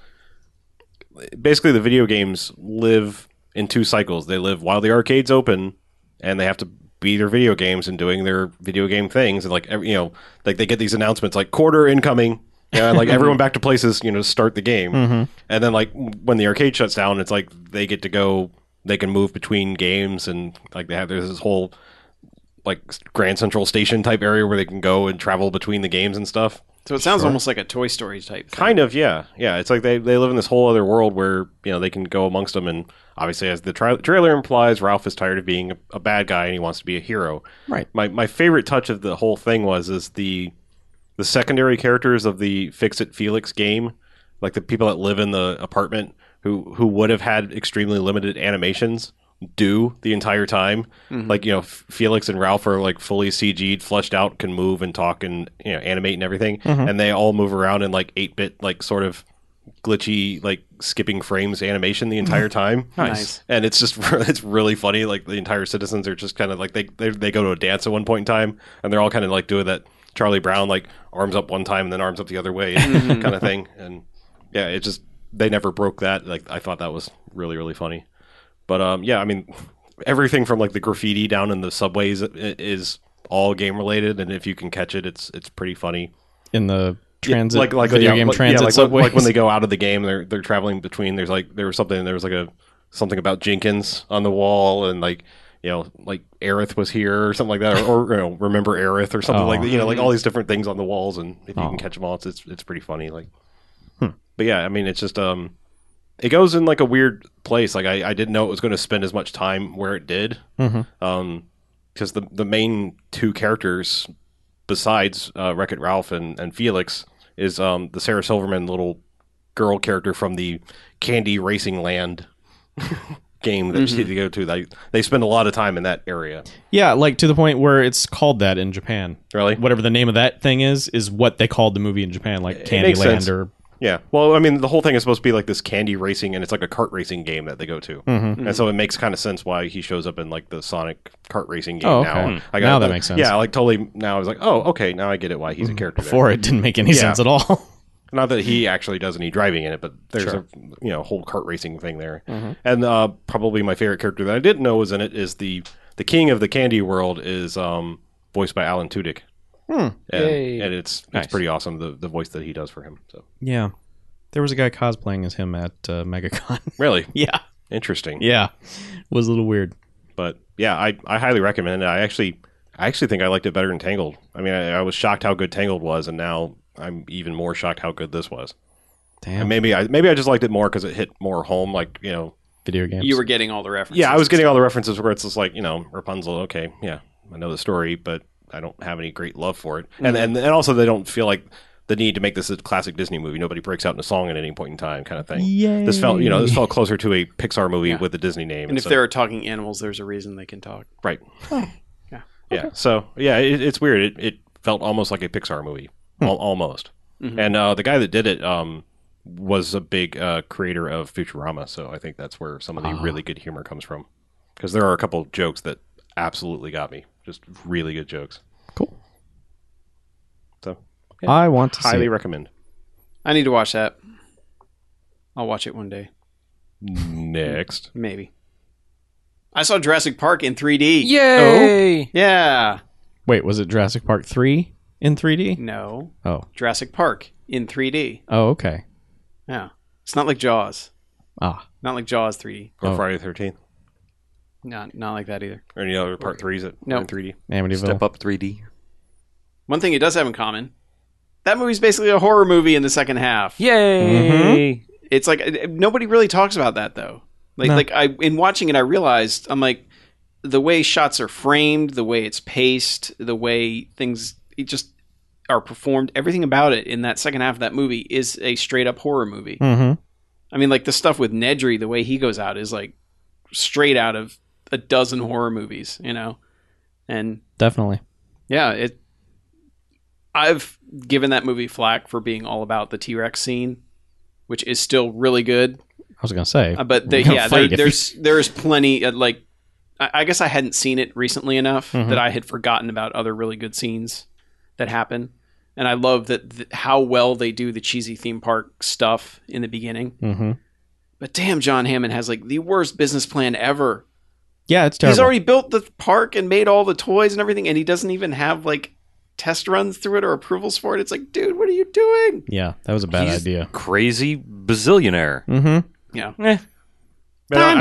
Speaker 2: basically the video games live in two cycles. They live while the arcade's open, and they have to be their video games and doing their video game things, and like every, you know, like they get these announcements like quarter incoming. Yeah, like everyone back to places, you know, to start the game, and then like when the arcade shuts down, it's like they get to go, they can move between games, and like they have there's this whole like Grand Central Station type area where they can go and travel between the games and stuff.
Speaker 4: So it sounds almost like a Toy Story type. Thing.
Speaker 2: Kind of, yeah, yeah. It's like they, they live in this whole other world where you know they can go amongst them, and obviously, as the tri- trailer implies, Ralph is tired of being a, a bad guy and he wants to be a hero.
Speaker 5: Right.
Speaker 2: My my favorite touch of the whole thing was is the the secondary characters of the Fix It Felix game, like the people that live in the apartment who who would have had extremely limited animations do the entire time. Like you know, F- Felix and Ralph are like fully CG'd, fleshed out, can move and talk and you know animate and everything, and they all move around in like eight bit like sort of glitchy like skipping frames animation the entire time.
Speaker 4: Mm. Nice.
Speaker 2: And it's just <laughs> it's really funny. Like the entire citizens are just kind of like they, they they go to a dance at one point in time, and they're all kind of like doing that Charlie Brown like arms up one time and then arms up the other
Speaker 4: <laughs>
Speaker 2: way
Speaker 4: Mm-hmm.
Speaker 2: kind of thing. And yeah, it just they never broke that. Like I thought that was really really funny. But um, yeah, I mean, everything from like the graffiti down in the subways i- is all game related, and if you can catch it, it's it's pretty funny.
Speaker 5: in the transit,
Speaker 2: like like
Speaker 5: video
Speaker 2: yeah,
Speaker 5: game
Speaker 2: like- yeah,
Speaker 5: transit
Speaker 2: like,
Speaker 5: subways.
Speaker 2: like when they go out of the game, they're they're traveling between. There's like there was something there was like a something about Jenkins on the wall and like. You know, like Aerith was here or something like that, or, or you know, remember Aerith or something
Speaker 5: Oh,
Speaker 2: like that. You know, like all these different things on the walls, and if you can catch them all, it's it's, it's pretty funny. Like, but yeah, I mean, it's just um, it goes in like a weird place. Like I, I didn't know it was going to spend as much time where it did. Mm-hmm. Um, because the the main two characters besides uh, Wreck It Ralph and, and Felix is um the Sarah Silverman little girl character from the Candy Racing Land <laughs> game that she had to go to. They they spend a lot of time in that area.
Speaker 5: yeah, like to the point where it's called that in Japan.
Speaker 2: Really?
Speaker 5: Whatever the name of that thing is, is what they called the movie in Japan, like
Speaker 2: makes
Speaker 5: Candyland
Speaker 2: sense.
Speaker 5: or
Speaker 2: Yeah. Well, I mean, the whole thing is supposed to be like this candy racing, and it's like a kart racing game that they go to, and
Speaker 5: Hmm.
Speaker 2: so it makes kind of sense why he shows up in like the Sonic kart racing game
Speaker 5: Oh,
Speaker 2: now.
Speaker 5: okay.
Speaker 2: I
Speaker 5: Now that makes sense. Hmm.
Speaker 2: Yeah, like totally. Now I was like, oh, okay, now I get it why he's a character. there.
Speaker 5: before it didn't make any sense at all. <laughs>
Speaker 2: Not that he actually does any driving in it, but there's a you know whole kart racing thing there,
Speaker 5: Mm-hmm.
Speaker 2: and uh, probably my favorite character that I didn't know was in it is the the king of the candy world is um, voiced by Alan Tudyk,
Speaker 5: Hmm.
Speaker 2: and, and it's it's pretty awesome the the voice that he does for him. So
Speaker 5: yeah. There was a guy cosplaying as him at uh, MegaCon. <laughs>
Speaker 2: really
Speaker 5: yeah.
Speaker 2: interesting.
Speaker 5: Yeah. Was a little weird.
Speaker 2: but yeah, I, I highly recommend it. I actually I actually think I liked it better than Tangled. I mean, I, I was shocked how good Tangled was, and now I'm even more shocked how good this was.
Speaker 5: Damn.
Speaker 2: And maybe I maybe I just liked it more because it hit more home. Like you know,
Speaker 5: Video games.
Speaker 4: You were getting all the references.
Speaker 2: yeah, I was getting all the references where it's just like you know Rapunzel. Okay, yeah, I know the story, but I don't have any great love for it.
Speaker 4: Mm-hmm.
Speaker 2: And and and also they don't feel like the need to make this a classic Disney movie. Nobody breaks out in a song at any point in time, kind of thing.
Speaker 5: Yay.
Speaker 2: This felt you know this felt closer to a Pixar movie with a Disney name.
Speaker 4: and if
Speaker 2: so-
Speaker 4: there are talking animals, there's a reason they can talk.
Speaker 2: Right. Yeah. Yeah. So yeah, it, it's weird. It, it felt almost like a Pixar movie,
Speaker 5: Hmm.
Speaker 2: Al- almost.
Speaker 5: Mm-hmm.
Speaker 2: And uh, the guy that did it um, was a big uh, creator of Futurama, so I think that's where some of the really
Speaker 5: Ah.
Speaker 2: good humor comes from. Because there are a couple of jokes that absolutely got me, just really good jokes.
Speaker 5: cool.
Speaker 2: So
Speaker 5: I want to see
Speaker 2: highly
Speaker 5: it.
Speaker 2: recommend.
Speaker 4: I need to watch that. I'll watch it one day,
Speaker 2: Next,
Speaker 4: maybe. I saw Jurassic Park in 3D.
Speaker 2: Oh?
Speaker 3: Yay!
Speaker 4: Yeah.
Speaker 5: Wait, was it Jurassic Park 3 in
Speaker 2: Mm.
Speaker 5: 3D?
Speaker 4: No.
Speaker 5: Oh.
Speaker 4: Jurassic Park in 3D.
Speaker 5: Oh, okay.
Speaker 4: Yeah. It's not like Jaws.
Speaker 5: Ah.
Speaker 4: Not like Jaws 3D.
Speaker 2: Or
Speaker 5: Oh.
Speaker 2: Friday the 13th.
Speaker 4: Not not like that either.
Speaker 2: Or any other part threes that
Speaker 4: No.
Speaker 2: are in 3D.
Speaker 5: Amityville.
Speaker 3: Step up 3D.
Speaker 4: One thing it does have in common. That movie's basically a horror movie in the second half.
Speaker 5: Mm-hmm. Hmm?
Speaker 3: Yay!
Speaker 4: It's like uh, nobody really talks about that though. Like
Speaker 5: No.
Speaker 4: like I in watching it I realized I'm like the way shots are framed, the way it's paced, the way things it just are performed, everything about it in that second half of that movie is a straight up horror movie.
Speaker 5: Mm-hmm.
Speaker 4: I mean like the stuff with Nedry, the way he goes out is like straight out of a dozen horror movies, you know. And
Speaker 5: Definitely.
Speaker 4: yeah, it. I've given that movie flack for being all about the T Rex scene, which is still really good.
Speaker 5: I was gonna say.
Speaker 4: Uh, But they,
Speaker 5: We're gonna
Speaker 4: yeah,
Speaker 5: fight
Speaker 4: there,
Speaker 5: if you-
Speaker 4: there's there's plenty. Uh, like, I, I guess I hadn't seen it recently enough
Speaker 5: Mhm.
Speaker 4: that I had forgotten about other really good scenes that happen. And I love that th- how well they do the cheesy theme park stuff in the beginning.
Speaker 5: Mhm.
Speaker 4: But damn, John Hammond has like the worst business plan ever.
Speaker 5: Yeah, it's terrible.
Speaker 4: He's already built the park and made all the toys and everything, and he doesn't even have like test runs through it or approvals for it. It's like, dude, what are you doing?
Speaker 5: yeah, that was a bad
Speaker 3: He's
Speaker 5: idea.
Speaker 3: Crazy bazillionaire.
Speaker 5: Mm-hmm.
Speaker 4: Yeah.
Speaker 3: Eh,
Speaker 2: But I- I, I can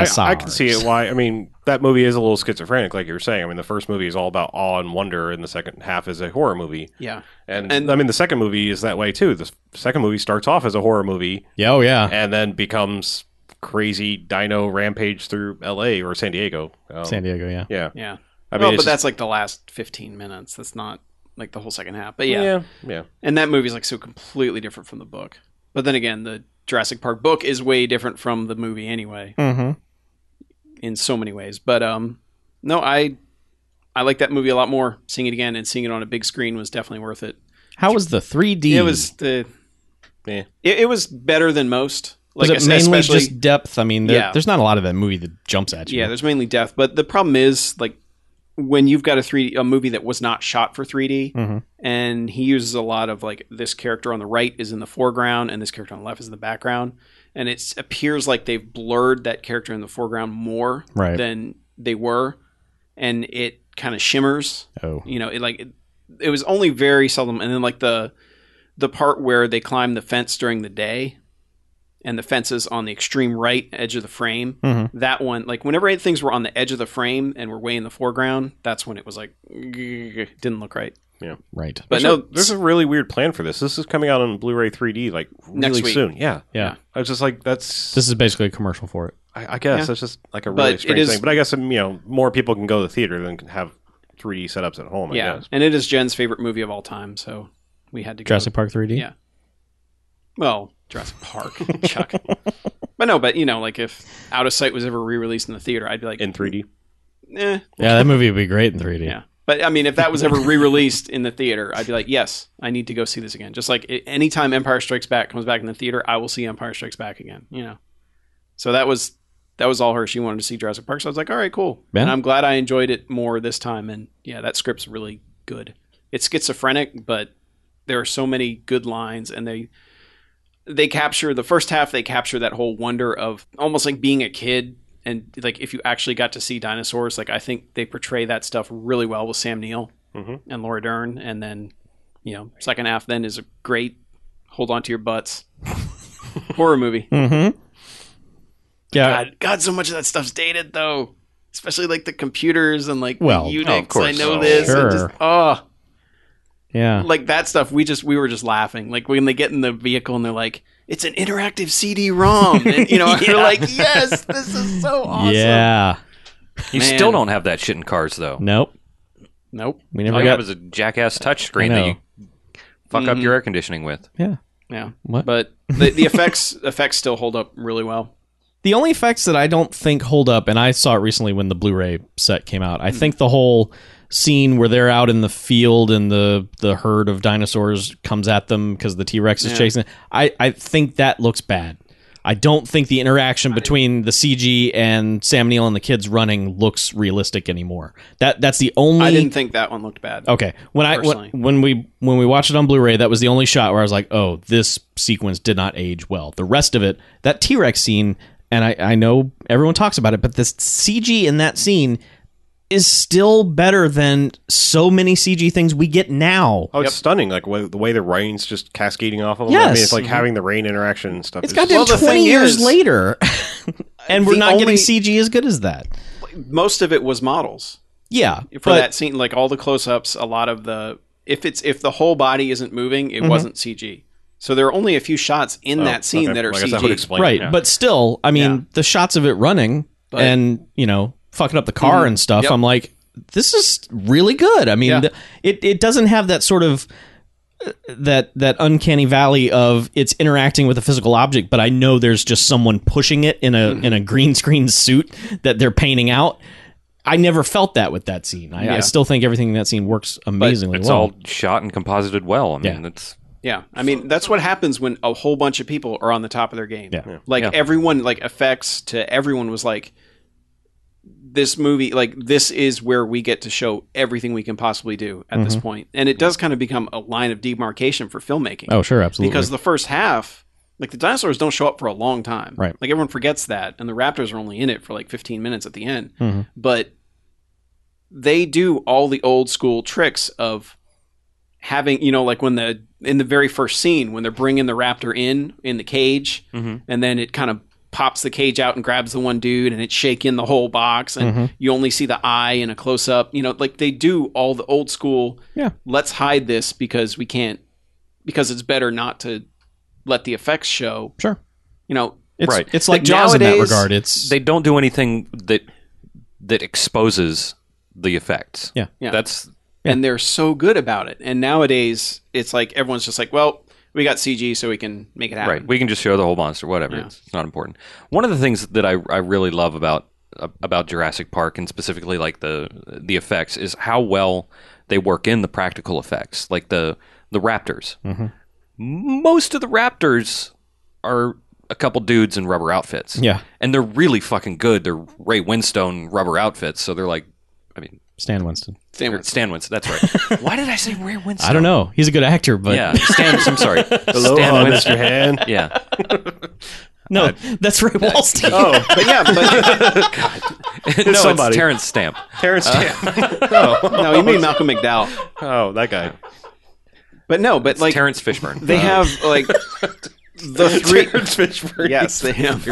Speaker 5: Dinosaurs.
Speaker 2: see it why. I mean, that movie is a little schizophrenic, like you were saying. I mean, the first movie is all about awe and wonder, and the second half is a horror movie.
Speaker 4: Yeah.
Speaker 2: And,
Speaker 4: And-
Speaker 2: I mean, the second movie is that way too. The s- second movie starts off as a horror movie
Speaker 5: Yeah, oh yeah.
Speaker 2: and then becomes crazy dino rampage through L.A. or San Diego. Um,
Speaker 5: San Diego, yeah.
Speaker 2: Yeah,
Speaker 4: Yeah.
Speaker 2: I mean,
Speaker 4: well, but
Speaker 2: it's just-
Speaker 4: that's like the last 15 minutes. That's not like the whole second half. But yeah.
Speaker 2: yeah.
Speaker 4: And that movie's like so completely different from the book. But then again, the Jurassic Park book is way different from the movie anyway,
Speaker 5: Mm-hmm.
Speaker 4: in so many ways. But um no, I I like that movie a lot more. Seeing it again and seeing it on a big screen was definitely worth it.
Speaker 5: How was the 3D?
Speaker 4: It was the.
Speaker 2: Yeah.
Speaker 4: It, it was better than most.
Speaker 5: Was
Speaker 4: Like
Speaker 5: it mainly
Speaker 4: especially,
Speaker 5: just depth? I mean, there,
Speaker 4: Yeah.
Speaker 5: there's not a lot of that movie that jumps at you.
Speaker 4: yeah. There's mainly death, but the problem is like when you've got a three a movie that was not shot for 3D,
Speaker 5: Mhm.
Speaker 4: and he uses a lot of like this character on the right is in the foreground and this character on the left is in the background, and it appears like they've blurred that character in the foreground more
Speaker 5: Right.
Speaker 4: than they were, and it kind of shimmers.
Speaker 5: Oh.
Speaker 4: you know it like it, it was only very seldom and then like the the part where they climb the fence during the day and the fence is on the extreme right edge of the frame
Speaker 5: Mhm.
Speaker 4: that one like whenever things were on the edge of the frame and were way in the foreground that's when it was like <laughs> didn't look right
Speaker 5: Right.
Speaker 4: but
Speaker 2: There's a-
Speaker 4: no
Speaker 2: there's a really weird plan for this. This is coming out on Blu-ray 3D like really
Speaker 4: Next week.
Speaker 2: soon. Yeah,
Speaker 5: Yeah.
Speaker 2: I was just like, that's
Speaker 5: This is basically a commercial for it.
Speaker 2: I, I guess
Speaker 4: Yeah.
Speaker 2: that's just like a
Speaker 4: But
Speaker 2: really
Speaker 4: it
Speaker 2: strange
Speaker 4: is-
Speaker 2: thing. But I guess um, you know more people can go to the theater than can have 3D setups at home. I
Speaker 4: yeah
Speaker 2: guess.
Speaker 4: and it is jen's favorite movie of all time so we had to go
Speaker 5: Jurassic Park 3D.
Speaker 4: Yeah. well Jurassic Park Chuck but no but you know like if Out of Sight was ever re-released in the theater I'd be like
Speaker 2: in 3D.
Speaker 4: eh
Speaker 5: Yeah, that movie would be great in 3D.
Speaker 4: Yeah. But I mean, if that was ever re released in the theater, I'd be like, yes, I need to go see this again. Just like i- anytime Empire Strikes Back comes back in the theater, I will see Empire Strikes Back again, you know? So that was, that was all her. She wanted to see Jurassic Park. So I was like, all right, cool.
Speaker 5: Yeah.
Speaker 4: And I'm glad I enjoyed it more this time. And yeah, that script's really good. It's schizophrenic, but there are so many good lines and they, they capture the first half, they capture that whole wonder of almost like being a kid and like if you actually got to see dinosaurs, like I think they portray that stuff really well with Sam Neill
Speaker 2: Mhm.
Speaker 5: Mm-hmm.
Speaker 4: and Laura Dern, and then you know second half then is a great hold on to your
Speaker 5: <laughs>
Speaker 4: butts horror movie.
Speaker 5: Mm-hmm. Yeah.
Speaker 4: God, God, so much of that stuff's dated though, especially like the computers and like
Speaker 5: Well,
Speaker 4: the
Speaker 5: of
Speaker 4: Unix. I
Speaker 3: course.
Speaker 4: know
Speaker 3: Oh,
Speaker 4: this. and just-
Speaker 5: sure.
Speaker 4: oh,
Speaker 5: Yeah.
Speaker 4: <laughs> like that stuff we just we were just laughing like when they get in the vehicle and they're like it's an interactive cd-rom
Speaker 2: <laughs>
Speaker 4: and you know you're like yes this is so awesome
Speaker 5: Yeah.
Speaker 3: You
Speaker 4: Man.
Speaker 3: still don't have that shit in cars, though.
Speaker 5: Nope.
Speaker 4: nope
Speaker 5: We
Speaker 3: All
Speaker 5: never
Speaker 3: you have
Speaker 5: got.
Speaker 3: is a jackass touchscreen
Speaker 5: I
Speaker 3: that
Speaker 5: know. Mm-hmm.
Speaker 3: you fuck up
Speaker 4: Mhm.
Speaker 3: your air conditioning with.
Speaker 5: Yeah.
Speaker 4: yeah
Speaker 5: What?
Speaker 4: but the, the effects <laughs> effects still hold up really well
Speaker 5: The only effects that I don't think hold up, and I saw it recently when the Blu-ray set came out. I
Speaker 4: Hmm.
Speaker 5: think the whole scene where they're out in the field and the the herd of dinosaurs comes at them because the T Rex is
Speaker 4: Yeah.
Speaker 5: chasing. I I think that looks bad. I don't think the interaction between the CG and Sam Neill and the kids running looks realistic anymore. That that's the only
Speaker 4: i didn't think that one looked bad
Speaker 2: Oh.
Speaker 5: Okay. When I when,
Speaker 4: Personally.
Speaker 5: when we when we watched it on Blu-ray, that was the only shot where I was like, "Oh, this sequence did not age well." The rest of it, that T-Rex scene and I, I know everyone talks about it, but the CG in that scene is still better than so many CG things we get now.
Speaker 2: Oh, it's stunning! Like wh- the way the rain's just cascading off of them. I mean,
Speaker 5: Yes.
Speaker 2: it's
Speaker 4: Mm-hmm.
Speaker 2: like having the rain interaction and stuff.
Speaker 5: It's
Speaker 2: is
Speaker 5: goddamn
Speaker 4: Well, the
Speaker 5: twenty
Speaker 4: thing
Speaker 5: years
Speaker 4: is-
Speaker 5: later, <laughs> and we're
Speaker 4: The
Speaker 5: not
Speaker 4: only-
Speaker 5: getting CG as good as that.
Speaker 4: Most of it was models
Speaker 5: Yeah,
Speaker 4: for
Speaker 5: but
Speaker 4: that scene, like all the close-ups. A lot of the if it's if the whole body isn't moving,
Speaker 2: Mm-hmm.
Speaker 4: it wasn't CG. So there are only a few shots in that scene
Speaker 2: Oh, okay.
Speaker 4: that are
Speaker 2: Well, I guess that would
Speaker 4: CG.
Speaker 2: explain it.
Speaker 5: right. But still, I mean, the shots of it running and you know fucking up the car and stuff.
Speaker 4: Mm-hmm. Yep.
Speaker 5: I'm like, this is really good. I mean,
Speaker 4: Yeah.
Speaker 5: th- it it doesn't have that sort of uh, that that uncanny valley of it's interacting with a physical object, but I know there's just someone pushing it in
Speaker 4: Mm-hmm.
Speaker 5: a in a green screen suit that they're painting out. I never felt that with that scene. I, I
Speaker 4: Yeah.
Speaker 5: still think everything in that scene works amazingly
Speaker 3: It's
Speaker 5: well.
Speaker 3: all shot and composited well. I mean,
Speaker 5: Yeah.
Speaker 3: that's
Speaker 4: Yeah, I mean that's what happens when a whole bunch of people are on the top of their game.
Speaker 5: Yeah. Yeah.
Speaker 4: like
Speaker 3: Yeah.
Speaker 4: everyone, like effects to everyone was like, this movie, like this is where we get to show everything we can possibly do at this point, and it does kind of become a line of demarcation for filmmaking.
Speaker 5: oh sure, absolutely.
Speaker 4: because the first half, like the dinosaurs don't show up for a long time.
Speaker 5: Right.
Speaker 4: like everyone forgets that, and the raptors are only in it for like 15 minutes at the end,
Speaker 5: Mm-hmm.
Speaker 4: but they do all the old school tricks of having you know like when the in the very first scene when they're bringing the raptor in in the cage
Speaker 5: Mm-hmm.
Speaker 4: and then it kind of pops the cage out and grabs the one dude and it's shaking the whole box and
Speaker 5: Mm-hmm.
Speaker 4: you only see the eye in a close up you know like they do all the old school
Speaker 5: Yeah.
Speaker 4: let's hide this because we can't because it's better not to let the effects show
Speaker 5: sure.
Speaker 4: you know
Speaker 5: It's,
Speaker 3: Right.
Speaker 5: It's like,
Speaker 4: Like,
Speaker 5: Jaws in that
Speaker 4: nowadays,
Speaker 5: regard. It's
Speaker 3: they don't do anything that that exposes the effects.
Speaker 5: Yeah.
Speaker 4: Yeah.
Speaker 3: That's
Speaker 4: and they're so good about it and nowadays it's like everyone's just like well we got cg so we can make it happen
Speaker 3: right. We can just show the whole monster, whatever. It's, it's not important. One of the things that I, I really love about uh, about Jurassic Park and specifically like the the effects is how well they work in the practical effects, like the the raptors. Most of the raptors are a couple dudes in rubber outfits.
Speaker 5: Yeah.
Speaker 3: and they're really fucking good. They're Ray Winstone rubber outfits, so they're like, I mean,
Speaker 5: Stan Winston.
Speaker 4: Same
Speaker 3: or
Speaker 4: with-
Speaker 3: Stan Winston. That's right. Why did I say Ray Winstone?
Speaker 5: I don't know. He's a good actor, but
Speaker 3: Yeah, Stan. I'm sorry. Stan
Speaker 2: Aloha, Mr.
Speaker 3: Winston. <laughs>
Speaker 2: Hand.
Speaker 3: Yeah,
Speaker 5: <laughs> no, that's Ray Walston.
Speaker 4: <laughs>
Speaker 2: Oh,
Speaker 4: but yeah but
Speaker 3: no,
Speaker 2: somebody.
Speaker 3: it's Terrence Stamp.
Speaker 2: Terrence.
Speaker 4: no you mean malcolm mcdowell
Speaker 2: oh, that guy.
Speaker 4: but no but like
Speaker 3: Terrence Fishburne.
Speaker 4: they have like the three
Speaker 2: Terrence Fishburne.
Speaker 4: yes they have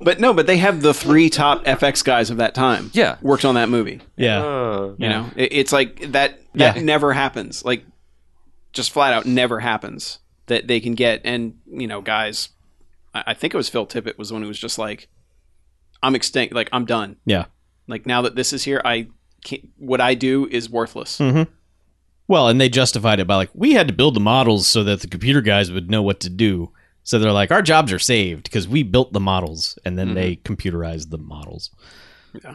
Speaker 4: but no but they have the three top fx guys of that time
Speaker 3: Yeah.
Speaker 4: worked on that movie
Speaker 5: Yeah.
Speaker 2: Uh,
Speaker 4: you know it, it's like that that never happens like just flat out never happens that they can get and you know guys I, I think it was phil tippett was the one who was just like i'm extinct like i'm done
Speaker 5: yeah.
Speaker 4: like now that this is here i can't what i do is worthless
Speaker 5: Hmm. Well, and they justified it by like we had to build the models so that the computer guys would know what to do. So they're like our jobs are saved because we built the models and then they
Speaker 4: Mm-hmm.
Speaker 5: computerized the models.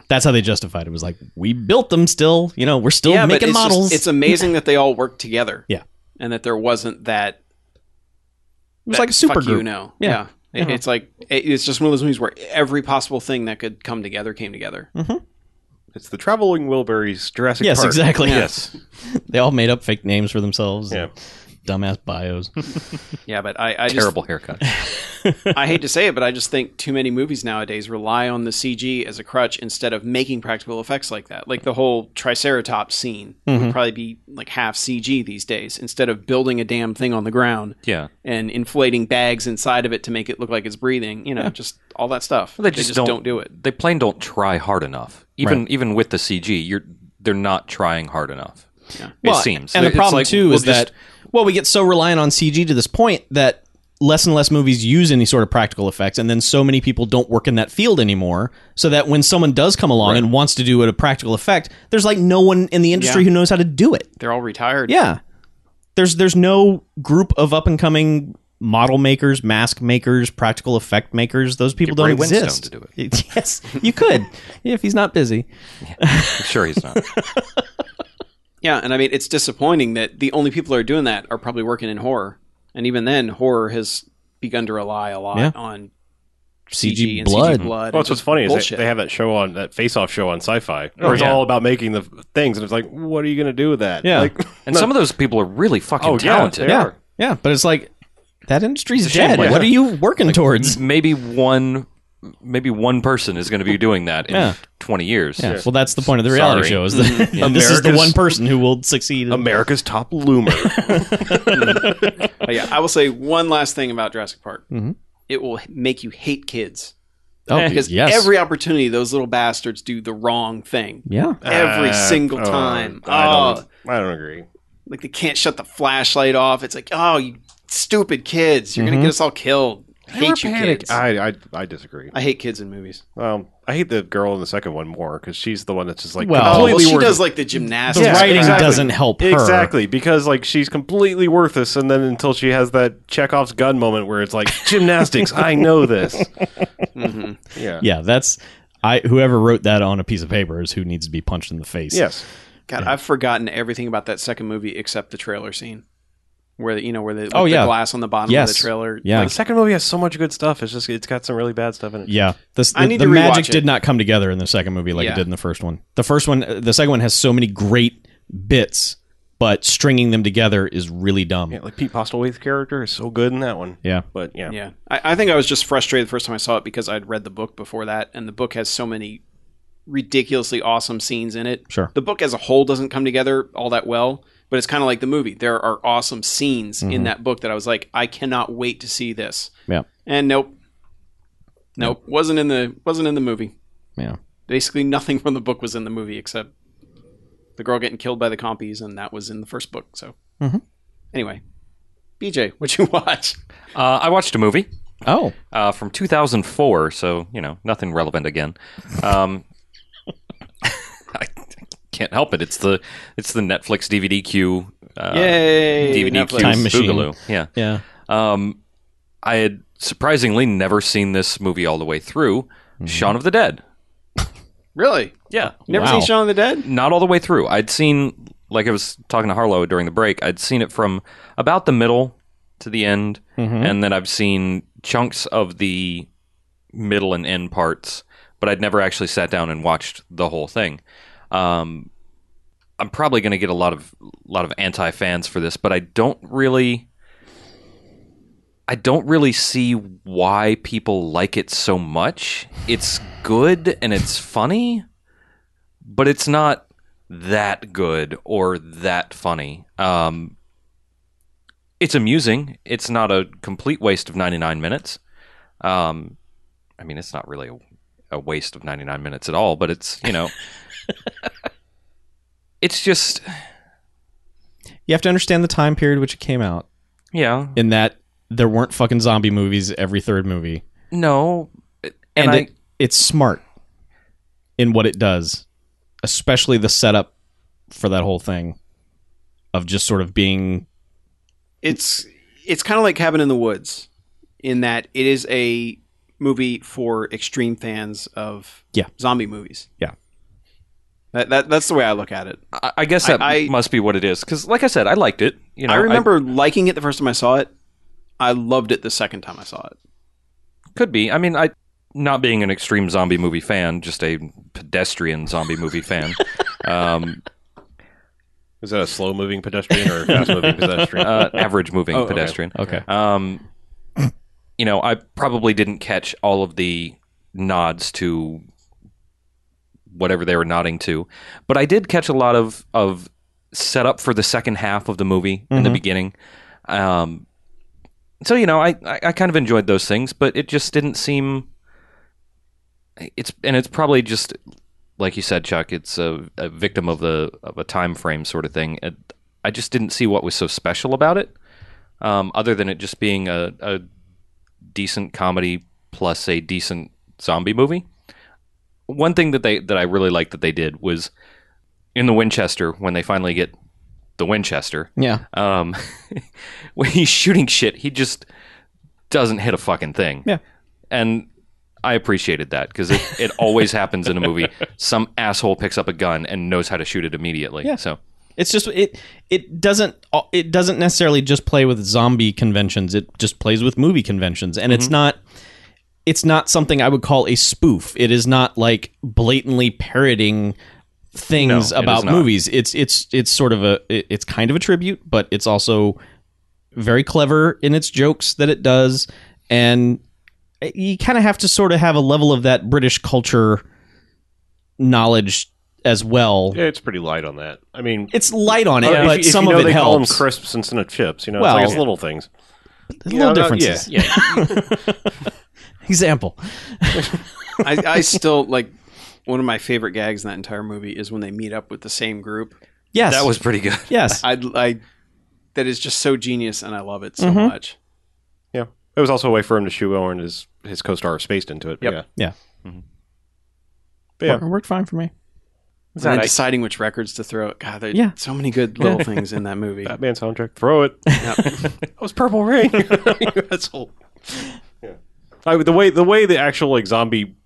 Speaker 5: That's how they justified it. it. Was like we built them still, you know, we're still
Speaker 4: yeah but
Speaker 5: making
Speaker 4: it's, just-
Speaker 5: models.
Speaker 4: it's amazing that they all work together
Speaker 5: Yeah.
Speaker 4: and that there wasn't that
Speaker 5: it was like a super
Speaker 4: fuck
Speaker 5: group.
Speaker 4: you no
Speaker 5: Yeah.
Speaker 4: yeah, It-
Speaker 5: Uh-huh.
Speaker 4: it's like it- it's just one of those movies where every possible thing that could come together came together
Speaker 2: it's the Traveling Wilburys Jurassic
Speaker 5: Yes,
Speaker 2: Park.
Speaker 5: exactly.
Speaker 2: Yes.
Speaker 5: <laughs> They all made up fake names for themselves.
Speaker 2: Yeah.
Speaker 5: Dumbass bios.
Speaker 4: yeah but i i just
Speaker 3: Terrible <laughs> haircut.
Speaker 4: I hate to say it, but I just think too many movies nowadays rely on the CG as a crutch instead of making practical effects like that. Like the whole Triceratops scene would probably be like half CG these days instead of building a damn thing on the ground
Speaker 3: Yeah.
Speaker 4: and inflating bags inside of it to make it look like it's breathing. You know, just all that stuff.
Speaker 3: They just,
Speaker 4: don't, do it.
Speaker 3: They plain don't try hard enough. Even even with the CG, you're they're not trying hard enough. It seems.
Speaker 5: And the
Speaker 3: It's
Speaker 5: problem
Speaker 3: like,
Speaker 5: too
Speaker 3: we'll
Speaker 5: is
Speaker 3: just-
Speaker 5: that well, we get so reliant on CG to this point that less and less movies use any sort of practical effects, and then so many people don't work in that field anymore. So that when someone does come along and wants to do a practical effect, there's like no one in the industry
Speaker 4: Yeah.
Speaker 5: who knows how to do it.
Speaker 4: They're all retired.
Speaker 5: Yeah, there's there's no group of up and coming model makers, mask makers, practical effect makers. Those people
Speaker 3: Ray
Speaker 5: don't
Speaker 3: Winstone
Speaker 5: exist.
Speaker 3: to do
Speaker 5: <laughs> yes, you could if he's not busy.
Speaker 3: I'm <laughs> sure he's not.
Speaker 4: Yeah, and I mean it's disappointing that the only people who are doing that are probably working in horror, and even then, horror has begun to rely a lot
Speaker 5: Yeah.
Speaker 4: on CG,
Speaker 5: CG
Speaker 4: and
Speaker 5: blood.
Speaker 4: CG blood.
Speaker 2: Well,
Speaker 4: and
Speaker 2: that's what's
Speaker 4: just
Speaker 2: funny is they,
Speaker 4: bullshit.
Speaker 2: they have that show on that Face Off show on Sci-Fi, where it's
Speaker 3: yeah.
Speaker 2: all about making the things, and it's like, what are you going to do with that?
Speaker 5: Yeah.
Speaker 2: Like,
Speaker 3: And some of those people are really fucking
Speaker 2: Oh, yeah,
Speaker 3: talented.
Speaker 2: they
Speaker 5: Yeah,
Speaker 2: are.
Speaker 5: yeah, but it's like that industry's
Speaker 3: a shame,
Speaker 5: dead.
Speaker 3: like-
Speaker 5: what are you working towards?
Speaker 3: Maybe one maybe one person is going to be doing that in
Speaker 5: Yeah.
Speaker 3: 20 years.
Speaker 5: Yeah. Well, that's the point of the reality
Speaker 3: Sorry.
Speaker 5: show is that this is the
Speaker 2: America's-
Speaker 5: one person who will succeed.
Speaker 2: America's top loomer.
Speaker 4: But yeah, I will say one last thing about Jurassic Park. It will h- make you hate kids
Speaker 5: oh,
Speaker 4: because
Speaker 5: Mm-hmm. <laughs> yes.
Speaker 4: every opportunity those little bastards do the wrong thing.
Speaker 5: yeah.
Speaker 4: Every
Speaker 2: Uh,
Speaker 4: single
Speaker 2: oh,
Speaker 4: time.
Speaker 2: I
Speaker 4: Oh,
Speaker 2: don't, I don't agree.
Speaker 4: like they can't shut the flashlight off. It's like, oh, you stupid kids, you're
Speaker 5: Mm-hmm.
Speaker 4: gonna get us all killed. I hate you, kids. I,
Speaker 2: I, I I disagree.
Speaker 4: hate kids in movies.
Speaker 5: Oh,
Speaker 2: Um, I hate the girl in the second one more because she's the one that's just like
Speaker 5: Well-
Speaker 4: Oh, well,
Speaker 2: completely
Speaker 4: she
Speaker 2: worth-
Speaker 4: does like the gymnastics.
Speaker 5: The writing
Speaker 2: exactly.
Speaker 5: doesn't help her.
Speaker 2: Exactly, because like she's completely worthless, and then until she has that Chekhov's gun moment where it's like gymnastics. I know
Speaker 5: <laughs>
Speaker 2: this. Yeah.
Speaker 5: Yeah, that's I whoever wrote that on a piece of paper is who needs to be punched in the face.
Speaker 2: Yes.
Speaker 4: God, I've forgotten everything about that second movie except the trailer scene, where the, you know where the, like,
Speaker 5: Oh,
Speaker 4: the
Speaker 5: yeah.
Speaker 4: glass on the bottom
Speaker 5: Yes.
Speaker 4: of the trailer.
Speaker 5: Yeah.
Speaker 2: The second movie has so much good stuff. It's just it's got some really bad stuff in it.
Speaker 5: Yeah, this, the,
Speaker 4: I need
Speaker 5: the
Speaker 4: to rewatch
Speaker 5: magic
Speaker 4: it.
Speaker 5: did not come together in the second movie like
Speaker 4: Yeah.
Speaker 5: it did in the first one. The first one, uh, the second one has so many great bits, but stringing them together is really dumb.
Speaker 2: Yeah, like Pete Postlewaite's character is so good in that one.
Speaker 5: Yeah.
Speaker 2: But yeah,
Speaker 4: Yeah, I, I think I was just frustrated the first time I saw it because I'd read the book before that, and the book has so many ridiculously awesome scenes in it.
Speaker 5: Sure.
Speaker 4: the book as a whole doesn't come together all that well, but it's kind of like the movie. There are awesome scenes in that book that I was like, I cannot wait to see this.
Speaker 5: Yeah,
Speaker 4: And nope, nope, wasn't in the wasn't in the movie.
Speaker 5: yeah.
Speaker 4: Basically, nothing from the book was in the movie except the girl getting killed by the compies, and that was in the first book. So, anyway, BJ, what you <laughs> watch?
Speaker 3: Uh, I watched a movie
Speaker 5: Oh,
Speaker 3: uh, from 2004, so, you know, nothing relevant again. Um, <laughs> I can't help it. It's the it's the Netflix DVD queue uh,
Speaker 4: Yay,
Speaker 3: DVD queue
Speaker 4: Netflix.
Speaker 5: Time machine.
Speaker 3: Boogaloo. Yeah.
Speaker 5: yeah.
Speaker 3: Um, I had surprisingly never seen this movie all the way through.
Speaker 5: Mm-hmm.
Speaker 3: Shaun of the Dead.
Speaker 4: Really?
Speaker 3: Yeah.
Speaker 4: Never
Speaker 5: Wow.
Speaker 4: seen Shaun of the Dead?
Speaker 3: Not all the way through. I'd seen, like I was talking to Harlow during the break, I'd seen it from about the middle to the end, and then I've seen chunks of the middle and end parts, but I'd never actually sat down and watched the whole thing. Um, I'm probably going to get a lot of lot of anti fans for this, but I don't really. I don't really see why people like it so much. It's good and it's funny, but it's not that good or that funny. Um, it's amusing. It's not a complete waste of 99 minutes. Um, I mean, it's not really a, a waste of 99 minutes at all, but it's, you know, it's just,
Speaker 5: You have to understand the time period which it came out.
Speaker 3: yeah,
Speaker 5: In that there weren't fucking zombie movies every third movie,
Speaker 3: no. And,
Speaker 5: and,
Speaker 3: I,
Speaker 5: it, it's smart in what it does, especially the setup for that whole thing of just sort of being
Speaker 4: It's it's kind of like Cabin in the Woods in that it is a movie for extreme fans of
Speaker 5: Yeah.
Speaker 4: zombie movies.
Speaker 5: Yeah.
Speaker 4: That, that that's the way I look at it.
Speaker 3: I, I guess that
Speaker 4: I- I-
Speaker 3: must be what it is. Cause like I said, I liked it. You know,
Speaker 4: I remember liking it the first time I saw it. I loved it the second time I saw it.
Speaker 3: Could be. I mean, I not being an extreme zombie movie fan, just a pedestrian zombie movie
Speaker 2: <laughs>
Speaker 3: fan. Um,
Speaker 2: Is that a slow moving pedestrian or a
Speaker 5: <laughs>
Speaker 2: fast moving pedestrian?
Speaker 3: uh, average moving
Speaker 2: Oh, okay.
Speaker 3: pedestrian.
Speaker 5: okay.
Speaker 3: Um, you know, I probably didn't catch all of the nods to whatever they were nodding to, but I did catch a lot of of setup for the second half of the movie in the beginning. Um, so you know, I, I I kind of enjoyed those things, but it just didn't seem. It's and it's probably just like you said, Chuck. It's a, a victim of the of a time frame sort of thing. It, I just didn't see what was so special about it um, other than it just being a, a decent comedy plus a decent zombie movie. One thing that they that I really liked that they did was in the Winchester when they finally get the Winchester.
Speaker 5: Yeah.
Speaker 3: Um, <laughs> when he's shooting shit, he just doesn't hit a fucking thing.
Speaker 5: Yeah.
Speaker 3: and I appreciated that because it, it always happens in a movie. Some asshole picks up a gun and knows how to shoot it immediately.
Speaker 5: Yeah.
Speaker 3: So
Speaker 5: It's just it it doesn't it doesn't necessarily just play with zombie conventions. It just plays with movie conventions, and
Speaker 3: Mm-hmm.
Speaker 5: it's not it's not something I would call a spoof. It is not like blatantly parroting things
Speaker 3: No, it
Speaker 5: about
Speaker 3: is not.
Speaker 5: movies. It's it's it's sort of a it- it's kind of a tribute, but it's also very clever in its jokes that it does, and you kind of have to sort of have a level of that British culture knowledge as well.
Speaker 2: Yeah, it's pretty light on that. I mean, uh,
Speaker 5: It's light on it,
Speaker 2: Oh, if-
Speaker 5: but
Speaker 2: if
Speaker 5: some
Speaker 2: you know
Speaker 5: of it
Speaker 2: they
Speaker 5: helps.
Speaker 2: call them crisps instead of chips. You know, it's
Speaker 5: Well-
Speaker 2: like it's little things.
Speaker 5: little
Speaker 2: know, not-
Speaker 5: differences.
Speaker 3: yeah.
Speaker 5: <laughs> Example.
Speaker 4: I, I still like one of my favorite gags in that entire movie is when they meet up with the same group.
Speaker 5: Yes.
Speaker 3: That was pretty good.
Speaker 5: yes.
Speaker 4: I, I that is just so genius, and I love it so much.
Speaker 2: Yeah, it was also a way for him to shoehorn his his co-star Spaced into it. but
Speaker 4: Yep.
Speaker 2: Yeah,
Speaker 5: yeah.
Speaker 2: But yeah.
Speaker 5: It worked fine for me.
Speaker 4: And then
Speaker 3: I-
Speaker 4: deciding which records to throw. God, there
Speaker 5: Yeah.
Speaker 4: so many good little things in that movie.
Speaker 2: Batman soundtrack. Throw it. <laughs> that was Purple
Speaker 5: <laughs>
Speaker 2: Rain. That's all. Yeah. I, the way the way the actual like zombie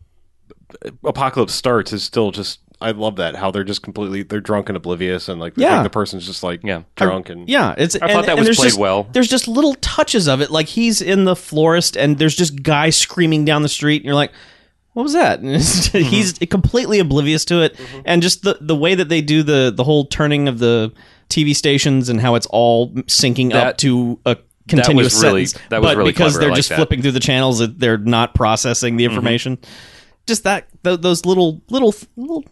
Speaker 2: apocalypse starts is still just. I love that how they're just completely they're drunk and oblivious and like they
Speaker 5: Yeah.
Speaker 2: think the person's just like
Speaker 3: Yeah.
Speaker 2: drunk and
Speaker 5: Yeah, it's. I
Speaker 3: thought that was played
Speaker 5: just,
Speaker 3: well.
Speaker 5: There's just little touches of it, like he's in the florist, and there's just guys screaming down the street, and you're like, "What was that?" <laughs> And it's-
Speaker 3: Mm-hmm.
Speaker 5: he's completely oblivious to it, and just the the way that they do the the whole turning of the TV stations and how it's all syncing up
Speaker 3: That-
Speaker 5: to a continuous
Speaker 3: really-
Speaker 5: sentence.
Speaker 3: that was
Speaker 5: but
Speaker 3: really
Speaker 5: because
Speaker 3: clever. I
Speaker 5: they're
Speaker 3: like
Speaker 5: just
Speaker 3: that. Mm-hmm.
Speaker 5: flipping through the channels, that they're not processing the information. Just that th- those little little little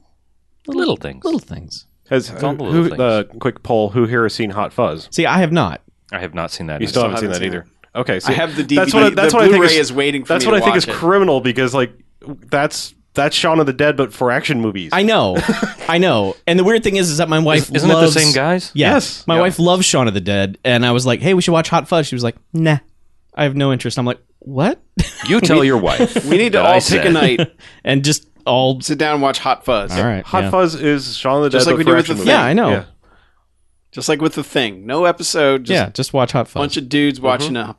Speaker 3: Little things.
Speaker 5: little things.
Speaker 2: has
Speaker 3: all the
Speaker 2: who,
Speaker 3: little
Speaker 2: who- the quick poll who here has seen Hot Fuzz?
Speaker 5: See, I have not.
Speaker 3: I have not seen that.
Speaker 2: You still haven't seen
Speaker 4: haven't
Speaker 2: that
Speaker 4: seen
Speaker 2: either. Okay, so
Speaker 4: I have the
Speaker 2: That's
Speaker 4: DVD.
Speaker 2: what I, that's
Speaker 4: The
Speaker 2: what I think
Speaker 4: Blu-ray
Speaker 2: is,
Speaker 4: is waiting for
Speaker 2: That's
Speaker 4: me
Speaker 2: what
Speaker 4: to
Speaker 2: I think is
Speaker 4: watch it.
Speaker 2: criminal because like that's that's Shaun of the Dead but for action movies.
Speaker 5: I know, <laughs> I know. And the weird thing is, is that my wife
Speaker 3: Isn't
Speaker 5: loves,
Speaker 3: it the same guys?
Speaker 5: Yeah.
Speaker 2: Yes.
Speaker 5: my
Speaker 2: Yeah.
Speaker 5: wife loves Shaun of the Dead, and I was like, "Hey, we should watch Hot Fuzz." She was like, "Nah, I have no interest." I'm like, "What?" <laughs>
Speaker 3: You tell your wife.
Speaker 4: We need to
Speaker 3: that
Speaker 4: all
Speaker 3: I
Speaker 4: pick a
Speaker 3: said.
Speaker 4: night,
Speaker 5: and just all
Speaker 4: sit down, and watch Hot Fuzz.
Speaker 5: all right,
Speaker 2: Hot
Speaker 5: yeah.
Speaker 2: Fuzz is Shaun of the
Speaker 4: Just
Speaker 2: Dead
Speaker 4: like
Speaker 2: but
Speaker 4: we
Speaker 2: for
Speaker 4: do with
Speaker 2: action
Speaker 4: the
Speaker 2: movies.
Speaker 5: Yeah, I know.
Speaker 2: Yeah.
Speaker 5: Yeah.
Speaker 4: Just like with the thing, no episode, just
Speaker 5: just watch Hot
Speaker 4: a
Speaker 5: Fuzz.
Speaker 4: bunch of dudes watching a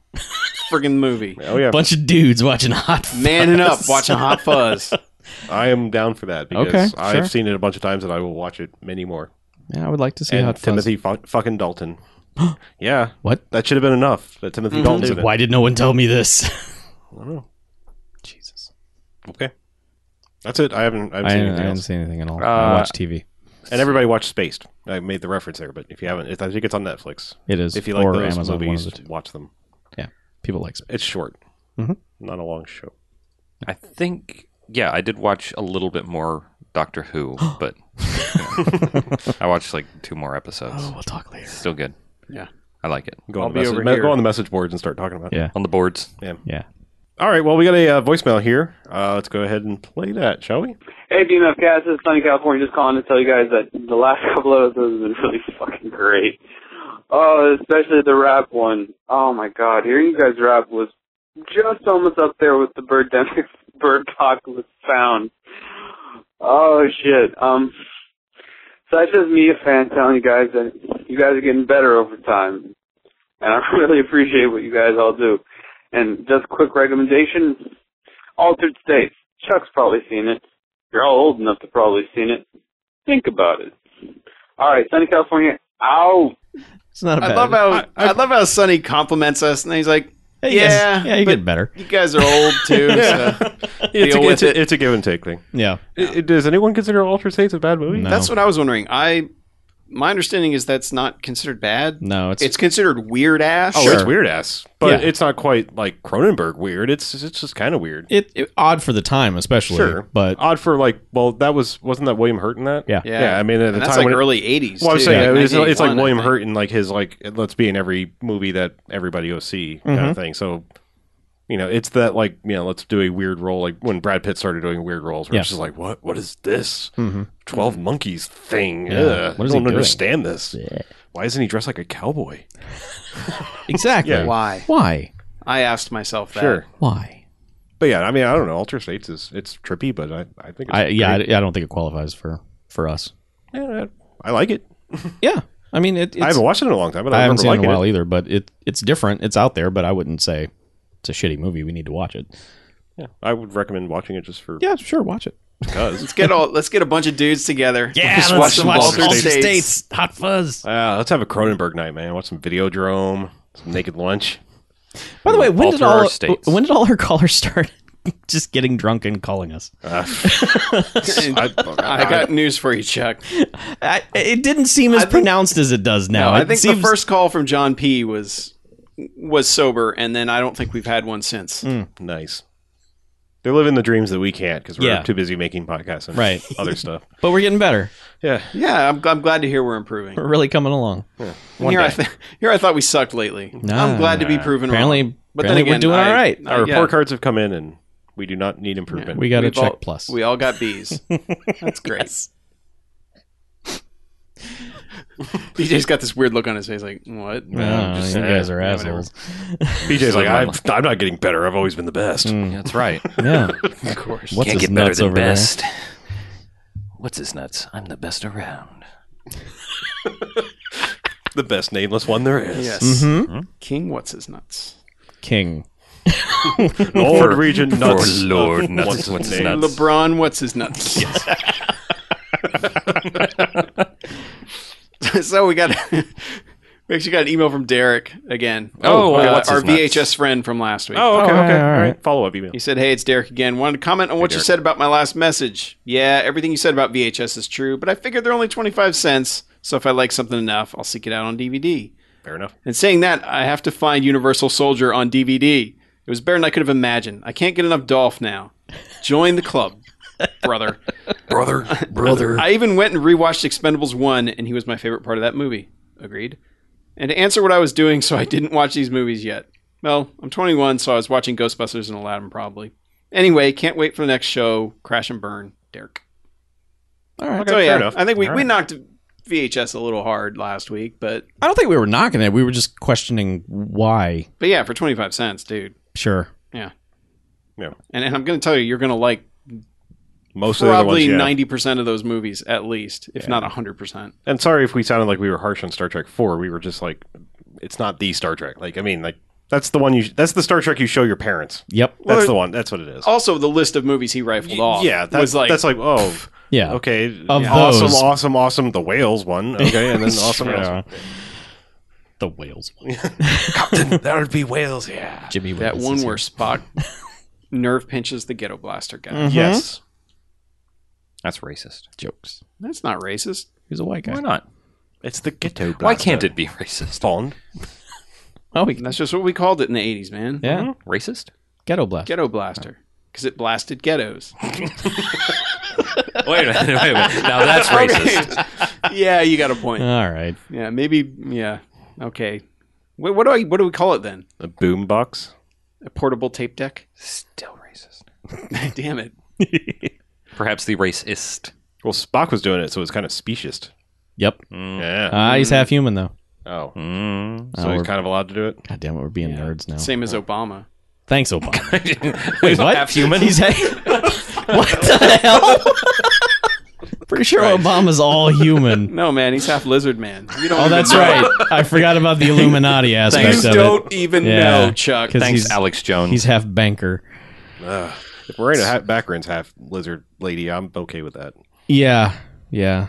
Speaker 4: friggin' movie.
Speaker 2: Oh yeah,
Speaker 5: bunch of dudes watching Hot. Fuzz.
Speaker 4: Manning up, watching Hot Fuzz.
Speaker 2: I am down for that because
Speaker 5: Okay,
Speaker 2: I've
Speaker 5: sure.
Speaker 2: seen it a bunch of times and I will watch it many more.
Speaker 5: <laughs> Yeah, I would like to see
Speaker 2: and
Speaker 5: Hot Fuzz.
Speaker 2: Timothy fu- fucking
Speaker 5: <gasps>
Speaker 2: Dalton. yeah.
Speaker 5: What?
Speaker 2: That should have been enough. That Timothy
Speaker 4: Mhm.
Speaker 2: Dalton's in it.
Speaker 5: Why did no one tell me this?
Speaker 2: Okay. That's it. I haven't, I
Speaker 5: <laughs>
Speaker 2: haven't
Speaker 5: I,
Speaker 2: seen
Speaker 5: I
Speaker 2: anything
Speaker 5: didn't
Speaker 2: else.
Speaker 5: see anything at all.
Speaker 3: Uh,
Speaker 5: I watch TV.
Speaker 2: And everybody watched Spaced. I made the reference there, but if you haven't, if, I think it's on Netflix.
Speaker 5: It is
Speaker 2: If you like
Speaker 5: or
Speaker 2: those
Speaker 5: Amazon. One of
Speaker 2: movies,
Speaker 5: the two.
Speaker 2: watch them.
Speaker 5: Yeah, people like. Space.
Speaker 2: It's short.
Speaker 5: Mhm.
Speaker 2: Not a long show.
Speaker 3: I think, yeah, I did watch a little bit more Doctor
Speaker 2: <gasps>
Speaker 3: Who, but I watched like two more episodes.
Speaker 5: Oh,
Speaker 2: Oh.
Speaker 5: We'll talk later.
Speaker 3: Still good.
Speaker 4: Yeah.
Speaker 3: I like it.
Speaker 2: Go
Speaker 4: I'll
Speaker 2: on, the
Speaker 4: be
Speaker 2: message,
Speaker 4: over
Speaker 2: me-
Speaker 4: here.
Speaker 2: go on the message boards and start talking about it.
Speaker 5: Yeah.
Speaker 3: On the boards.
Speaker 5: Yeah.
Speaker 2: All right. Well, we got a uh, voicemail here. Uh, let's go ahead and play that, shall we?
Speaker 6: Hey, DMF Cast, this is Sunny California. Just calling to tell you guys that the last <laughs> couple of episodes have been really fucking great. Oh, especially the rap one. Oh my god, hearing you guys rap was just almost up there with the Birdemic <laughs> Birdpocalypse sound. Oh shit. Um, so that's just me, a fan, telling you guys that you guys are getting better over time, and I <laughs> really appreciate what you guys all do. And just quick recommendation: Altered States. Chuck's probably seen it. You're all old enough to probably seen it. Think about it. All right, sunny California. Ow.
Speaker 5: It's not a
Speaker 4: I
Speaker 5: bad.
Speaker 4: love how I, love how Sonny compliments us, and he's like,
Speaker 5: Hey, you guys-
Speaker 4: "Yeah,
Speaker 5: yeah, you
Speaker 4: but
Speaker 5: get better.
Speaker 4: You guys are old
Speaker 2: <laughs>
Speaker 4: too. so.
Speaker 2: It's a,
Speaker 4: <laughs> Deal
Speaker 2: it's,
Speaker 4: with
Speaker 2: a,
Speaker 4: it.
Speaker 2: it's a give and take thing.
Speaker 5: Yeah,
Speaker 2: I- I- does anyone consider Altered States a bad movie?
Speaker 5: No.
Speaker 4: That's what I was wondering. I my understanding is that's not considered bad.
Speaker 5: no, it's
Speaker 4: It's considered weird ass.
Speaker 2: Oh, it's
Speaker 5: Sure.
Speaker 2: weird ass, but
Speaker 5: Yeah.
Speaker 2: it's not quite like Cronenberg weird. It's it's just kind of weird.
Speaker 5: it, it- odd for the time, especially.
Speaker 2: Sure,
Speaker 5: but
Speaker 2: odd for like, well, that was wasn't that William Hurt in that?
Speaker 5: Yeah.
Speaker 4: Yeah.
Speaker 2: I mean, at
Speaker 4: And
Speaker 2: the
Speaker 4: that's
Speaker 2: time,
Speaker 4: like
Speaker 2: when it-
Speaker 4: early eighties.
Speaker 2: well, I'm
Speaker 4: too,
Speaker 2: saying
Speaker 4: like
Speaker 2: it's, it's like
Speaker 4: 1981,
Speaker 2: William
Speaker 4: I think.
Speaker 2: Hurt in like his like let's be in every movie that everybody will see
Speaker 5: Mm-hmm.
Speaker 2: kind of thing. So. You know, it's that like you know, let's do a weird role. Like when Brad Pitt started doing weird roles, where
Speaker 5: Yeah. Mm-hmm.
Speaker 2: it's just like, what, what is this 12 monkeys thing?
Speaker 5: Yeah.
Speaker 2: Ugh,
Speaker 5: What is
Speaker 2: I
Speaker 5: he
Speaker 2: don't
Speaker 5: doing?
Speaker 2: understand this. Why isn't he dressed like a cowboy?
Speaker 5: exactly
Speaker 2: Yeah.
Speaker 4: Why?
Speaker 5: Why?
Speaker 4: I asked myself that.
Speaker 2: Sure,
Speaker 5: Why?
Speaker 2: But yeah, I mean, I don't know. Alter States is it's trippy, but I, I think it's
Speaker 5: I yeah, I,
Speaker 2: great.
Speaker 5: I don't think it qualifies for for us.
Speaker 2: yeah, I like it.
Speaker 5: Yeah, I mean, it, it's,
Speaker 2: I haven't watched it in a long time, but I,
Speaker 5: I haven't
Speaker 2: remember
Speaker 5: seen it in
Speaker 2: liking
Speaker 5: a while
Speaker 2: it.
Speaker 5: either. But it it's different. It's out there, but I wouldn't say it's a shitty movie. We need to watch it.
Speaker 2: Yeah, I would recommend watching it just for
Speaker 5: Yeah, sure, watch it.
Speaker 2: because.
Speaker 4: Let's get all. Let's get a bunch of dudes together.
Speaker 5: Yeah,
Speaker 4: Just
Speaker 5: let's
Speaker 4: some
Speaker 5: watch
Speaker 4: Walter
Speaker 5: Walter
Speaker 4: States.
Speaker 5: Hot Fuzz.
Speaker 2: Uh, let's have a Cronenberg night, man. Watch some Videodrome, some Naked Lunch.
Speaker 5: By the way, when did
Speaker 3: Alter our
Speaker 5: all
Speaker 3: states.
Speaker 5: when did all our callers start <laughs> just getting drunk and calling us?
Speaker 2: I,
Speaker 4: <laughs> I got news for you, Chuck.
Speaker 5: I, it didn't seem as pronounced as it does now.
Speaker 4: I
Speaker 5: It
Speaker 4: think
Speaker 5: seems-
Speaker 4: the first call from
Speaker 5: Mm.
Speaker 4: John P was was sober, and then I don't think we've had one since.
Speaker 2: nice. They're living the dreams that we can't because we're
Speaker 5: Yeah.
Speaker 2: too busy making podcasts and
Speaker 5: Right.
Speaker 2: <laughs> other
Speaker 5: <laughs>
Speaker 2: stuff.
Speaker 5: But we're getting better.
Speaker 2: Yeah.
Speaker 4: Yeah, I'm, I'm glad to hear we're improving.
Speaker 5: We're really coming along.
Speaker 4: And here, I th- here I thought we sucked lately. I'm glad to be proven
Speaker 5: Apparently-
Speaker 4: wrong. But
Speaker 5: apparently we're
Speaker 4: then again,
Speaker 5: doing
Speaker 4: I-
Speaker 5: all right.
Speaker 4: I-
Speaker 2: Our
Speaker 4: yeah.
Speaker 2: report cards have come in and we do not need improvement.
Speaker 5: Uh, We got to
Speaker 4: We've
Speaker 5: check
Speaker 4: all-
Speaker 5: plus.
Speaker 4: We all got
Speaker 5: <laughs>
Speaker 4: B's. That's great. <laughs> DJ's got this weird look on his face, like what?
Speaker 5: Oh, you guys are
Speaker 4: yeah,
Speaker 5: assholes. <laughs>
Speaker 2: BJ's like, I'm, I'm not getting better. I've always been the best.
Speaker 5: Mm.
Speaker 3: That's right.
Speaker 5: <laughs> Yeah.
Speaker 4: Of course.
Speaker 5: What's
Speaker 1: Can't
Speaker 5: his
Speaker 1: get better
Speaker 5: nuts
Speaker 1: than
Speaker 5: over there?
Speaker 1: best. What's his nuts? I'm the best around.
Speaker 2: The best nameless one there is.
Speaker 4: Yes.
Speaker 5: Mm-hmm.
Speaker 4: King, what's his nuts?
Speaker 5: King.
Speaker 2: Lord Regent Nuts.
Speaker 1: For Lord
Speaker 2: <laughs> of
Speaker 1: Nuts.
Speaker 2: what's his
Speaker 1: What's his
Speaker 2: name.
Speaker 1: nuts?
Speaker 4: LeBron, what's his
Speaker 3: <laughs>
Speaker 4: nuts? <laughs> so we got <laughs> we actually got an email from Derek again. uh,
Speaker 3: Oh, well, what's
Speaker 4: our
Speaker 3: his nuts?
Speaker 4: VHS friend from last week.
Speaker 2: Oh, okay,
Speaker 5: all
Speaker 2: okay.
Speaker 5: right, all
Speaker 2: all
Speaker 5: right.
Speaker 2: right. Follow up email.
Speaker 4: He said, "Hey, it's Derek again. Wanted to comment on what you said about my last message. Yeah, everything you said about VHS is true, but I figured they're only 25 cents, so if I like something enough, I'll seek it out on DVD."
Speaker 2: Fair enough.
Speaker 4: And saying that, I have to find Universal Soldier on DVD. It was better than I could have imagined. I can't get enough Dolph now. Join the
Speaker 5: <laughs>
Speaker 4: club, brother. <laughs>
Speaker 1: Brother, brother.
Speaker 4: I even went and rewatched Expendables 1, and he was my favorite part of that movie. Agreed. And to answer what I was doing, <laughs> so I didn't watch these movies yet. Well, I'm 21, so I was watching Ghostbusters and Aladdin probably. Anyway, can't wait for the next show. Crash and burn, Derek.
Speaker 5: All right.
Speaker 4: so yeah,
Speaker 2: enough.
Speaker 4: I think we, we knocked VHS a little hard last week, but
Speaker 5: I don't think we were knocking it. We were just questioning why.
Speaker 4: but yeah, for 25 cents, dude.
Speaker 5: Sure.
Speaker 2: Yeah.
Speaker 4: And, and I'm going to tell you, you're going to like
Speaker 2: Most of the other ones,
Speaker 4: probably
Speaker 2: yeah.
Speaker 4: 90% of those movies at least, if not not 100%.
Speaker 2: And sorry if we sounded like we were harsh on Star Trek 4. We were just like, it's not the Star Trek. Like, I mean, like, that's the one you, that's the Star Trek you show your parents.
Speaker 5: Yep.
Speaker 2: That's the one. That's what it is.
Speaker 4: Also, the list of movies he rifled off
Speaker 2: oh, yeah. That,
Speaker 4: was like
Speaker 2: that's like, oh,
Speaker 5: Yeah.
Speaker 2: okay.
Speaker 5: Of
Speaker 2: yeah. awesome,
Speaker 5: those.
Speaker 2: awesome, awesome. The whales <laughs> one. Okay. And then awesome. Mm-hmm.
Speaker 5: Yeah.
Speaker 2: yeah.
Speaker 5: <laughs> The <laughs> whales.
Speaker 2: That would be whales. Yeah.
Speaker 5: Jimmy
Speaker 4: That
Speaker 5: Wales
Speaker 4: one
Speaker 5: is
Speaker 4: where Spock nerve pinches the ghetto blaster guy.
Speaker 2: Mm. Yes.
Speaker 3: That's racist.
Speaker 5: jokes.
Speaker 4: That's not racist.
Speaker 5: He's a white guy.
Speaker 3: Why not?
Speaker 2: It's the ghetto
Speaker 3: Why can't it be racist?
Speaker 2: Spawn.
Speaker 5: Oh, we
Speaker 4: That's just what we called it in the 80s, man.
Speaker 5: yeah.
Speaker 3: Racist?
Speaker 5: Ghetto blast.
Speaker 4: Ghetto blaster. Because it blasted ghettos.
Speaker 3: Wait a minute. Wait a minute. Now that's
Speaker 2: <laughs> Oh,
Speaker 3: racist.
Speaker 4: yeah, you got a point.
Speaker 5: All right.
Speaker 4: <laughs> Yeah, maybe. Yeah. Okay. Wait, what do I? What do we call it then?
Speaker 2: A boom box.
Speaker 4: A portable tape deck? <laughs>
Speaker 3: Still racist.
Speaker 4: Damn it.
Speaker 3: Perhaps the racist.
Speaker 2: Well, Spock was doing it, so it was kind of speciest.
Speaker 5: Yep.
Speaker 2: Yeah.
Speaker 5: Ah, he's half human though.
Speaker 2: oh.
Speaker 3: Mm.
Speaker 2: So he's kind of allowed to do it?
Speaker 5: God damn it, we're being nerds now.
Speaker 4: Same as Obama.
Speaker 5: Thanks, Obama.
Speaker 3: Wait,
Speaker 5: what?
Speaker 3: Half human?
Speaker 5: He's ha- <laughs> what the hell? <laughs> Pretty sure Obama's all human.
Speaker 4: No, man, he's half lizard man. You don't. <laughs>
Speaker 5: Oh, that's right. I forgot about the Illuminati aspect
Speaker 4: You
Speaker 5: of
Speaker 4: don't
Speaker 5: it.
Speaker 4: even
Speaker 5: Yeah.
Speaker 4: know, Chuck.
Speaker 5: 'Cause
Speaker 3: Thanks,
Speaker 5: he's,
Speaker 3: Alex Jones.
Speaker 5: He's half banker.
Speaker 2: If we're in a half backwards half lizard lady, I'm okay with that.
Speaker 5: Yeah, yeah.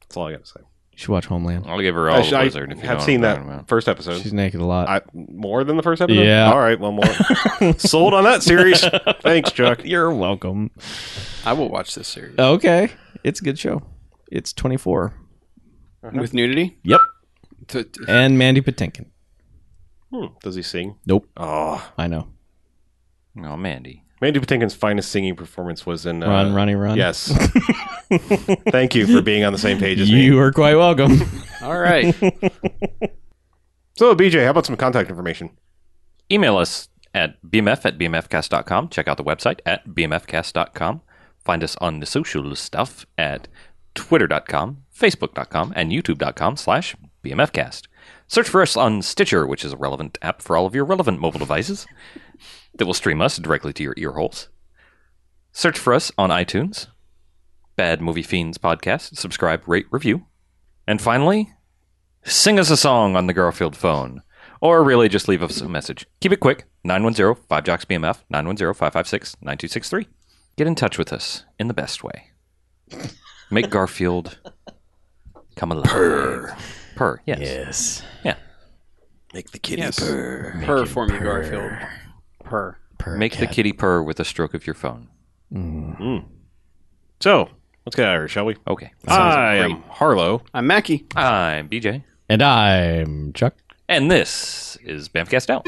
Speaker 2: That's all I got to say.
Speaker 5: You should watch Homeland.
Speaker 3: I'll give her all
Speaker 2: I should-
Speaker 3: the
Speaker 2: I
Speaker 3: lizard. if you know
Speaker 2: have
Speaker 3: what
Speaker 2: seen
Speaker 3: I'm
Speaker 2: that
Speaker 3: talking about.
Speaker 2: first episode.
Speaker 5: She's naked a lot.
Speaker 2: I, more than the first episode?
Speaker 5: Yeah.
Speaker 2: All right, one
Speaker 3: <laughs>
Speaker 2: more. Sold on that series. Thanks, Chuck.
Speaker 5: You're welcome.
Speaker 4: I will watch this series
Speaker 5: Okay, it's a good show. It's 24.
Speaker 4: with nudity.
Speaker 5: Yep.
Speaker 4: Uh-huh. T- t-
Speaker 5: And Mandy Patinkin.
Speaker 2: Hmm, Does he sing?
Speaker 5: Nope.
Speaker 2: Oh.
Speaker 5: I know.
Speaker 3: No, Mandy.
Speaker 2: Mandy Patinkin's finest singing performance was in. Uh,
Speaker 5: Run, Ronnie, run.
Speaker 3: <laughs>
Speaker 2: Yes. Thank you for being on the same page as me.
Speaker 5: You are quite welcome. <laughs>
Speaker 4: All right.
Speaker 2: So, BJ, how about some contact information?
Speaker 3: Email us at bmf at bmfcast.com. Check out the website at bmfcast.com. Find us on the social stuff at twitter.com, facebook.com, and youtube.com slash bmfcast. Search for us on Stitcher, which is a relevant app for all of your relevant mobile devices that will stream us directly to your ear holes. Search for us on iTunes, Bad Movie Fiends Podcast, subscribe, rate, review. And finally, sing us a song on the Garfield phone, or really just leave us a message. Keep it quick 910 5 Jocks BMF, 910 556 9263. Get in touch with us in the best way. Make Garfield come alive. Purr. Purr, yes.
Speaker 5: yes.
Speaker 3: Yeah.
Speaker 1: Make the kitty
Speaker 4: <laughs> Yes. Purr for me, Garfield. Purr.
Speaker 3: Make the kitty purr with a stroke of your phone.
Speaker 2: So, let's get out of here, shall we?
Speaker 3: Okay.
Speaker 2: I am Harlow.
Speaker 4: I'm Mackie.
Speaker 3: I'm BJ,
Speaker 5: And I'm Chuck.
Speaker 3: and this is Bamcast Out.